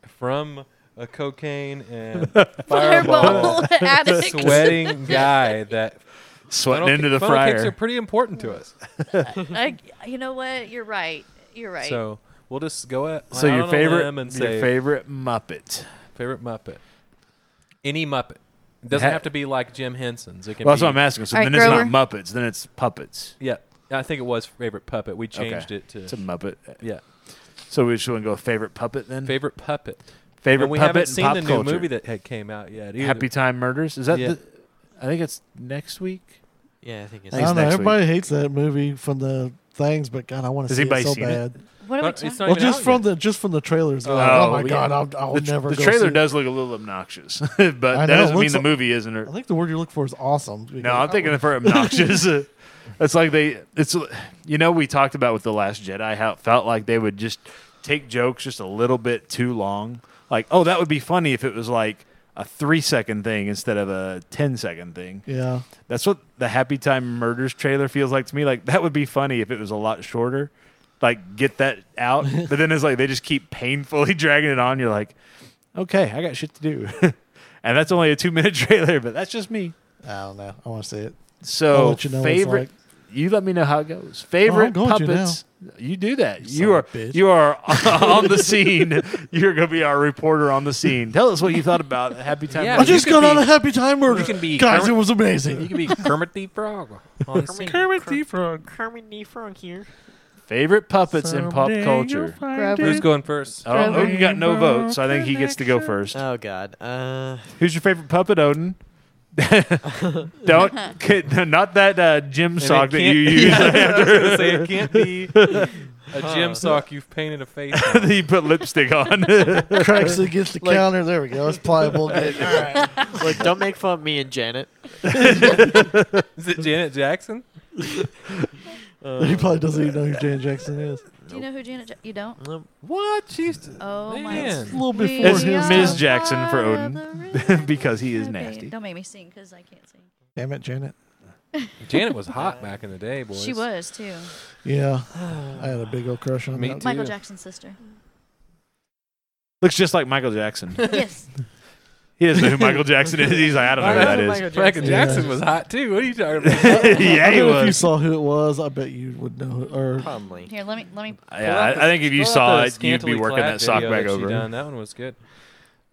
Speaker 3: from a cocaine and
Speaker 5: Fireball
Speaker 3: fireball
Speaker 5: addict.
Speaker 3: sweating guy that
Speaker 1: Sweating
Speaker 3: funnel
Speaker 1: into the
Speaker 3: ca- funnel cakes are
Speaker 1: fryer.
Speaker 3: pretty important to us.
Speaker 5: I, you know what? You're right. You're right.
Speaker 3: So we'll just go at
Speaker 1: So
Speaker 3: out
Speaker 1: your
Speaker 3: on a
Speaker 1: favorite,
Speaker 3: limb and
Speaker 1: your
Speaker 3: say
Speaker 1: favorite Muppet.
Speaker 3: favorite Muppet. Any Muppet. It doesn't
Speaker 1: Ha-
Speaker 3: have to be like Jim Henson's. It can
Speaker 1: Well, that's
Speaker 3: be
Speaker 1: what I'm asking. So
Speaker 5: All right,
Speaker 1: then it's not
Speaker 5: Grover.
Speaker 1: Muppets. Then it's puppets.
Speaker 3: Yeah. I think it was favorite puppet. We changed
Speaker 1: Okay.
Speaker 3: it to
Speaker 1: It's a Muppet.
Speaker 3: yeah,
Speaker 1: So we should go with favorite puppet then.
Speaker 3: favorite puppet.
Speaker 1: favorite
Speaker 3: and we
Speaker 1: puppet
Speaker 3: haven't
Speaker 1: and
Speaker 3: seen
Speaker 1: pop
Speaker 3: the new
Speaker 1: culture.
Speaker 3: movie that had came out yet. Either.
Speaker 1: Happy Time Murders. Is that?
Speaker 3: Yeah.
Speaker 1: The, I think it's next week.
Speaker 4: Yeah, I think it's.
Speaker 2: I don't know.
Speaker 1: next week.
Speaker 2: Everybody hates that movie from the things, but God, I want to
Speaker 1: Has
Speaker 2: see it
Speaker 1: anybody
Speaker 2: so
Speaker 1: seen it?
Speaker 2: bad.
Speaker 5: what are we
Speaker 3: But
Speaker 5: talking
Speaker 3: it's not
Speaker 5: about?
Speaker 2: Well,
Speaker 3: even
Speaker 2: just
Speaker 3: out
Speaker 2: from
Speaker 3: yet.
Speaker 2: the just from the trailers. they're like, oh,
Speaker 1: Oh,
Speaker 2: my
Speaker 1: yeah.
Speaker 2: God, I'll, I'll
Speaker 1: the, tr-
Speaker 2: never.
Speaker 1: the
Speaker 2: go
Speaker 1: trailer
Speaker 2: see
Speaker 1: does look a little obnoxious, but that
Speaker 2: know, it
Speaker 1: doesn't mean
Speaker 2: looks
Speaker 1: the
Speaker 2: like-
Speaker 1: movie isn't.
Speaker 2: It. I think the word you're looking for is awesome.
Speaker 1: No, I'm thinking for obnoxious. it's like they. It's you know we talked about with the Last Jedi how it felt like they would just take jokes just a little bit too long. Like, oh, that would be funny if it was like a three second thing instead of a 10 second thing.
Speaker 2: Yeah,
Speaker 1: That's what the Happy Time Murders trailer feels like to me. Like that would be funny if it was a lot shorter. Like get that out, but then it's like they just keep painfully dragging it on. You're like, okay, I got shit to do, and that's only a two minute trailer, but that's just me.
Speaker 2: I don't know. I want to see it. I'll
Speaker 1: So
Speaker 2: let you know what it's
Speaker 1: favorite,
Speaker 2: like. Oh,
Speaker 1: you let me know how it goes. Favorite
Speaker 2: going to
Speaker 1: puppets. You do that.
Speaker 2: son
Speaker 1: you are
Speaker 2: of a bitch.
Speaker 1: you are on the scene. You're gonna be our reporter on the scene. Tell us what you thought about Happy Time.
Speaker 3: Yeah,
Speaker 2: I
Speaker 1: Murders.
Speaker 3: you
Speaker 2: just
Speaker 3: could
Speaker 2: got out
Speaker 3: be-
Speaker 2: of Happy Time Murder.
Speaker 3: can be
Speaker 2: Guys,
Speaker 3: current-
Speaker 2: it was amazing.
Speaker 3: You could be Kermit the Frog on the scene.
Speaker 4: Kermit the Frog here.
Speaker 1: favorite puppets in pop culture.
Speaker 3: Who's going first?
Speaker 1: Oh, Odin got no votes, so I think he gets to go first.
Speaker 4: Oh God. Uh,
Speaker 1: Who's your favorite puppet, Odin? Don't kid- not that uh, gym
Speaker 3: And it
Speaker 1: sock that you
Speaker 3: can't-
Speaker 1: use
Speaker 3: Yeah, I was
Speaker 1: after
Speaker 3: gonna say it can't be a
Speaker 1: Uh,
Speaker 3: gym sock you've painted a face. on.
Speaker 1: you put lipstick on.
Speaker 2: cracks it against the counter. There we go. It's pliable.
Speaker 4: Look, don't make fun of me and Janet.
Speaker 3: Is it Janet Jackson? Uh,
Speaker 2: he probably doesn't even know who Jan Jackson is.
Speaker 5: Do you know who Janet? Ja- you don't?
Speaker 3: What? She's
Speaker 5: Oh my.
Speaker 2: A
Speaker 3: man.
Speaker 2: little bit
Speaker 5: We
Speaker 1: It's
Speaker 2: before his.
Speaker 5: are
Speaker 1: Ms.
Speaker 5: part
Speaker 2: time.
Speaker 1: Jackson for
Speaker 5: of
Speaker 1: Odin,
Speaker 5: the river.
Speaker 1: because he is
Speaker 5: Okay,
Speaker 1: nasty.
Speaker 5: Don't make me sing because I can't sing.
Speaker 2: Damn it, Janet.
Speaker 3: Janet was hot back in the day, boys.
Speaker 5: She was too.
Speaker 2: Yeah, I had a big old crush on
Speaker 3: Me
Speaker 2: that.
Speaker 3: too.
Speaker 5: Michael Jackson's sister.
Speaker 1: Looks just like Michael Jackson.
Speaker 5: yes.
Speaker 1: He doesn't know who Michael Jackson is. He's like, I don't know who that is.
Speaker 8: Michael
Speaker 2: Yeah.
Speaker 8: Jackson was hot too. What are you talking about?
Speaker 1: yeah,
Speaker 2: I
Speaker 1: he
Speaker 2: bet if you
Speaker 1: was.
Speaker 2: saw who it was, I bet you would know. who- Or
Speaker 4: Probably.
Speaker 5: Here, let me let me.
Speaker 1: Yeah, I, I think if you saw it, you'd be working that sock back
Speaker 3: back
Speaker 1: over.
Speaker 3: Done. That one was good.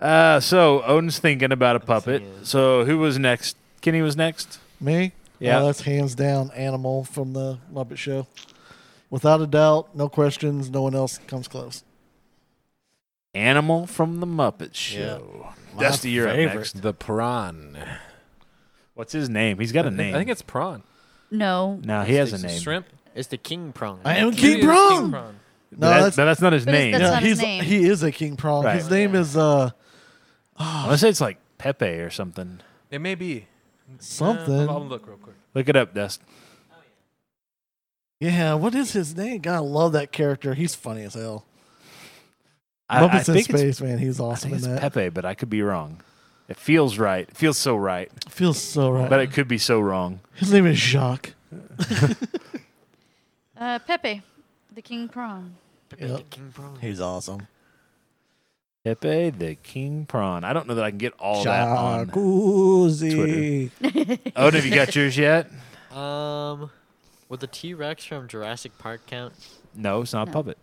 Speaker 1: Uh, so Odin's thinking about a puppet.
Speaker 4: seeing it.
Speaker 1: So who was next? Kenny was next.
Speaker 2: me,
Speaker 1: Yeah.
Speaker 2: Oh, that's hands down animal from the Muppet Show, without a doubt, no questions. No one else comes close.
Speaker 1: Animal from the Muppet Show. Dusty, you're up
Speaker 8: Favorite.
Speaker 1: next.
Speaker 8: The prawn.
Speaker 1: What's his name? He's got a
Speaker 3: I think-
Speaker 1: name.
Speaker 3: I think it's prawn.
Speaker 5: No,
Speaker 1: no, he has a
Speaker 3: It's
Speaker 1: name.
Speaker 3: Shrimp.
Speaker 4: It's the king prong.
Speaker 2: I am
Speaker 3: It
Speaker 2: King
Speaker 3: is
Speaker 2: Prong.
Speaker 3: prawn.
Speaker 2: No,
Speaker 1: That-
Speaker 2: that's-
Speaker 1: no, that's not his
Speaker 5: But it's-
Speaker 1: name.
Speaker 5: that's not his
Speaker 2: he's
Speaker 5: name.
Speaker 2: he is a king prong.
Speaker 1: Right.
Speaker 2: His name is uh
Speaker 1: I want to say it's like Pepe or something.
Speaker 3: It may be
Speaker 2: something.
Speaker 3: Uh, I'll look real quick.
Speaker 1: Look it up, Dust.
Speaker 2: yeah, what is his name? God, I love that character. He's funny as hell.
Speaker 1: I, I
Speaker 2: Muppets in
Speaker 1: think it's,
Speaker 2: Space, man, he's
Speaker 1: I
Speaker 2: awesome
Speaker 1: think
Speaker 2: in
Speaker 1: it's
Speaker 2: that.
Speaker 1: Pepe, but I could be wrong. It feels right. It feels so right,
Speaker 2: Feels so right.
Speaker 1: but it could be so wrong.
Speaker 2: His name is Jacques.
Speaker 5: uh, Pepe, the king prong.
Speaker 2: Yep.
Speaker 4: The king prong.
Speaker 2: He's awesome.
Speaker 1: Pepe the King Prawn. I don't know that I can get all that on.
Speaker 2: Jacuzzi.
Speaker 1: Odin, have you got yours yet?
Speaker 4: Um, would the T Rex from Jurassic Park count?
Speaker 1: No, it's not a
Speaker 5: No.
Speaker 1: puppet.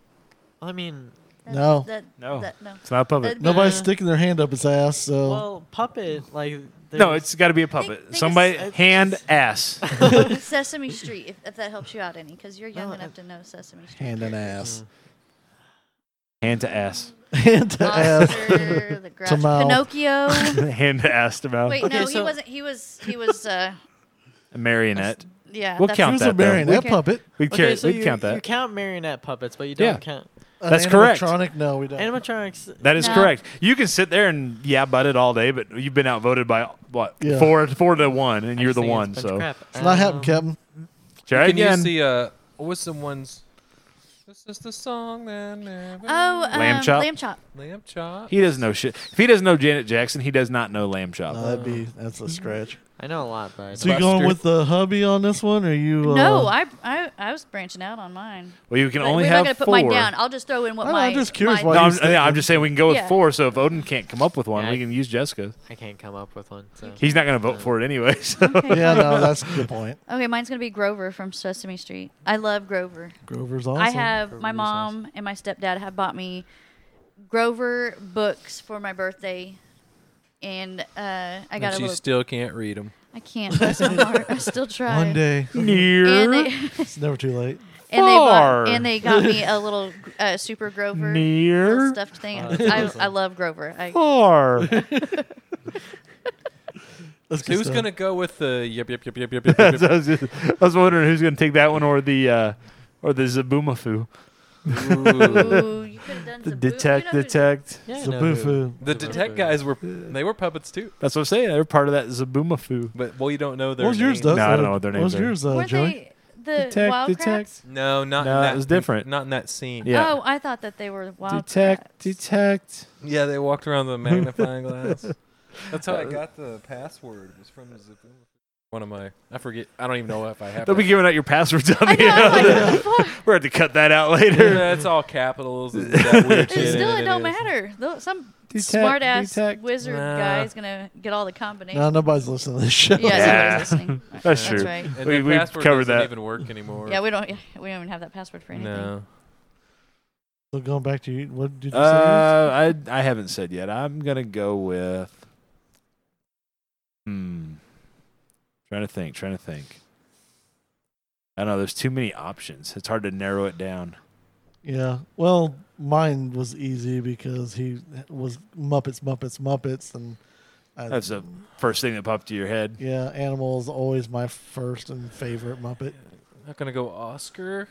Speaker 4: I mean,
Speaker 5: That-
Speaker 2: No.
Speaker 5: that,
Speaker 3: Oh.
Speaker 1: No.
Speaker 5: that- no.
Speaker 1: It's not a puppet.
Speaker 5: That-
Speaker 2: Nobody's
Speaker 4: Uh,
Speaker 2: sticking their hand up his ass, so
Speaker 4: well, puppet like.
Speaker 1: No,
Speaker 4: there's-
Speaker 1: it's got to be a puppet.
Speaker 5: think it's-
Speaker 1: Somebody
Speaker 4: it's-
Speaker 1: hand ass.
Speaker 5: Sesame Street, if, if that helps you out any, because you're young enough to know Sesame Street.
Speaker 2: Oh, uh, hand and ass.
Speaker 1: hand to ass.
Speaker 2: hand to ass.
Speaker 5: Monster, the Grouch,
Speaker 2: mouth.
Speaker 5: Pinocchio.
Speaker 1: hand to ass to mouth.
Speaker 5: Wait,
Speaker 4: Okay,
Speaker 5: no, he
Speaker 4: so-
Speaker 5: wasn't. He was. He was. Uh,
Speaker 1: A marionette.
Speaker 5: yeah.
Speaker 1: We'll
Speaker 5: that's-
Speaker 1: count
Speaker 2: He was
Speaker 1: that,
Speaker 2: a
Speaker 1: though.
Speaker 2: marionette
Speaker 5: Okay.
Speaker 2: puppet.
Speaker 1: We'd,
Speaker 4: Okay,
Speaker 1: carry,
Speaker 4: so
Speaker 1: we'd
Speaker 4: you,
Speaker 1: count
Speaker 4: you
Speaker 1: that.
Speaker 4: count marionette puppets, but you don't
Speaker 1: Yeah.
Speaker 4: count
Speaker 2: An
Speaker 1: That's correct.
Speaker 2: animatronic? No, we don't.
Speaker 4: animatronics.
Speaker 1: that is
Speaker 5: No.
Speaker 1: correct. You can sit there and yeah, butt it all day, but you've been outvoted by what
Speaker 2: Yeah.
Speaker 1: four four to one, and
Speaker 4: I
Speaker 1: you're
Speaker 4: just
Speaker 1: the
Speaker 4: think it's a
Speaker 1: one.
Speaker 4: bunch of
Speaker 1: So
Speaker 4: crap.
Speaker 2: it's not
Speaker 1: Oh.
Speaker 2: happening,
Speaker 4: Um,
Speaker 2: Captain.
Speaker 1: try
Speaker 3: Can you
Speaker 1: again.
Speaker 3: see uh what's the ones? This is the song that never
Speaker 5: Oh, um,
Speaker 1: Lamb chop?
Speaker 5: Lamb chop.
Speaker 3: lamb chop.
Speaker 1: He doesn't know shit. If he doesn't know Janet Jackson, he does not know lamb chop.
Speaker 2: No, that'd
Speaker 1: Uh-huh.
Speaker 2: be that's a scratch.
Speaker 4: I know a lot, but I
Speaker 2: So you
Speaker 4: don't-
Speaker 2: going with the hubby on this one, or you? Uh,
Speaker 5: no, I, I I was branching out on mine.
Speaker 1: well, you can
Speaker 5: But
Speaker 1: only
Speaker 5: we're
Speaker 1: have
Speaker 5: not gonna put
Speaker 1: four.
Speaker 5: mine down. I'll just throw in what
Speaker 2: I don't know,
Speaker 5: my.
Speaker 2: Oh, I'm just curious
Speaker 5: my-
Speaker 1: No,
Speaker 2: why
Speaker 1: I'm,
Speaker 2: He's
Speaker 1: yeah, I'm just saying we can go with
Speaker 5: Yeah.
Speaker 1: four. So if Odin can't come up with one,
Speaker 4: Yeah,
Speaker 1: we
Speaker 4: I-
Speaker 1: can use Jessica.
Speaker 4: I can't come up with one. So.
Speaker 1: He's not going to vote for it anyway. So
Speaker 2: Yeah, no, that's a good point.
Speaker 5: Okay, mine's gonna be Grover from Sesame Street. I love Grover.
Speaker 2: Grover's awesome.
Speaker 5: I have my
Speaker 4: Grover's
Speaker 5: mom and my stepdad have bought me Grover books for my birthday, and uh, I
Speaker 3: and
Speaker 5: got a
Speaker 3: she
Speaker 5: little.
Speaker 3: still can't read them.
Speaker 5: I can't. Bless my heart. I still try.
Speaker 2: one day.
Speaker 1: near,
Speaker 5: And they,
Speaker 2: It's never too late.
Speaker 5: and they bought,
Speaker 1: Far.
Speaker 5: and they got me a little uh, super Grover little
Speaker 1: near, Oh,
Speaker 5: stuffed thing. I, I love Grover. I,
Speaker 1: far.
Speaker 2: Let's get
Speaker 3: Who's
Speaker 2: started.
Speaker 3: gonna go with the yep yep yep yep yep yep? yep,
Speaker 1: So I,
Speaker 3: yep.
Speaker 1: was just- I was wondering who's going to take that one or the uh, or the Zaboomafoo.
Speaker 3: Ooh.
Speaker 5: Ooh, you could have done some
Speaker 1: detect,
Speaker 5: you know,
Speaker 1: detect.
Speaker 4: Yeah, I know who-
Speaker 2: Zabufu.
Speaker 3: The detect guys were they were puppets too,
Speaker 1: That's what I'm saying. They're part of that Zaboomafoo.
Speaker 3: but well you don't know their
Speaker 2: What was yours, Doug?
Speaker 3: names.
Speaker 1: No, I don't know what their
Speaker 2: What was
Speaker 1: names are.
Speaker 2: yours, uh,
Speaker 5: Weren't
Speaker 2: Joey?
Speaker 5: they the
Speaker 1: Detect,
Speaker 5: wild
Speaker 1: detect.
Speaker 5: crabs?
Speaker 3: No, not
Speaker 1: No, that
Speaker 3: in that,
Speaker 1: was different.
Speaker 3: Not in that scene.
Speaker 1: Yeah.
Speaker 5: Oh, I thought that they were wild
Speaker 1: detect,
Speaker 5: crabs.
Speaker 1: detect.
Speaker 3: Yeah, they walked around with a magnifying glass. That's how I got the password. It was from Zip- one of my. I forget. I don't even know if I have.
Speaker 1: They'll be giving out your passwords
Speaker 5: I
Speaker 1: on
Speaker 5: know. I'm like,
Speaker 1: here.
Speaker 5: what the fuck?
Speaker 1: We're going to cut that out later.
Speaker 3: Yeah, it's all capitals. And that weird shit
Speaker 5: It
Speaker 3: in
Speaker 5: still, it
Speaker 3: is.
Speaker 5: don't matter. Though Some
Speaker 1: Detect,
Speaker 5: smart ass
Speaker 1: detect.
Speaker 5: wizard
Speaker 3: Nah.
Speaker 5: guy is gonna get all the combinations.
Speaker 2: No, nobody's listening to this show.
Speaker 5: Yeah,
Speaker 1: Yeah.
Speaker 5: somebody's listening.
Speaker 1: That's
Speaker 5: That's
Speaker 1: true.
Speaker 5: right.
Speaker 3: And
Speaker 1: We-
Speaker 3: the
Speaker 1: we've
Speaker 3: password
Speaker 1: covered
Speaker 3: doesn't
Speaker 1: that.
Speaker 3: even work anymore.
Speaker 5: Yeah, we don't. yeah, We don't even have that password for anything.
Speaker 3: no.
Speaker 2: So going back to you, what did you
Speaker 1: Uh, I I haven't said yet. I'm gonna go with. Hmm. Trying to think. Trying to think. I don't know. There's too many options. It's hard to narrow it down.
Speaker 2: say? Yeah. Well, mine was easy because he was Muppets, Muppets, Muppets, and I,
Speaker 1: That's the first thing that popped to your head.
Speaker 2: yeah, animal is always my first and favorite Muppet.
Speaker 3: Not gonna go Oscar.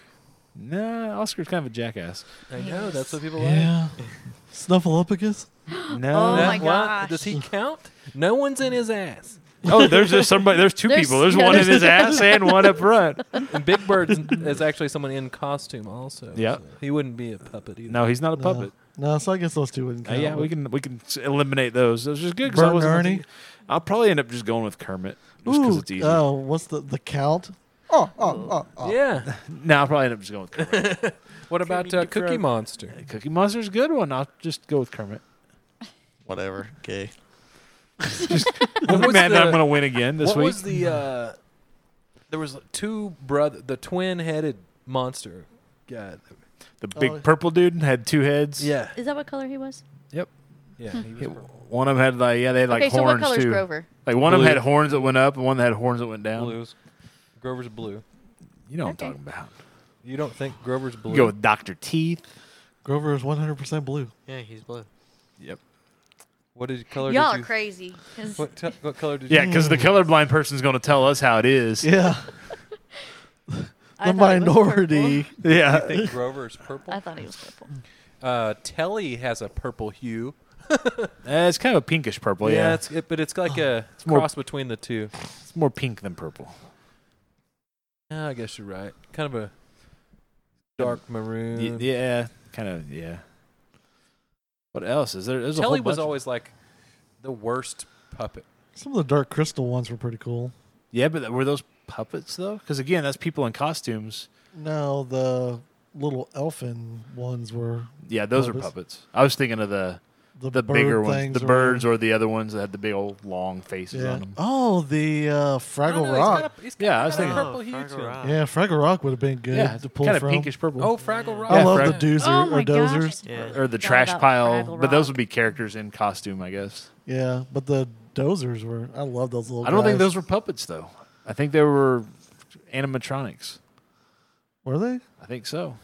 Speaker 1: Nah, Oscar's kind of a jackass.
Speaker 3: I know that's what people like.
Speaker 2: Yeah. Snuffleupagus.
Speaker 5: Oh
Speaker 1: No.
Speaker 5: my
Speaker 3: what?
Speaker 5: gosh.
Speaker 3: Does he count? No one's in his ass.
Speaker 1: Oh, there's just somebody. There's two
Speaker 5: There's-
Speaker 1: people. There's
Speaker 5: yeah,
Speaker 1: one in
Speaker 5: there's-
Speaker 1: his ass and one up front.
Speaker 3: And Big Bird is actually someone in costume also.
Speaker 1: Yeah.
Speaker 3: so he wouldn't be a puppet either.
Speaker 1: No, he's not a puppet.
Speaker 2: No, so I guess those two wouldn't
Speaker 1: Uh,
Speaker 2: count.
Speaker 1: yeah, we can we can s- eliminate those. Those are good. 'cause I
Speaker 2: Bert and
Speaker 1: wasn't-
Speaker 2: Ernie.
Speaker 1: I'll probably end up just going with Kermit just because
Speaker 2: Ooh,
Speaker 1: it's easy.
Speaker 2: oh, what's the the count? Oh, oh, oh, oh.
Speaker 3: Yeah.
Speaker 1: No, I'll probably end up just going with Kermit.
Speaker 3: What about uh, Cookie Monster?
Speaker 1: Cookie Monster's a good one. I'll just go with Kermit.
Speaker 2: Whatever. Okay.
Speaker 1: I'm
Speaker 3: was
Speaker 1: mad that I'm
Speaker 3: the-
Speaker 1: going to win again this
Speaker 3: what
Speaker 1: week.
Speaker 3: was the? Uh, there was two brother, the twin-headed monster. God.
Speaker 1: the big
Speaker 2: Oh.
Speaker 1: purple dude had two heads.
Speaker 3: Yeah.
Speaker 5: Is that what color he was?
Speaker 3: Yeah. He was
Speaker 1: It-
Speaker 3: purple.
Speaker 1: One of them had like yeah, they had like
Speaker 5: okay, so what
Speaker 1: horns
Speaker 5: color's
Speaker 1: too.
Speaker 5: Grover?
Speaker 1: Like one of
Speaker 3: Blue.
Speaker 1: them had horns that went up, and one that had horns that went down.
Speaker 3: Blue's. Grover's blue.
Speaker 1: You know what
Speaker 5: Okay.
Speaker 1: I'm talking about.
Speaker 3: You don't think Grover's blue?
Speaker 1: You go with Doctor Teeth.
Speaker 2: Grover is 100% blue.
Speaker 4: Yeah, he's blue.
Speaker 3: what did color? did
Speaker 5: Y'all
Speaker 3: you-
Speaker 5: are crazy. 'cause
Speaker 3: What, t- what color did
Speaker 1: Yeah,
Speaker 3: you?
Speaker 1: because the colorblind person's going to tell us how it is.
Speaker 2: Hmm. Yeah.
Speaker 5: I
Speaker 2: The
Speaker 5: thought it was
Speaker 2: minority.
Speaker 1: Yeah.
Speaker 3: think Grover's
Speaker 5: purple. I
Speaker 3: purple.
Speaker 5: thought he was purple.
Speaker 3: Uh, Telly has a purple hue.
Speaker 1: Uh, it's kind of a pinkish purple. Yeah,
Speaker 3: it's it, but it's like a it's
Speaker 1: more-
Speaker 3: cross between the two.
Speaker 1: it's more pink than purple.
Speaker 3: Yeah, I guess you're right. Kind of a dark maroon.
Speaker 1: Y- yeah, kind of. Yeah. What else is there? There's a
Speaker 3: Telly
Speaker 1: whole
Speaker 3: was
Speaker 1: bunch of-
Speaker 3: always like the worst puppet.
Speaker 2: Some of the Dark Crystal ones were pretty cool.
Speaker 1: yeah, but were those puppets though? Because again, that's people in costumes.
Speaker 2: No, the little elfin ones were
Speaker 1: Yeah, those are
Speaker 2: Puppets.
Speaker 1: puppets. I was thinking of the
Speaker 2: the,
Speaker 1: the
Speaker 2: bird
Speaker 1: bigger ones,
Speaker 2: things
Speaker 1: the
Speaker 2: or-
Speaker 1: birds, or the other ones that had the big old long faces
Speaker 2: Yeah.
Speaker 1: on them.
Speaker 2: Oh, the uh,
Speaker 5: Oh,
Speaker 2: Fraggle Rock.
Speaker 1: Yeah, I was thinking.
Speaker 3: purple hue
Speaker 4: Fraggle
Speaker 3: to him.
Speaker 4: Rock.
Speaker 2: Yeah, Fraggle Rock would have been good
Speaker 1: Yeah,
Speaker 2: to pull
Speaker 1: kind of
Speaker 2: from.
Speaker 1: pinkish purple.
Speaker 3: Oh, Fraggle Rock.
Speaker 2: I
Speaker 1: Yeah,
Speaker 2: love
Speaker 1: Frag-
Speaker 2: the doozer
Speaker 5: oh my
Speaker 2: or dozers.
Speaker 5: gosh.
Speaker 4: Yeah.
Speaker 1: or the
Speaker 5: forgot
Speaker 1: trash
Speaker 5: about
Speaker 1: pile.
Speaker 5: Fraggle
Speaker 1: But those
Speaker 5: Rock.
Speaker 1: would be characters in costume, I guess.
Speaker 2: Yeah, but the dozers were. I love those little.
Speaker 1: I don't think
Speaker 2: guys.
Speaker 1: those were puppets though. I think they were animatronics.
Speaker 2: were they.
Speaker 1: I think so.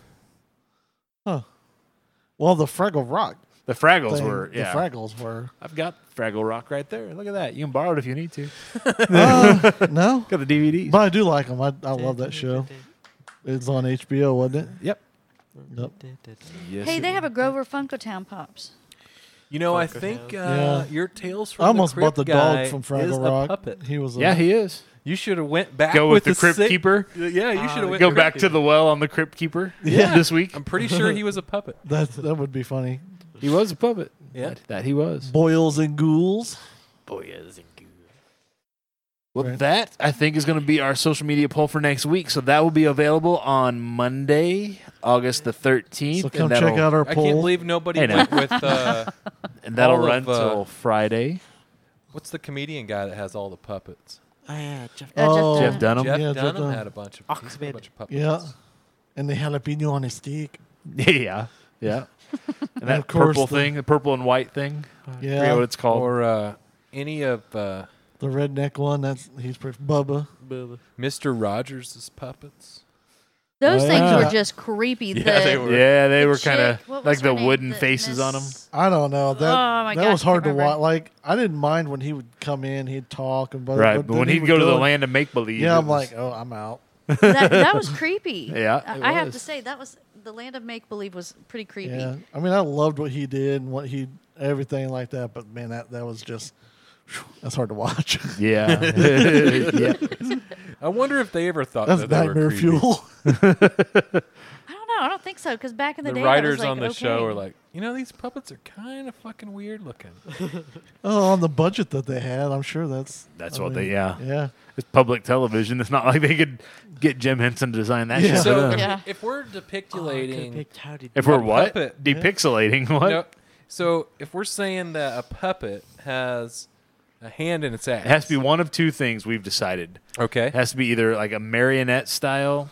Speaker 2: Well, the Fraggle Rock.
Speaker 1: The Fraggles
Speaker 2: Thing,
Speaker 1: were. Yeah,
Speaker 2: The Fraggles were.
Speaker 1: I've got Fraggle Rock right there. Look at that. You can borrow it if you need to.
Speaker 2: Uh, no,
Speaker 1: Got the DVDs.
Speaker 2: but I do like them. I, I love that show. It's on HBO, wasn't it?
Speaker 1: yep.
Speaker 2: Yep.
Speaker 1: Yes,
Speaker 5: Hey,
Speaker 1: it-
Speaker 5: they have a Grover Funkotown Pops.
Speaker 3: You know, I
Speaker 4: Funko
Speaker 3: think uh,
Speaker 2: Yeah.
Speaker 3: your Tales from
Speaker 2: I almost
Speaker 3: the
Speaker 2: bought
Speaker 3: Crypt
Speaker 2: the
Speaker 3: guy
Speaker 2: dog from
Speaker 3: is
Speaker 2: Fraggle
Speaker 3: a
Speaker 2: Rock.
Speaker 3: puppet.
Speaker 2: He was. A,
Speaker 1: Yeah, he is.
Speaker 3: You should have went back
Speaker 1: Go
Speaker 3: with
Speaker 1: with the Crypt
Speaker 3: sick-
Speaker 1: Keeper.
Speaker 3: Yeah,
Speaker 4: Ah,
Speaker 3: you should have went
Speaker 1: Go
Speaker 3: the
Speaker 1: back
Speaker 3: Crypt
Speaker 1: to
Speaker 3: Keeper.
Speaker 1: the well on the Crypt Keeper.
Speaker 2: Yeah.
Speaker 1: This week.
Speaker 3: I'm pretty sure he was a puppet.
Speaker 2: that that would be funny.
Speaker 1: He was a puppet.
Speaker 3: Yeah.
Speaker 1: That, that he was.
Speaker 2: Boils and ghouls.
Speaker 1: Well,
Speaker 2: Right.
Speaker 1: that I think is going to be our social media poll for next week. So that will be available on Monday, August the 13th.
Speaker 2: So come
Speaker 1: and that'll,
Speaker 2: check out our
Speaker 3: I
Speaker 2: poll.
Speaker 3: can't believe nobody
Speaker 1: Hey, now.
Speaker 3: went with uh,
Speaker 1: And that'll
Speaker 3: all of,
Speaker 1: run
Speaker 3: uh,
Speaker 1: till Friday.
Speaker 3: what's the comedian guy that has all the puppets?
Speaker 4: Oh, yeah, Jeff.
Speaker 5: Uh, Jeff
Speaker 2: Oh.
Speaker 5: Dunham.
Speaker 1: Jeff Dunham.
Speaker 3: Jeff
Speaker 2: Yeah, Jeff
Speaker 3: Dunham
Speaker 2: Dunham.
Speaker 3: had a bunch of, he's got a
Speaker 4: Oxman.
Speaker 3: bunch of puppets.
Speaker 2: yeah, and the jalapeno on a stick.
Speaker 1: Yeah. Yeah. And that
Speaker 2: of course
Speaker 1: purple
Speaker 2: the-
Speaker 1: thing, the purple and white thing. I forget
Speaker 2: Yeah,
Speaker 1: what it's called.
Speaker 3: Or uh, any of uh,
Speaker 2: the redneck one. That's he's pretty Bubba.
Speaker 3: Mr. Rogers' puppets.
Speaker 5: Those
Speaker 2: Oh,
Speaker 5: things
Speaker 2: yeah.
Speaker 5: were just creepy. the,
Speaker 3: they were.
Speaker 1: yeah, they
Speaker 5: the
Speaker 1: were kind
Speaker 5: chick-
Speaker 1: of
Speaker 5: what
Speaker 1: like
Speaker 5: was
Speaker 1: the
Speaker 5: her name?
Speaker 1: wooden
Speaker 5: The
Speaker 1: faces on 'em. on them.
Speaker 5: Miss-
Speaker 2: I don't know. That
Speaker 5: Oh, my
Speaker 2: that
Speaker 5: gosh,
Speaker 2: was
Speaker 5: I
Speaker 2: hard to
Speaker 5: remember.
Speaker 2: watch. Like I didn't mind when he would come in, he'd talk and but
Speaker 1: Right, but,
Speaker 2: then
Speaker 1: when
Speaker 2: he
Speaker 1: he'd
Speaker 2: would
Speaker 1: go to the
Speaker 2: in-
Speaker 1: land of make believe,
Speaker 2: yeah, I'm like, oh, I'm out.
Speaker 5: that, that was creepy.
Speaker 1: Yeah,
Speaker 5: I,
Speaker 1: it
Speaker 5: I have to
Speaker 1: was.
Speaker 5: say that was the land of make believe was pretty creepy.
Speaker 2: Yeah, I mean, I loved what he did and what he everything like that, but man, that that was just phew, that's hard to watch.
Speaker 1: yeah, yeah.
Speaker 3: I wonder if they ever thought
Speaker 2: that's
Speaker 3: that Oh, they were
Speaker 2: nightmare
Speaker 3: creepy.
Speaker 2: fuel.
Speaker 5: I don't know. I don't think so because back in the,
Speaker 3: The
Speaker 5: day, I was
Speaker 3: writers
Speaker 5: like,
Speaker 3: on the
Speaker 5: okay.
Speaker 3: show are like, you know, these puppets are kind of fucking weird looking.
Speaker 2: oh, on the budget that they had, I'm sure that's
Speaker 1: That's
Speaker 2: I
Speaker 1: what they,
Speaker 2: mean,
Speaker 1: yeah.
Speaker 2: yeah.
Speaker 1: It's public television. It's not like they could get Jim Henson to design that
Speaker 2: Yeah.
Speaker 1: shit. uh,
Speaker 3: So if-
Speaker 5: Yeah.
Speaker 3: if we're depiculating,
Speaker 4: how did
Speaker 1: if we're
Speaker 3: A
Speaker 1: what
Speaker 3: puppet.
Speaker 1: depixelating, what
Speaker 3: No, so if we're saying that a puppet has a hand in its ass,
Speaker 1: it has to be one of two things we've decided.
Speaker 3: okay.
Speaker 1: It has to be either like a marionette style,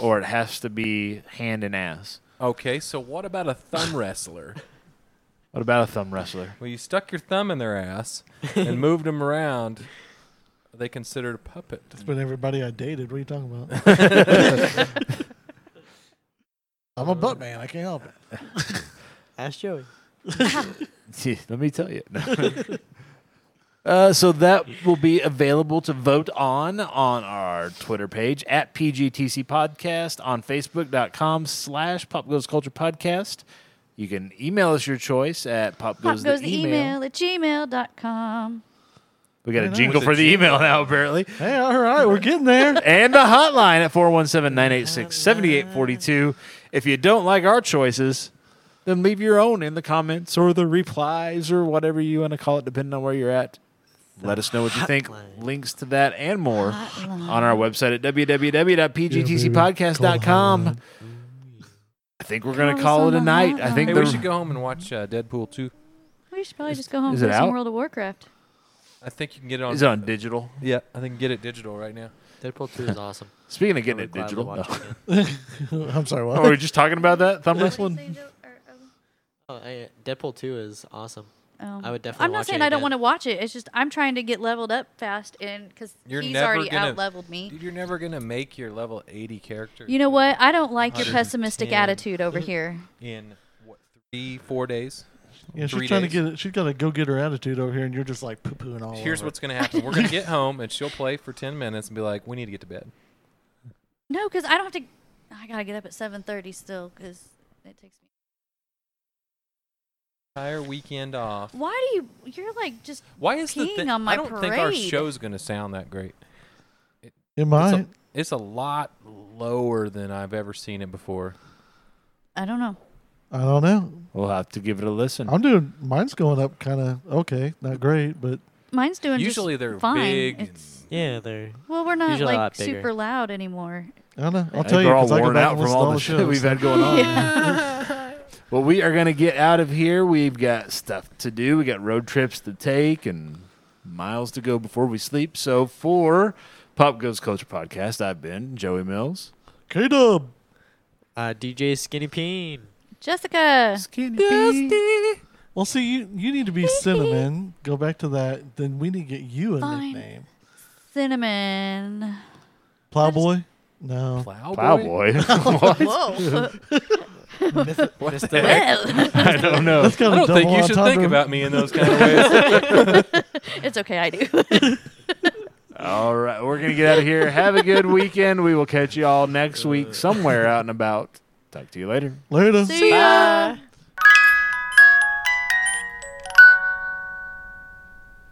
Speaker 1: or it has to be hand and ass.
Speaker 3: Okay, so what about a thumb wrestler?
Speaker 1: What about a thumb wrestler?
Speaker 3: well, you stuck your thumb in their ass and moved them around. Are they considered a puppet?
Speaker 2: But everybody I dated, what are you talking about? I'm a butt man. I can't help it.
Speaker 4: Ask Joey.
Speaker 1: Let me tell you. Uh, so that will be available to vote on on our Twitter page at PGTC Podcast on Facebook.com slash Pop Goes Culture Podcast. You can email us your choice at Pop
Speaker 5: Pop
Speaker 1: Goes,
Speaker 5: goes, the email. at gmail.com.
Speaker 1: We got a
Speaker 2: nice.
Speaker 1: jingle for the email now, apparently.
Speaker 2: Hey, all right, we're getting there.
Speaker 1: And a hotline at 417 986 7842. If you don't like our choices, then leave your own in the comments or the replies or whatever you want to call it, depending on where you're at. Let us know what you think.
Speaker 4: Hotline.
Speaker 1: Links to that and more
Speaker 5: Hotline.
Speaker 1: on our website at
Speaker 2: Yeah,
Speaker 1: www.pgtcpodcast.com. I think we're going to
Speaker 5: Call
Speaker 1: call
Speaker 5: us on
Speaker 1: it a
Speaker 5: the
Speaker 1: night. I
Speaker 5: hotline.
Speaker 1: think
Speaker 3: Hey,
Speaker 1: the,
Speaker 3: we should go home and watch uh, Deadpool 2.
Speaker 5: We should probably just go home
Speaker 1: is
Speaker 5: and
Speaker 1: it
Speaker 5: play some
Speaker 1: out?
Speaker 5: World of Warcraft.
Speaker 3: I think you can get it on.
Speaker 1: It's on digital.
Speaker 3: Yeah, I think you can get it digital right now.
Speaker 4: Deadpool 2 is awesome.
Speaker 1: Speaking of
Speaker 4: I
Speaker 1: getting
Speaker 4: would
Speaker 1: it digital,
Speaker 4: gladly watch
Speaker 1: no.
Speaker 4: it again.
Speaker 2: I'm sorry.
Speaker 1: oh, are we
Speaker 2: What?
Speaker 1: just talking about that thumb wrestling?
Speaker 4: Oh, I, Deadpool 2 is awesome.
Speaker 5: Um,
Speaker 4: I would definitely
Speaker 5: I'm not
Speaker 4: watch it
Speaker 5: saying I don't
Speaker 4: again.
Speaker 5: want to watch it. It's just I'm trying to get leveled up fast, and because
Speaker 3: You're
Speaker 5: he's
Speaker 3: never
Speaker 5: already
Speaker 3: gonna-
Speaker 5: out leveled me.
Speaker 3: Dude, you're never gonna make your level 80 character.
Speaker 5: You know what? I don't like your pessimistic
Speaker 3: 110.
Speaker 5: attitude over here.
Speaker 3: In what three, four days?
Speaker 2: Yeah,
Speaker 3: three
Speaker 2: she's trying to
Speaker 3: days.
Speaker 2: get it. She's got to go get her attitude over here, and you're just like poo pooing all
Speaker 3: Here's
Speaker 2: over.
Speaker 3: what's gonna happen. We're gonna get home and she'll play for 10 minutes and be like, "We need to get to bed."
Speaker 5: No, because I don't have to. I gotta get up at 7:30 still, because it takes me.
Speaker 3: Entire weekend off.
Speaker 5: Why do you? You're like just.
Speaker 3: Why is the
Speaker 5: Peeing
Speaker 3: thing?
Speaker 5: on my
Speaker 3: I don't think our
Speaker 5: parade.
Speaker 3: show's gonna sound that great.
Speaker 2: It might.
Speaker 3: It's, a, it's a lot lower than I've ever seen it before.
Speaker 5: I don't know.
Speaker 2: I don't know.
Speaker 1: We'll have to give it a listen.
Speaker 2: I'm doing. Mine's going up kind of okay, not great, but
Speaker 5: Mine's doing just
Speaker 3: Usually they're
Speaker 5: fine.
Speaker 3: big and-
Speaker 5: It's,
Speaker 4: Yeah, they're.
Speaker 5: well, we're not
Speaker 4: Usually a
Speaker 5: like
Speaker 4: lot bigger.
Speaker 5: super loud anymore.
Speaker 2: I don't know. I'll
Speaker 1: I
Speaker 2: tell
Speaker 1: think
Speaker 2: you
Speaker 1: we're all
Speaker 2: because I go
Speaker 1: worn
Speaker 2: back and
Speaker 1: out from
Speaker 2: listen to
Speaker 1: all
Speaker 2: all
Speaker 1: the shit we've
Speaker 2: shows.
Speaker 1: had going on. well, we are going to get out of here. We've got stuff to do. We got road trips to take and miles to go before we sleep. So for Pop Goes Culture Podcast, I've been Joey Mills.
Speaker 2: K Dub.
Speaker 4: Uh, DJ Skinny Peen.
Speaker 5: Jessica.
Speaker 1: Skinny
Speaker 2: Well, see, you you need to be cinnamon. Go back to that. Then we need to get you a
Speaker 5: Fine.
Speaker 2: nickname.
Speaker 5: Cinnamon.
Speaker 2: Plowboy. No.
Speaker 3: Plowboy.
Speaker 1: Plowboy.
Speaker 5: Whoa.
Speaker 4: Mr.
Speaker 5: well,
Speaker 1: I don't know.
Speaker 2: That's got
Speaker 3: I
Speaker 2: a
Speaker 3: don't think
Speaker 2: double
Speaker 3: you should think
Speaker 2: entendre.
Speaker 3: about me in those kind of ways.
Speaker 5: it's okay. I do.
Speaker 1: All right. We're going to get out of here. Have a good weekend. We will catch you all next week somewhere out and about. Talk to you later.
Speaker 2: Later.
Speaker 5: See ya.